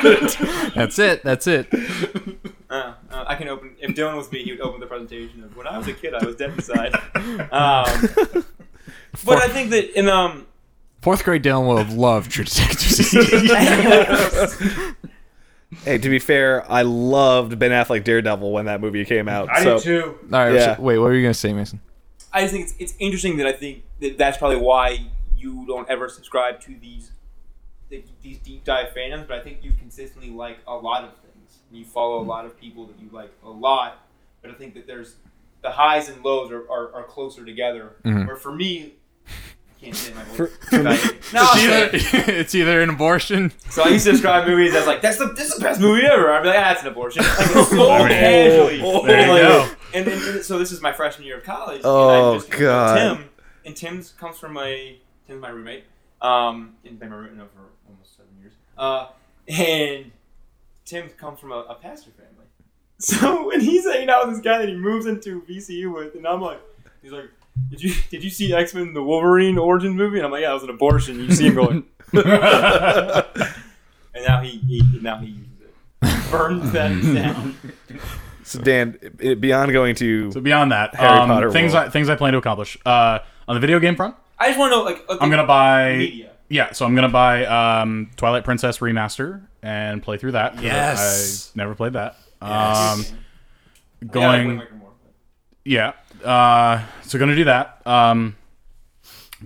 A: That's it. That's it.
B: Uh, uh, I can open. If Dylan was me, he would open the presentation of when I was a kid, I was dead inside.
C: Uh,
B: Um, but I think that in um,
A: Fourth grade Dylan will have loved True Detective.
C: Hey, to be fair, I loved Ben Affleck Daredevil when that movie came out.
B: I
C: so
B: did too.
A: All right.
C: Yeah.
A: so- wait, what were you gonna say, Mason?
B: I just think it's, it's interesting that I think that that's probably why you don't ever subscribe to these the- these deep dive fandoms, but I think you consistently like a lot of things. You follow a lot of people that you like a lot, but I think that there's the highs and lows are, are, are closer together. Where for me, I can't say my voice. no,
A: Oh,
B: I'll say it.
A: it's either an abortion.
B: So I used to describe movies as like that's the this is the best movie ever. I'd be like, ah, it's an abortion. Like, it's so
D: I mean,
B: casually.
C: there
D: you
B: Like,
D: go.
B: And then and so this is my freshman year of college. and
C: Oh,
B: I'm just with
C: God.
B: Tim and Tim's comes from my Tim's my roommate. Um, and been my roommate now for almost seven years. Uh, and Tim comes from a, a pastor family. So when he's hanging out with this guy that he moves into VCU with, and I'm like, he's like, did you did you see X Men the Wolverine origin movie? And I'm like, yeah, it was an abortion. You see him going. And now he, he now he uses it. Burns that down.
C: So Dan, it, beyond going to
D: so beyond that,
C: Harry
D: um,
C: Potter
D: things
C: world.
D: I things I plan to accomplish uh, on the video game front.
B: I just want to know, like, okay,
D: I'm gonna buy
B: media.
D: Yeah, so I'm gonna buy um, Twilight Princess remaster and play through that. 'cause
A: Yes.
D: I never played that.
A: Yes.
D: Um,
B: Yeah, like Wind
D: going,
B: Waker more.
D: yeah. Uh, so gonna do that. Um,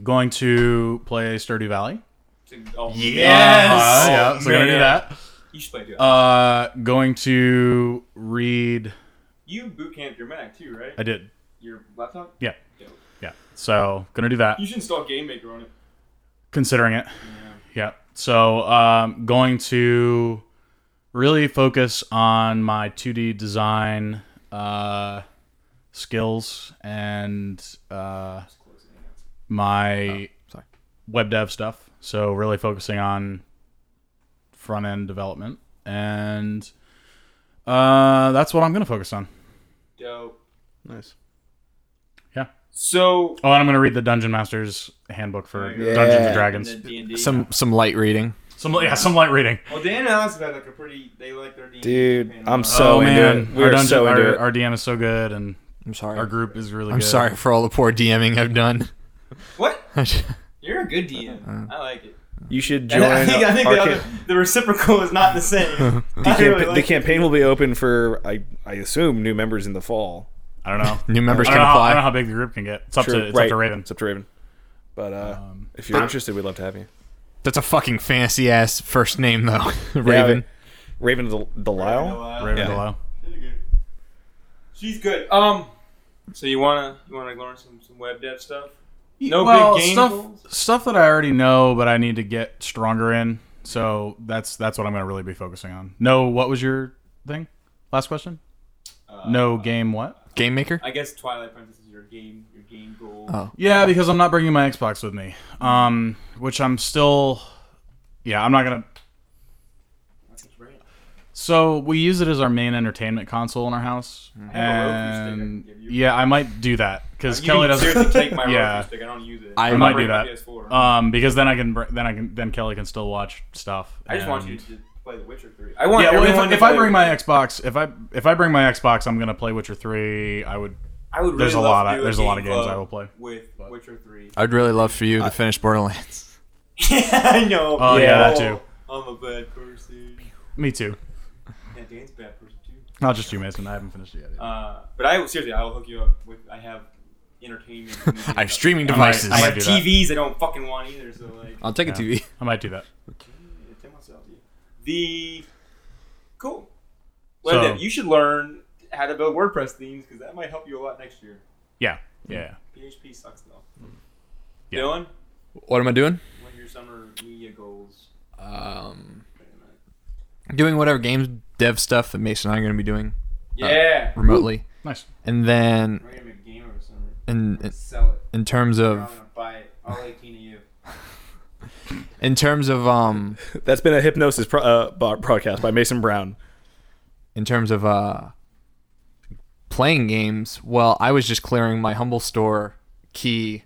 D: going to play Sturdy Valley.
B: To- oh,
D: Uh, yeah, so gonna do
B: man.
D: that.
B: You should play Duo.
D: Uh, going to read.
B: you boot camp your Mac too, right?
D: I did.
B: your laptop.
D: Yeah,
B: Dope.
D: yeah. So gonna do that.
B: You should install Game Maker on it.
D: considering it. Yeah. So um, going to really focus on my 2D design uh, skills and uh, my
A: sorry.
D: web dev stuff. So really focusing on front end development and uh, that's what I'm gonna focus on.
B: Dope.
C: nice.
B: So
D: Oh, and I'm gonna read the Dungeon Master's handbook for
B: Yeah.
D: Dungeons and
B: and
D: Dragons.
B: then D and D.
A: Some some light reading.
D: Some yeah, some light reading.
B: Well, Dan and Alex have had like a pretty. They like their D.
C: Dude, I'm so-
D: oh
C: into
D: man,
C: it. We
D: our
C: are
D: dungeon,
C: so into
D: our,
C: it.
D: our DM is so good, and
A: I'm sorry.
D: our group is really.
A: I'm
D: good.
A: sorry for all the poor DMing I've done.
B: Uh, What? You're a good DM. I like it.
C: You should Uh, join.
B: And I think, I think
C: our
B: the,
C: ca-
B: other, the reciprocal is not the same. I
C: the,
B: really
C: campa-
B: like
C: the
B: it.
C: campaign will be open for I I assume new members in the fall.
D: I don't know.
A: New members
D: I
A: can
D: don't, know how, I don't know
A: apply.
D: how big the group can get. It's up
C: Sure,
D: to it's up
C: right.
D: to Raven.
C: It's up to Raven. But uh,
B: Um,
C: if you're interested, we'd love to have you.
A: That's a fucking fancy ass first name though. Raven.
C: Raven Del- Delisle.
B: Wow.
D: Raven
C: Yeah.
D: below.
B: She's good. She's good. Um. So you wanna you wanna learn some some web dev stuff? No
D: well,
B: big game
D: stuff
B: goals?
D: stuff that I already know, but I need to get stronger in. So that's that's what I'm gonna really be focusing on. No, what was your thing? Last question.
B: Uh,
D: no game. What?
A: Game maker?
B: I guess Twilight Princess is your game your game goal.
A: Oh.
D: Yeah, because I'm not bringing my Xbox with me. Um, which I'm still. Yeah, I'm not gonna.
B: That's what's right.
D: So we use it as our main entertainment console in our house.
B: I Mm-hmm. have a Roku stick I can
D: And
B: give you. Uh,
D: yeah, I might do that because
B: You
D: Kelly
B: can
D: doesn't.
B: seriously take my
D: Yeah.
B: Roku stick. I don't use it.
A: I
B: I'm
A: might
B: not
D: do
B: bringing my
D: that.
B: PS4.
D: Um, because then I can br- then I can then Kelly can still watch stuff.
B: I just want
D: and-
B: you to play The Witcher Three. I want
D: Yeah, well,
B: everyone
D: if,
B: to
D: if I
B: play
D: bring my
B: Witcher
D: Xbox, if I if I bring my Xbox, I'm gonna play Witcher Three. I would.
B: three. I would really
D: there's a
B: love
D: lot
B: to
D: of-
B: do
D: there's a lot of
B: game
D: games
B: club
D: I will play.
B: with Witcher Three.
A: I'd really love for you to finish Borderlands.
B: I know.
D: Oh, yeah, that too.
B: I'm a bad person.
D: Me too.
B: Yeah, Dan's a bad person too.
D: Not just you, Mason. I haven't finished it yet. either.
B: Uh, but I seriously, I will hook you up with. I have entertainment.
A: I have streaming
D: I might-
A: devices.
D: I
B: I
D: might
B: have
D: do that.
B: TVs I don't fucking want either. So like,
A: I'll take a
D: Yeah.
A: TV.
D: I might do that.
B: yeah, tell myself, yeah. the cool.
D: So-
B: Well, then, you should learn how to build WordPress themes because that might help you a lot next year.
D: Yeah. Yeah.
B: PHP sucks though.
D: Yeah.
B: Dylan,
A: What am I doing?
B: what are your summer media goals?
A: Um, doing whatever games dev stuff that Mason and I are going to be doing
D: Uh,
B: Yeah,
A: remotely,
D: Nice.
A: and then
B: we're gonna make a game over the summer. We're
A: in
B: gonna sell it.
A: in terms
B: We're all
A: of
B: gonna buy it. All eighteen of you.
A: in terms of um
C: That's been a hypnosis pro- uh, bo- broadcast by Mason Brown.
A: in terms of uh playing games, well, I was just clearing my humble store key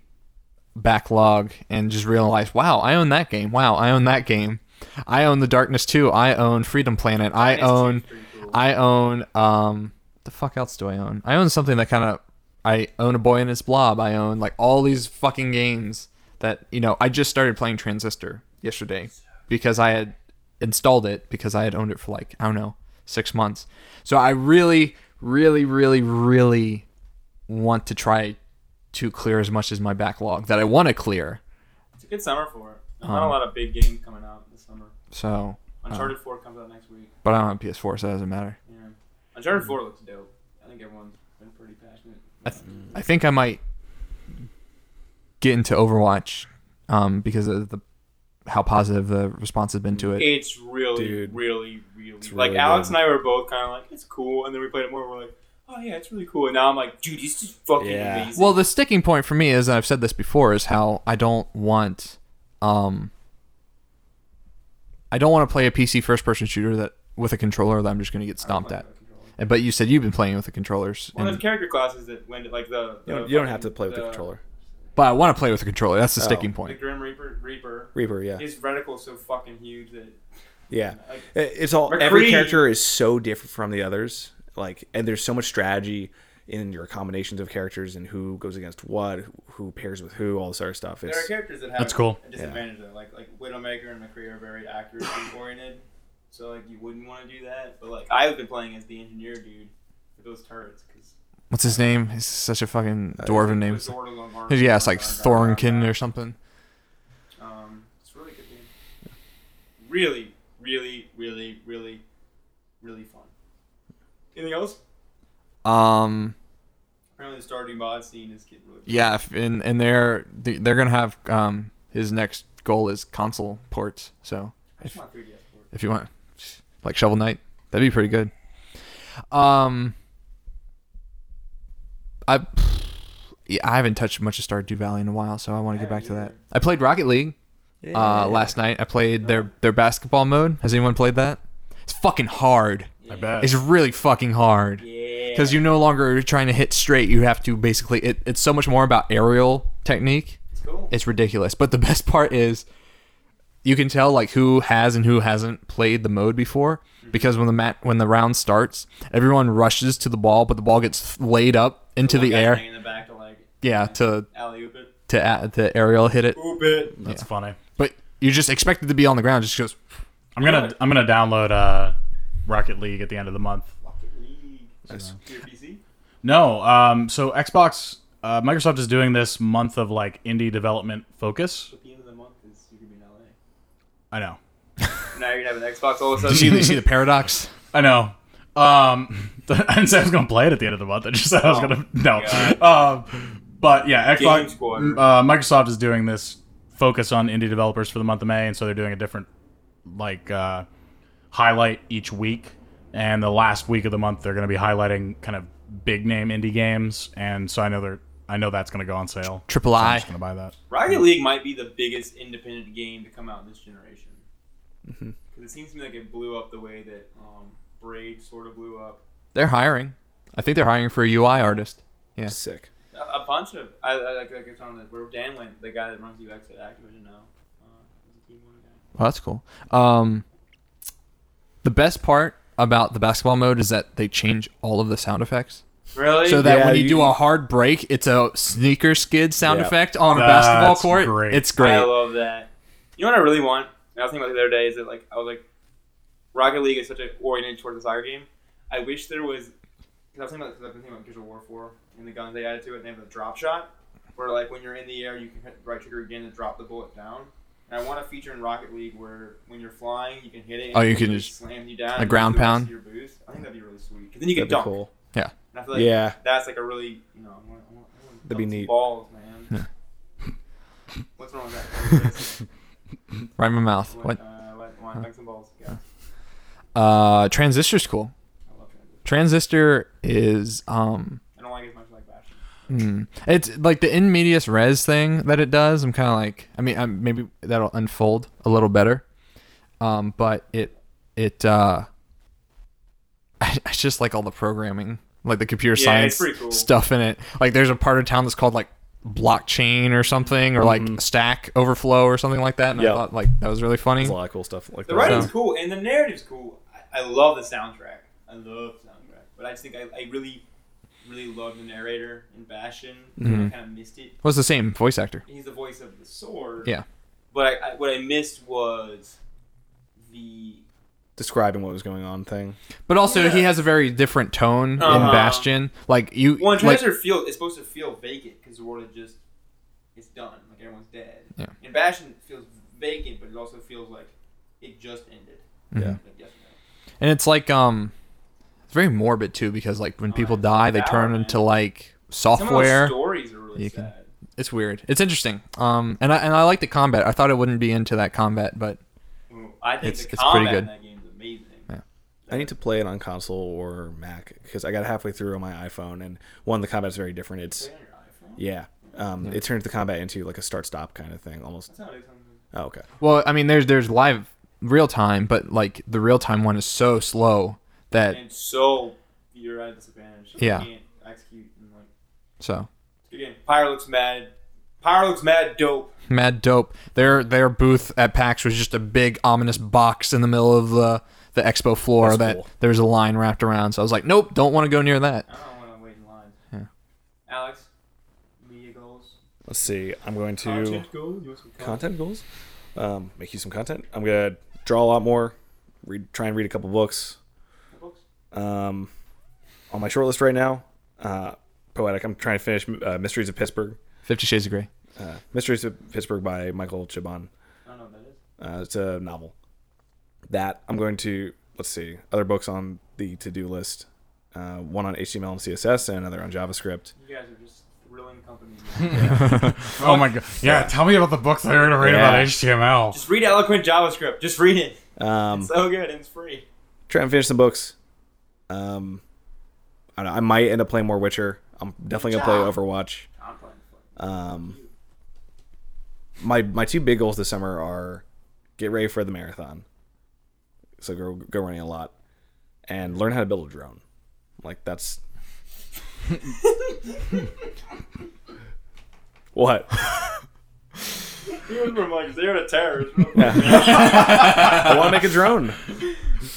A: backlog and just realized, wow, I own that game. Wow, I own that game. I own The Darkness 2. I own Freedom Planet. I
B: Nice,
A: own
B: dude, pretty cool.
A: I own um the fuck else do I own? I own something that kind of I own a boy and his blob. I own like all these fucking games that you know. I just started playing Transistor yesterday because I had installed it because I had owned it for like I don't know six months. So I really, really, really, really want to try to clear as much as my backlog that I want to clear.
B: It's a good summer for it. There's
D: Uh-huh.
B: Not a lot of big games coming out this summer.
A: So,
B: Uncharted 4 comes out next week.
A: but I don't have PS4, so it doesn't matter.
B: Yeah. Uncharted 4 looks dope. I think everyone's been pretty passionate.
A: I, th- I think I might get into Overwatch um, because of the how positive the response has been to it.
B: It's really,
C: Dude.
B: really, really,
C: really
B: like Alex
C: good.
B: and I were both kind of like, it's cool, and then we played it more. and We're like, oh yeah, it's really cool. And now I'm like, dude, this is fucking
C: Yeah.
B: amazing.
A: Well, the sticking point for me is, and I've said this before, is how I don't want, um, I don't want to play a PC first-person shooter that with a controller that I'm just going to get stomped at. And- But you said you've been playing with the controllers,
B: One of
A: and,
B: the character classes that went like the.
C: You
B: the
C: don't, you don't have to
B: fucking-
C: play with the controller.
A: but I want to play with the controller. That's the sticking
B: The
A: point.
B: Grim Reaper, Reaper.
C: Reaper, yeah,
B: His reticle's so fucking huge that
C: yeah.
B: like,
C: I- It's all every
B: McCree.
C: character is so different from the others. Like, and there's so much strategy in your combinations of characters and who goes against what, who pairs with who, all this other stuff.
B: There are
C: It's
B: characters that have
D: That's cool.
B: a disadvantage though, like like Widowmaker and McCree are very accuracy oriented, so like you wouldn't want to do that. But like I've been playing as the engineer dude with those turrets because
A: What's his name? He's such a fucking dwarven name.
B: Thorn
A: Yeah, it's like Thornkin or something.
B: Um, it's a really good game. Really, really, really, really, really fun. Anything else?
A: Um,
B: Apparently, the Stardew mod scene is getting really.
A: Yeah, if- and and they're they- they're gonna have um his next goal is console ports. So
B: I just want 3DS port.
A: if you want, like Shovel Knight, that'd be pretty good. Um, I yeah, I haven't touched much of Stardew Valley in a while, so I want to get back to that. I played Rocket League uh, last night. I played their their basketball mode. Has anyone played that? It's fucking hard.
D: I bet.
A: It's really fucking hard.
B: Yeah. yeah.
A: because you no longer are trying to hit straight. You have to basically. It, it's so much more about aerial technique.
B: It's cool.
A: It's ridiculous. But the best part is, you can tell like who has and who hasn't played the mode before because when the mat when the round starts, everyone rushes to the ball, but the ball gets laid up into
B: One
A: the
B: guy
A: air.
B: laying In the back to like
A: Yeah, to
B: alley oop it.
A: to a- to aerial hit it.
B: Oop it.
D: That's funny.
A: But you just expected to be on the ground. Just goes.
D: I'm gonna I'm gonna download uh, Rocket League at the end of the month.
B: Rocket League. Your PC?
D: No, um, so Xbox, uh, Microsoft is doing this month of like indie development focus.
B: At the end of the month is you could be in LA.
D: I know,
B: Now you're gonna have an Xbox all of a
A: You see,
B: sudden.
A: you see the paradox.
D: I know. Um, I didn't say I was gonna play it at the end of the month. I just said I was
B: Oh,
D: gonna no. Um, but yeah,
B: Game
D: Xbox,
B: Squad.
D: uh, Microsoft is doing this focus on indie developers for the month of May, and so they're doing a different like uh, highlight each week. And the last week of the month, they're gonna be highlighting kind of big name indie games, and so I know they're I know that's gonna go on sale.
A: Triple
D: I'm
A: I.
D: just gonna buy that.
B: Rocket League might be the biggest independent game to come out in this generation.
A: Mm-hmm.
B: Because it seems to me like it blew up the way that um, Braid sort of blew up.
A: They're hiring. I think they're hiring for a UI artist. Yeah.
C: Sick.
B: A, a bunch of I, I like like it's on the where Dan went, the guy that runs UX at Activision now. Uh, he's a team one guy.
A: Well, that's cool. Um, the best part about the basketball mode is that they change all of the sound effects.
B: Really?
A: So that
C: Yeah,
A: when you,
C: you-
A: do a hard break, it's a sneaker skid sound
C: Yeah.
A: effect on a
D: That's
A: basketball court.
D: great.
A: It's great.
B: I love that. You know what I really want? And I was thinking about it the other day is that like I was like, Rocket League is such an oriented towards the soccer game. I wish there was. Cause I was thinking about because I've been thinking about Gears of War Four and the guns they added to it, and they have the drop shot, where like when you're in the air, you can hit the right trigger again and drop the bullet down. And I want a feature in Rocket League where when you're flying, you can hit it. And
A: Oh, you
B: it
A: can just-
B: slams you down
A: a
B: and
A: ground
B: goes to the rest
A: pound?
B: of Your boost. I think that'd be really sweet. 'Cause then you can
C: That'd be
B: dunk.
C: cool.
B: And I feel like
C: Yeah.
B: that's like a really you know. I wanna- I wanna- I wanna
C: That'd be
B: dunk some
C: neat.
B: Balls, man. What's wrong with that?
A: Right in my mouth.
B: What?
A: What?
B: Uh, what- why dunk some balls? Yeah.
A: Uh, transistor's cool.
B: I love transit.
A: Transistor is um,
B: I don't like it as much like Bastion.
A: Hmm. It's like the in medias res thing that it does. I'm kind of like, I mean, i maybe that'll unfold a little better. Um, but it, it, uh, I, I just like all the programming, like the computer
B: Yeah, it's
A: science
B: pretty cool.
A: stuff in it. Like there's a part of town that's called like blockchain or something, or like Stack Overflow or something like that. And
C: Mm-hmm. Yeah.
A: I thought like that was really funny.
C: There's a lot of cool stuff like
B: The
C: that.
B: writing's
A: So-
B: cool and the narrative's cool. I, I love the soundtrack. I love the soundtrack. But I just think I, I really, really love the narrator in Bastion. I kind of missed it.
A: Well, it's the same voice actor.
B: He's the voice of the sword.
A: Yeah.
B: But I, I, what I missed was the.
C: describing what was going on thing.
A: But also,
B: Yeah.
A: he has a very different tone in
B: Uh-huh.
A: Bastion. Like you,
B: Well, in
A: like,
B: Treasure Field, it's supposed to feel vacant because the world is just. It's done. Like everyone's dead.
A: Yeah.
B: And Bastion feels vacant, but it also feels like it just ended.
A: Mm-hmm.
C: Yeah.
B: Like yesterday.
A: And it's like um it's very morbid too because like when
B: Oh,
A: people
B: it's
A: die they
B: like
A: turn
B: Valorant.
A: into like
B: Some of those
A: software.
B: stories are really
A: You can-
B: sad.
A: It's weird. It's interesting. Um and I and I like the combat. I thought I wouldn't be into that combat, but
B: Ooh, I think
A: It's-
B: the
A: it's pretty
B: combat
A: good.
B: in that game is amazing.
A: Yeah.
C: I need to play it on console or Mac because I got halfway through on my iPhone, and one the combat's very different. It's
B: Play on your iPhone?
C: yeah, um, it turns the combat into like a start stop kind of thing almost.
B: That's how it is on the-
C: Oh, okay,
A: well, I mean there's there's live real time, but like the real time one is so slow that
B: And so you're at a disadvantage.
A: Yeah.
B: You can't execute and like
A: so
B: it's a good game. Pyro looks mad. Pyro looks mad dope.
A: mad dope. Their their booth at PAX was just a big ominous box in the middle of the the expo floor
C: That's
A: that
C: cool.
A: there was a line wrapped around. So I was like, nope, don't want to go near that.
B: I don't wanna wait in line.
A: Yeah.
B: Alex, media goals.
C: let's see. I'm going to
B: Content goals? You want some content?
C: content goals. Um, make you some content. I'm gonna draw a lot more. Read, try and read a couple books.
B: Books?
C: Um, on my short list right now, uh, poetic. I'm trying to finish uh, Mysteries of Pittsburgh.
A: Fifty Shades of Grey.
C: Uh, Mysteries of Pittsburgh by Michael Chabon.
B: I don't know what that is.
C: Uh, it's a novel. That I'm going to let's see other books on the to-do list. Uh, one on HTML and CSS, and another on JavaScript.
B: You guys are just thrilling company.
D: oh my god! Yeah, tell me about the books I already read
C: Yeah.
D: about HTML.
B: just read eloquent JavaScript. Just read it.
C: Um,
B: It's so good and it's free.
C: try and finish some books. Um, I don't know. I might end up playing more Witcher. I'm definitely gonna play
B: job.
C: Overwatch.
B: I'm playing for it.
C: Um, my my two big goals this summer are get ready for the marathon. So go go running a lot, and learn how to build a drone. Like that's What?
B: He went from like zero to terrorist.
C: I want to make a drone.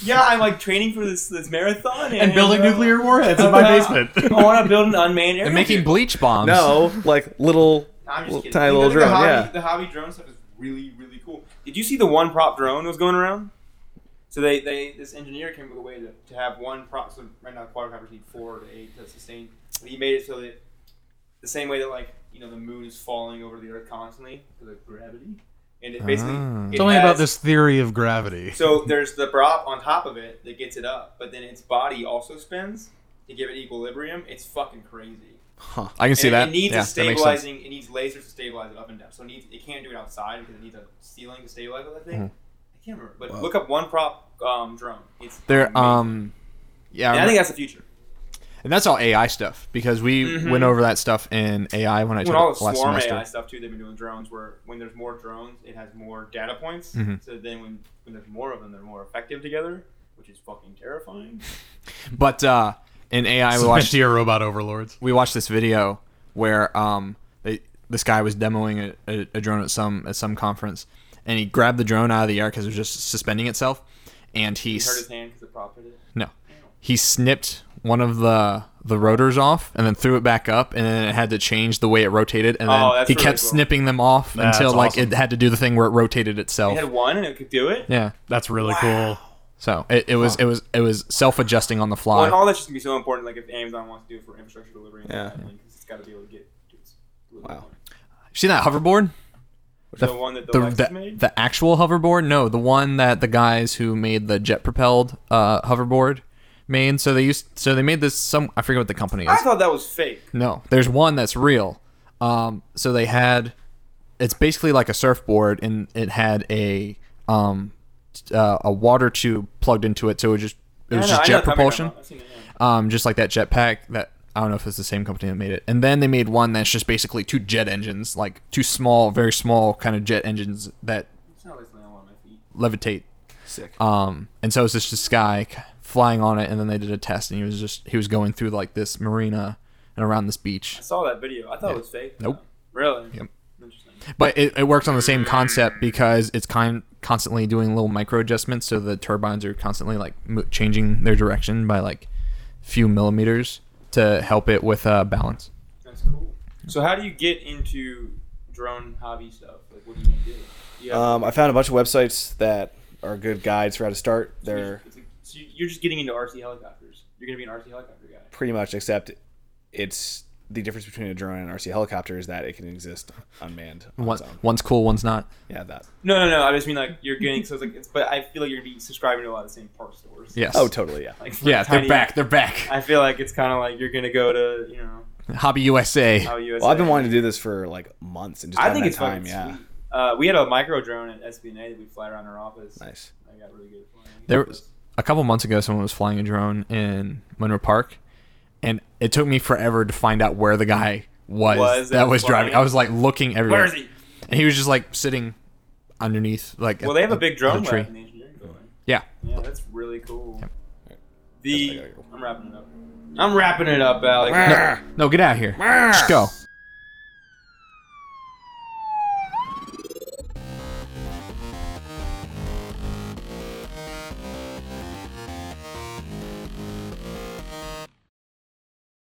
B: yeah, I'm like training for this this marathon and,
D: and building
B: uh,
D: nuclear warheads in my basement.
B: I want to build an unmanned aircraft.
A: And making bleach bombs.
C: No, like little
B: I'm
C: little
B: just kidding.
C: tiny
B: You know,
C: little
B: the
C: drone.
B: hobby,
C: Yeah.
B: The hobby drone stuff is really really cool. Did you see the one prop drone that was going around? So they, they this engineer came up with a way to, to have one prop. So right now quadcopters need four to eight to sustain. But he made it so that the same way that like you know the moon is falling over the earth constantly because of gravity, and it basically
A: Ah.
B: it
E: Tell me about
B: has-
E: this theory of gravity.
B: So there's the prop on top of it that gets it up, but then its body also spins to give it equilibrium. It's fucking crazy.
A: I can see
B: and
A: that.
B: It
A: yeah,
B: needs a
A: that makes sense.
B: stabilizing. It needs lasers to stabilize it up and down. So it needs. It can't do it outside because it needs a ceiling to stabilize it. I
A: Mm-hmm.
B: think. I can't remember. But look up one prop um, drone. It's
A: There,
B: amazing.
A: um, yeah,
B: And I think that's the future.
A: and that's all AI stuff because we
B: Mhm.
A: went over that stuff in AI when I
B: When
A: took
B: all the
A: it last
B: swarm
A: semester.
B: AI stuff too, they've been doing drones. Where when there's more drones, it has more data points.
A: Mhm.
B: So then when, when there's more of them, they're more effective together, which is fucking terrifying.
A: But uh, in AI, we
E: Submit
A: watched
E: to your robot overlords.
A: we watched this video where um they, this guy was demoing a, a, a drone at some at some conference, and he grabbed the drone out of the air because it was just suspending itself, and he
B: He hurt
A: s-
B: his hand because the prop hit it.
A: no, he snipped one of the the rotors off and then threw it back up and then it had to change the way it rotated and then
B: Oh, that's
A: he
B: really
A: kept
B: cool.
A: snipping them off
D: That's
A: until like
D: awesome.
A: it had to do the thing where it rotated
B: It
A: itself.
B: had one and it could do it.
A: Oh. yeah.
D: That's really cool.
A: So it, it was it was it was self adjusting on the
B: Well,
A: fly.
B: and all that's just gonna be so important. Like if Amazon wants to do it for infrastructure delivery, and
C: Yeah.
B: yeah, it's got to be able to get. to its delivery
C: Wow.
B: point.
A: See that hoverboard?
B: The, one that the,
A: the,
B: Lexus
A: the,
B: made.
A: the actual hoverboard no the one that the guys who made the jet propelled uh, hoverboard made so they used so they made this some i forget what the company
B: I
A: is
B: thought that was fake.
A: no there's one that's real um, so they had it's basically like a surfboard and it had a um, uh, a water tube plugged into it so it was just it was
B: I know,
A: just
B: I know
A: jet
B: the company
A: propulsion
B: you're talking about. I've seen it,
A: um, just like that jetpack that I don't know if it's the same company that made it. And then they made one that's just basically two jet engines, like two small, very small kind of jet engines that
B: yeah. It's not like something I want on my feet.
A: levitate.
C: Sick.
A: Um, and so it's just this guy k- flying on it, and then they did a test, and he was just he was going through like this marina and around this beach.
B: I saw that video. I thought it was fake.
A: Nope.
B: though. Really?
A: Yep.
B: Interesting.
A: But it, it works on the same concept because it's kind constantly doing little micro adjustments, so the turbines are constantly like mo- changing their direction by like few millimeters to help it with uh, balance.
B: That's cool. So how do you get into drone hobby stuff? Like what do you gonna do? Yeah.
C: Um, I found a bunch of websites that are good guides for how to start. They're
B: so you- you're just getting into RC helicopters. You're gonna be an RC helicopter guy.
C: pretty much except it's the difference between a drone and an RC helicopter is that it can exist unmanned on
A: One,
C: its own.
A: one's cool, one's not.
C: Yeah, that.
B: No, no, no. I just mean like you're getting. So it's like, it's, but I feel like you're gonna be subscribing to a lot of the same parts stores.
A: Yes.
C: Oh, totally. Yeah.
B: Like, for
A: Yeah,
B: tiny-
A: they're back. They're back.
B: I feel like it's kind of like you're gonna go to you know
A: Hobby USA.
B: how USA.
C: Well, I've been wanting to do this for like months and just
B: I think
C: haven't had
B: it's
C: time.
B: fucking
C: Yeah.
B: sweet. Uh, we had a micro drone at SBNA that we fly around our office.
C: Nice.
B: I got really good at flying.
A: There was a couple months ago, someone was flying a drone in Monroe Park, and it took me forever to find out where the guy was,
B: Was
A: that
B: that
A: was driving.
B: flying?
A: I was like looking everywhere,
B: Where is he?
A: and he was just like sitting underneath, like
B: Well, they have a big drone
A: the tree.
B: lab in the engineering building.
A: Yeah,
B: Yeah, that's really cool.
C: I
B: The
C: gotta go.
B: I'm wrapping it up. I'm wrapping it up, Alex.
A: no, get out of here. Just go.